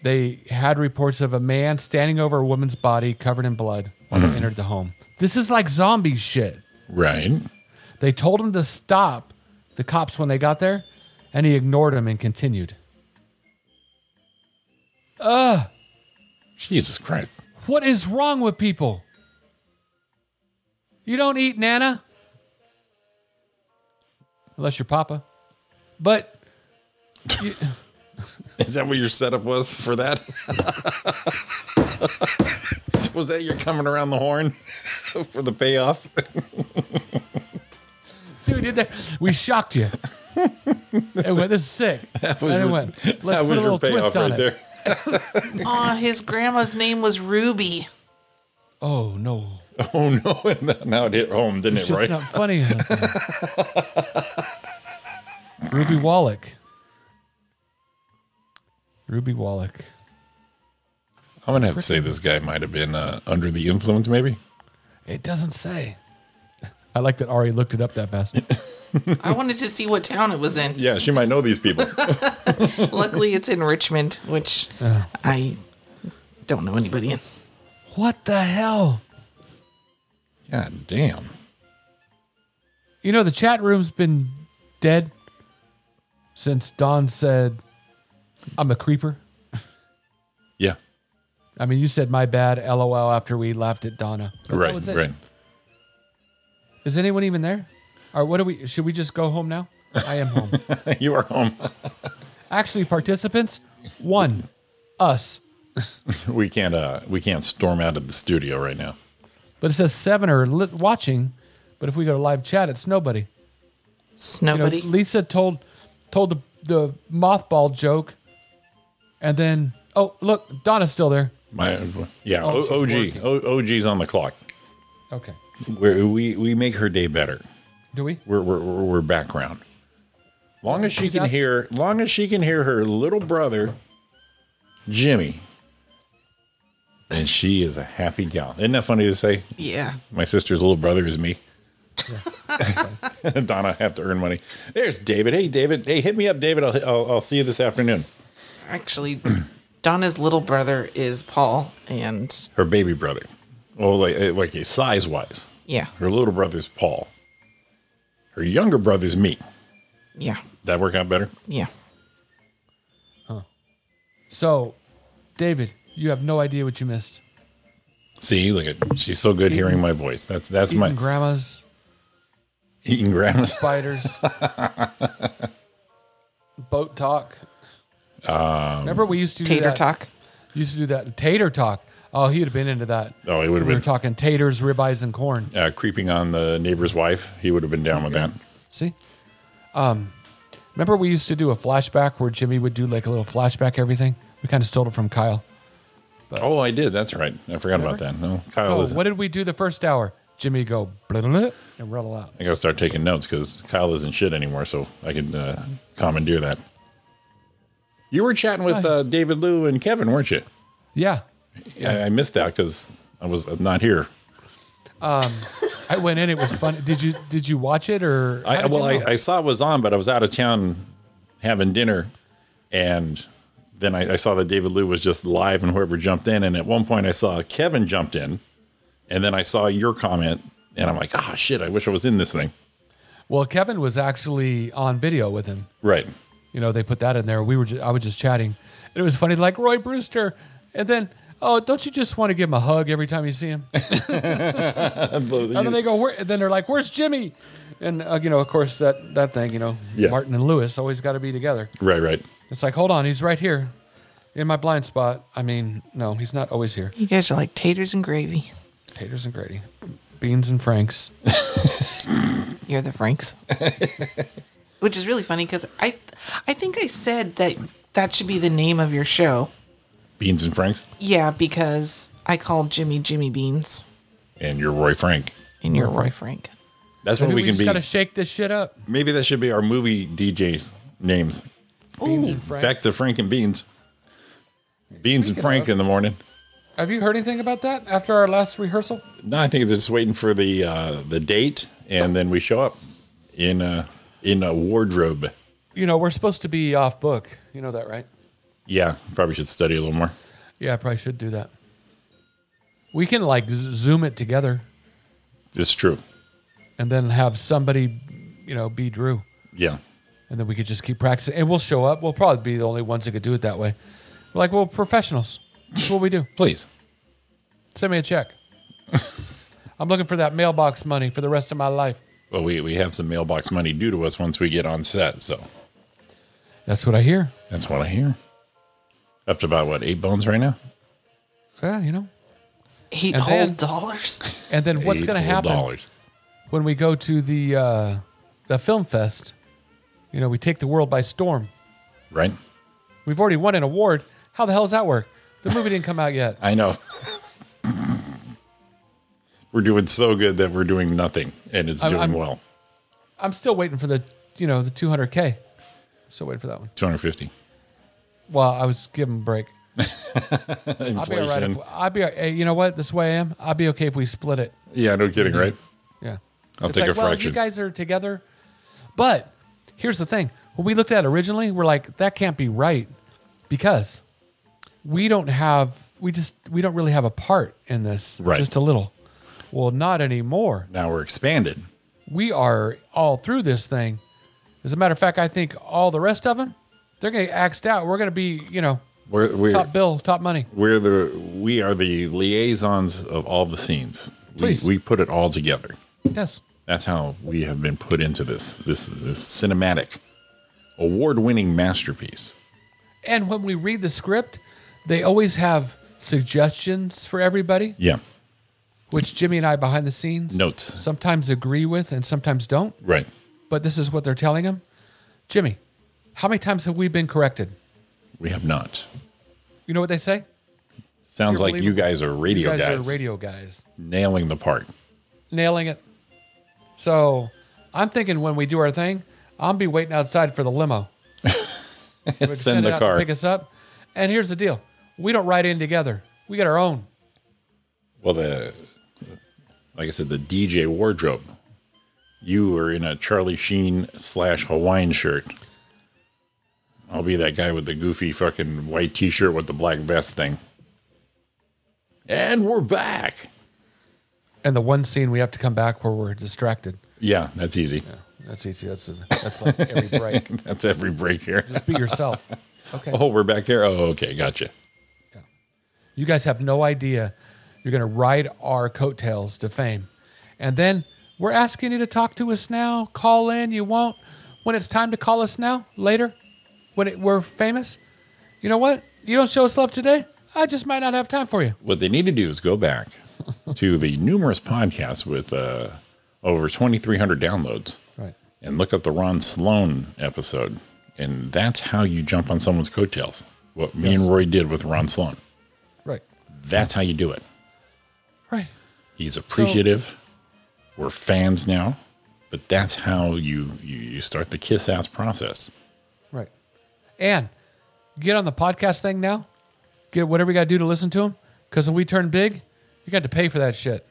[SPEAKER 6] They had reports of a man standing over a woman's body covered in blood when they entered the home. This is like zombie shit.
[SPEAKER 7] right.
[SPEAKER 6] They told him to stop the cops when they got there, and he ignored them and continued.
[SPEAKER 7] Jesus Christ.
[SPEAKER 6] What is wrong with people? You don't eat Nana? Unless you're Papa. But
[SPEAKER 7] Is that what your setup was for that? was that your coming around the horn for the payoff?
[SPEAKER 6] see what we did there? We shocked you. it went, this is sick.
[SPEAKER 7] That
[SPEAKER 6] And it
[SPEAKER 7] your-
[SPEAKER 6] went, let's
[SPEAKER 7] that
[SPEAKER 6] put a
[SPEAKER 7] was
[SPEAKER 6] little
[SPEAKER 7] your
[SPEAKER 6] twist
[SPEAKER 7] payoff
[SPEAKER 6] on
[SPEAKER 7] right
[SPEAKER 6] it.
[SPEAKER 7] there.
[SPEAKER 8] Aw, his grandma's name was Ruby.
[SPEAKER 6] Oh, no.
[SPEAKER 7] Oh no! And now it hit home, didn't
[SPEAKER 6] It's
[SPEAKER 7] it?
[SPEAKER 6] just
[SPEAKER 7] Right?
[SPEAKER 6] not funny. enough, man. Ruby Wallach. Ruby Wallach.
[SPEAKER 7] I'm gonna have to say this guy might have been uh, under the influence, maybe.
[SPEAKER 6] It doesn't say. I like that Ari looked it up that fast.
[SPEAKER 8] I wanted to see what town it was in.
[SPEAKER 7] Yeah, she might know these people.
[SPEAKER 8] Luckily, it's in Richmond, which I don't know anybody in.
[SPEAKER 6] What the hell?
[SPEAKER 7] God damn!
[SPEAKER 6] You know, the chat room's been dead since Don said, I'm a creeper.
[SPEAKER 7] Yeah,
[SPEAKER 6] I mean, you said my bad, lol, after we laughed at Donna. But that
[SPEAKER 7] right,
[SPEAKER 6] was it.
[SPEAKER 7] right.
[SPEAKER 6] Is anyone even there? Or what do we, should we just go home now? I am home.
[SPEAKER 7] you are home.
[SPEAKER 6] Actually, participants, one, us.
[SPEAKER 7] we can't. Uh, we can't storm out of the studio right now.
[SPEAKER 6] But it says seven are li- watching. But if we go to live chat, it's nobody. You know,
[SPEAKER 8] Snowbody.
[SPEAKER 6] Lisa told told the, the mothball joke, and then oh look, Donna's still there.
[SPEAKER 7] My yeah,
[SPEAKER 6] Oh,
[SPEAKER 7] O-
[SPEAKER 6] she's working.
[SPEAKER 7] OG, O- OG's on the clock.
[SPEAKER 6] Okay,
[SPEAKER 7] We're, we we make her day better.
[SPEAKER 6] do we?
[SPEAKER 7] We're we're, we're we're background. Long as she can
[SPEAKER 6] That's-
[SPEAKER 7] hear, long as she can hear her little brother, Jimmy, and she is a happy gal. Isn't that funny to say?
[SPEAKER 8] yeah.
[SPEAKER 7] My sister's little brother is me. Donna, I have to earn money. There's David. Hey, David. Hey, hit me up, David. I'll, I'll, I'll see you this afternoon.
[SPEAKER 8] Actually, Donna's little brother is Paul, and
[SPEAKER 7] Her baby brother. Well, like, uh, like size wise,
[SPEAKER 8] yeah,
[SPEAKER 7] her little brother's Paul. Her younger brother's me.
[SPEAKER 8] yeah,
[SPEAKER 7] That work out better?
[SPEAKER 8] yeah.
[SPEAKER 6] So, David, you have no idea what you missed.
[SPEAKER 7] See, look at she's so good hearing my voice. That's that's
[SPEAKER 6] Eating
[SPEAKER 7] my
[SPEAKER 6] grandma's
[SPEAKER 7] eating grandma.
[SPEAKER 6] spiders, boat talk.
[SPEAKER 7] Um,
[SPEAKER 6] Remember we used to do
[SPEAKER 8] Tater
[SPEAKER 6] that-
[SPEAKER 8] talk.
[SPEAKER 6] Used to do that tater talk. Oh, he'd have been into that.
[SPEAKER 7] Oh, he would have
[SPEAKER 6] we were
[SPEAKER 7] been
[SPEAKER 6] talking taters, ribeyes, and corn.
[SPEAKER 7] uh, creeping on the neighbor's wife. He would have been down with that.
[SPEAKER 6] See? Um, remember we used to do a flashback where Jimmy would do like a little flashback everything? We kind of stole it from Kyle.
[SPEAKER 7] Oh, I did. That's right. I forgot about that. No, Kyle
[SPEAKER 6] So
[SPEAKER 7] is.
[SPEAKER 6] what did we do the first hour? Jimmy go blah, blah, blah, and rattle out.
[SPEAKER 7] I gotta start taking notes because Kyle isn't shit anymore, so I can uh, commandeer that. You were chatting with uh, David Lou and Kevin, weren't you?
[SPEAKER 6] Yeah.
[SPEAKER 7] I, I missed that because I was not here.
[SPEAKER 6] I went in, it was fun. Did you did you watch it or how
[SPEAKER 7] I,
[SPEAKER 6] did
[SPEAKER 7] well,
[SPEAKER 6] you know?
[SPEAKER 7] I, I saw it was on, but I was out of town having dinner, and then I, I saw that David Lou was just live, and whoever jumped in. And at one point, I saw Kevin jumped in, and then I saw your comment, and I'm like, ah, shit! I wish I was in this thing.
[SPEAKER 6] Well, Kevin was actually on video with him.
[SPEAKER 7] Right.
[SPEAKER 6] You know, they put that in there. We were just, I was just chatting. And it was funny, like Roy Brewster. And then, oh, don't you just want to give him a hug every time you see him? And then they go, Where, and then they're like, "Where's Jimmy?" And uh, you know, of course, that that thing, you know,
[SPEAKER 7] Yeah.
[SPEAKER 6] Martin and Lewis always got to be together.
[SPEAKER 7] right. Right.
[SPEAKER 6] It's like, hold on, he's right here, in my blind spot. I mean, no, he's not always here.
[SPEAKER 8] You guys are like taters and gravy.
[SPEAKER 6] Taters and Grady, beans and Franks.
[SPEAKER 8] You're the Franks. Which is really funny because I, I think I said that that should be the name of your show.
[SPEAKER 7] Beans and Franks,
[SPEAKER 8] Yeah, because I called Jimmy Jimmy Beans,
[SPEAKER 7] and you're Roy Frank.
[SPEAKER 8] and you're Roy Frank.
[SPEAKER 7] That's
[SPEAKER 6] Maybe
[SPEAKER 7] what we,
[SPEAKER 6] we,
[SPEAKER 7] can
[SPEAKER 6] just
[SPEAKER 7] be.
[SPEAKER 6] got to shake this shit up.
[SPEAKER 7] Maybe that should be our movie DJs names.
[SPEAKER 6] Beans and Franks.
[SPEAKER 7] Back to Frank and Beans. Beans
[SPEAKER 6] Speaking
[SPEAKER 7] and Frank
[SPEAKER 6] of-
[SPEAKER 7] in the morning.
[SPEAKER 6] Have you heard anything about that after our last rehearsal?
[SPEAKER 7] No, I think it's just waiting for the uh, the date, and then we show up in a in a wardrobe.
[SPEAKER 6] You know, we're supposed to be off book. You know that, right?
[SPEAKER 7] Yeah, probably should study a little more.
[SPEAKER 6] Yeah, I probably should do that. We can like z- zoom it together
[SPEAKER 7] It's true.
[SPEAKER 6] and then have somebody, you know, be Drew.
[SPEAKER 7] Yeah,
[SPEAKER 6] And then we could just keep practicing. And we'll show up. We'll probably be the only ones that could do it that way. Like, we're professionals. That's what we do.
[SPEAKER 7] please.
[SPEAKER 6] Send me a check. I'm looking for that mailbox money for the rest of my life.
[SPEAKER 7] Well, we we have some mailbox money due to us once we get on set, so
[SPEAKER 6] That's what I hear.
[SPEAKER 7] that's what I hear. Up to about what eight bones right now?
[SPEAKER 6] Yeah, you know.
[SPEAKER 8] Eight
[SPEAKER 6] And
[SPEAKER 8] whole
[SPEAKER 6] then-
[SPEAKER 8] dollars?
[SPEAKER 6] And then what's
[SPEAKER 7] Eight
[SPEAKER 6] going to
[SPEAKER 7] whole
[SPEAKER 6] happen
[SPEAKER 7] Dollars.
[SPEAKER 6] when we go to the uh, the film fest? You know, we take the world by storm.
[SPEAKER 7] Right?
[SPEAKER 6] We've already won an award. How the hell does that work? The movie didn't come out yet.
[SPEAKER 7] I know. we're doing so good that we're doing nothing, and it's
[SPEAKER 6] I'm-
[SPEAKER 7] doing
[SPEAKER 6] I'm-
[SPEAKER 7] well.
[SPEAKER 6] I'm still waiting for the you know the 200k. Still waiting for that one.
[SPEAKER 7] Two hundred fifty.
[SPEAKER 6] Well, I was giving a break. I'll be all right.
[SPEAKER 7] Inflation.
[SPEAKER 6] If, I'll be. all- Hey, you know what? This way I am. I'll be okay if we split it.
[SPEAKER 7] yeah, no kidding, right?
[SPEAKER 6] Yeah.
[SPEAKER 7] I'll take
[SPEAKER 6] like,
[SPEAKER 7] a fraction.
[SPEAKER 6] Well, you guys are together. But here's the thing. When we looked at it originally, we're like, that can't be right because we don't have we just we don't really have a part in this.
[SPEAKER 7] Right.
[SPEAKER 6] Just a little. Well, not anymore.
[SPEAKER 7] now we're expanded.
[SPEAKER 6] We are all through this thing. As a matter of fact, I think all the rest of them, they're gonna get axed out. We're gonna be, you know,
[SPEAKER 7] We're we're
[SPEAKER 6] top bill, top money.
[SPEAKER 7] we're the we are the liaisons of all the scenes.
[SPEAKER 6] Please.
[SPEAKER 7] We, we put it all together.
[SPEAKER 6] Yes.
[SPEAKER 7] That's how we have been put into this this, this cinematic, award-winning masterpiece.
[SPEAKER 6] And when we read the script, they always have suggestions for everybody.
[SPEAKER 7] Yeah,
[SPEAKER 6] which Jimmy and I behind the scenes
[SPEAKER 7] notes.
[SPEAKER 6] sometimes agree with and sometimes don't.
[SPEAKER 7] Right.
[SPEAKER 6] But this is what they're telling him. Jimmy, how many times have we been corrected?
[SPEAKER 7] We have not.
[SPEAKER 6] You know what they say?
[SPEAKER 7] Sounds
[SPEAKER 6] You're
[SPEAKER 7] like you
[SPEAKER 6] believable.
[SPEAKER 7] guys are radio
[SPEAKER 6] you guys,
[SPEAKER 7] guys,
[SPEAKER 6] are radio guys,
[SPEAKER 7] nailing the part.
[SPEAKER 6] nailing it. So I'm thinking when we do our thing, I'll be waiting outside for the limo. We'll
[SPEAKER 7] Send, the
[SPEAKER 6] it out to
[SPEAKER 7] car.
[SPEAKER 6] pick us up. And here's the deal: we don't ride in together. We got our own.
[SPEAKER 7] Well, the like I said, the DJ wardrobe. You were in a Charlie Sheen slash Hawaiian shirt. I'll be that guy with the goofy fucking white T-shirt with the black vest thing. And we're back.
[SPEAKER 6] And the one scene we have to come back where we're distracted.
[SPEAKER 7] Yeah, that's easy.
[SPEAKER 6] That's easy. That's that's like every break.
[SPEAKER 7] That's every break here.
[SPEAKER 6] Just be yourself. Okay.
[SPEAKER 7] Oh, we're back here. Oh, okay, gotcha.
[SPEAKER 6] You guys have no idea. You're going to ride our coattails to fame. And then we're asking you to talk to us now. Call in. You won't. When it's time to call us now, later, when it, we're famous, you know what? You don't show us love today. I just might not have time for you.
[SPEAKER 7] What they need to do is go back to the numerous podcasts with uh, over twenty three hundred downloads.
[SPEAKER 6] Right.
[SPEAKER 7] and look up the Ron Sloan episode. And that's how you jump on someone's coattails. What me and Roy did with Ron Sloan.
[SPEAKER 6] Right.
[SPEAKER 7] That's how you do it.
[SPEAKER 6] Right.
[SPEAKER 7] He's appreciative. We're fans now, but that's how you you, you start the kiss ass process.
[SPEAKER 6] Right. And get on the podcast thing now. Get whatever you got to do to listen to him. Because when we turn big, you got to pay for that shit.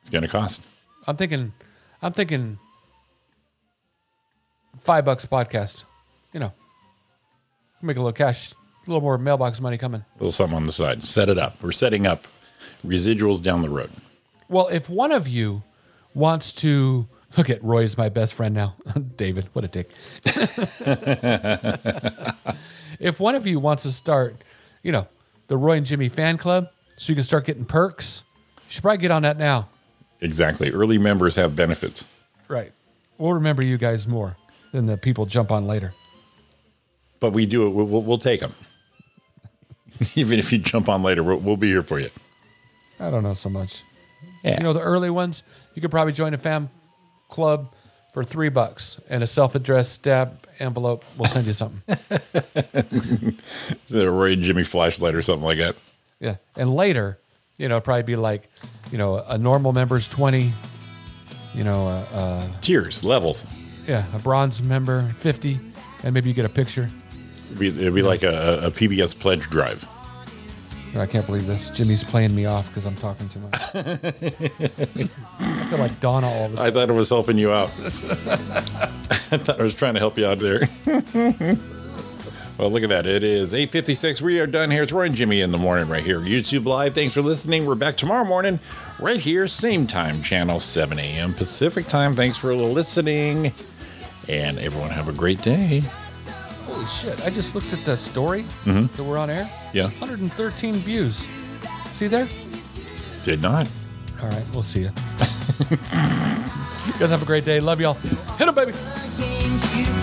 [SPEAKER 7] It's gonna cost.
[SPEAKER 6] I'm thinking, I'm thinking five bucks podcast. You know, make a little cash, a little more mailbox money coming.
[SPEAKER 7] A little something on the side. Set it up. We're setting up residuals down the road.
[SPEAKER 6] Well, if one of you wants to look at Roy's my best friend now, David, what a dick. if one of you wants to start, you know, the Roy and Jimmy fan club, so you can start getting perks, you should probably get on that now.
[SPEAKER 7] Exactly. Early members have benefits.
[SPEAKER 6] Right. We'll remember you guys more than the people jump on later.
[SPEAKER 7] But we do it. We'll, we'll, we'll take them. Even if you jump on later, we'll, we'll be here for you.
[SPEAKER 6] I don't know so much.
[SPEAKER 7] Yeah.
[SPEAKER 6] You know, the early ones, you could probably join a fam club for three bucks and a self addressed stamp envelope. We'll send you something.
[SPEAKER 7] the Roy and Jimmy flashlight or something like that.
[SPEAKER 6] yeah. And later, you know, it'd probably be like, you know, a normal member's 20, you know, uh, uh,
[SPEAKER 7] Tiers, levels.
[SPEAKER 6] yeah, a bronze member 50, and maybe you get a picture.
[SPEAKER 7] It'd be, it'd be like a, a PBS pledge drive.
[SPEAKER 6] I can't believe this. Jimmy's playing me off because I'm talking too much. I feel like Donna all of a sudden.
[SPEAKER 7] I thought it was helping you out. I thought I was trying to help you out there. well, look at that. It is 8.56. We are done here. It's Roy and Jimmy in the morning right here. YouTube Live. Thanks for listening. We're back tomorrow morning right here, same time, channel 7 a.m. Pacific time. Thanks for listening. And everyone have a great day.
[SPEAKER 6] Holy shit. I just looked at the story that we're on air.
[SPEAKER 7] Yeah.
[SPEAKER 6] 113 views. See there?
[SPEAKER 7] Did not.
[SPEAKER 6] All right. We'll see you. you guys have a great day. Love y'all. Hit 'em, baby.
[SPEAKER 5] Games you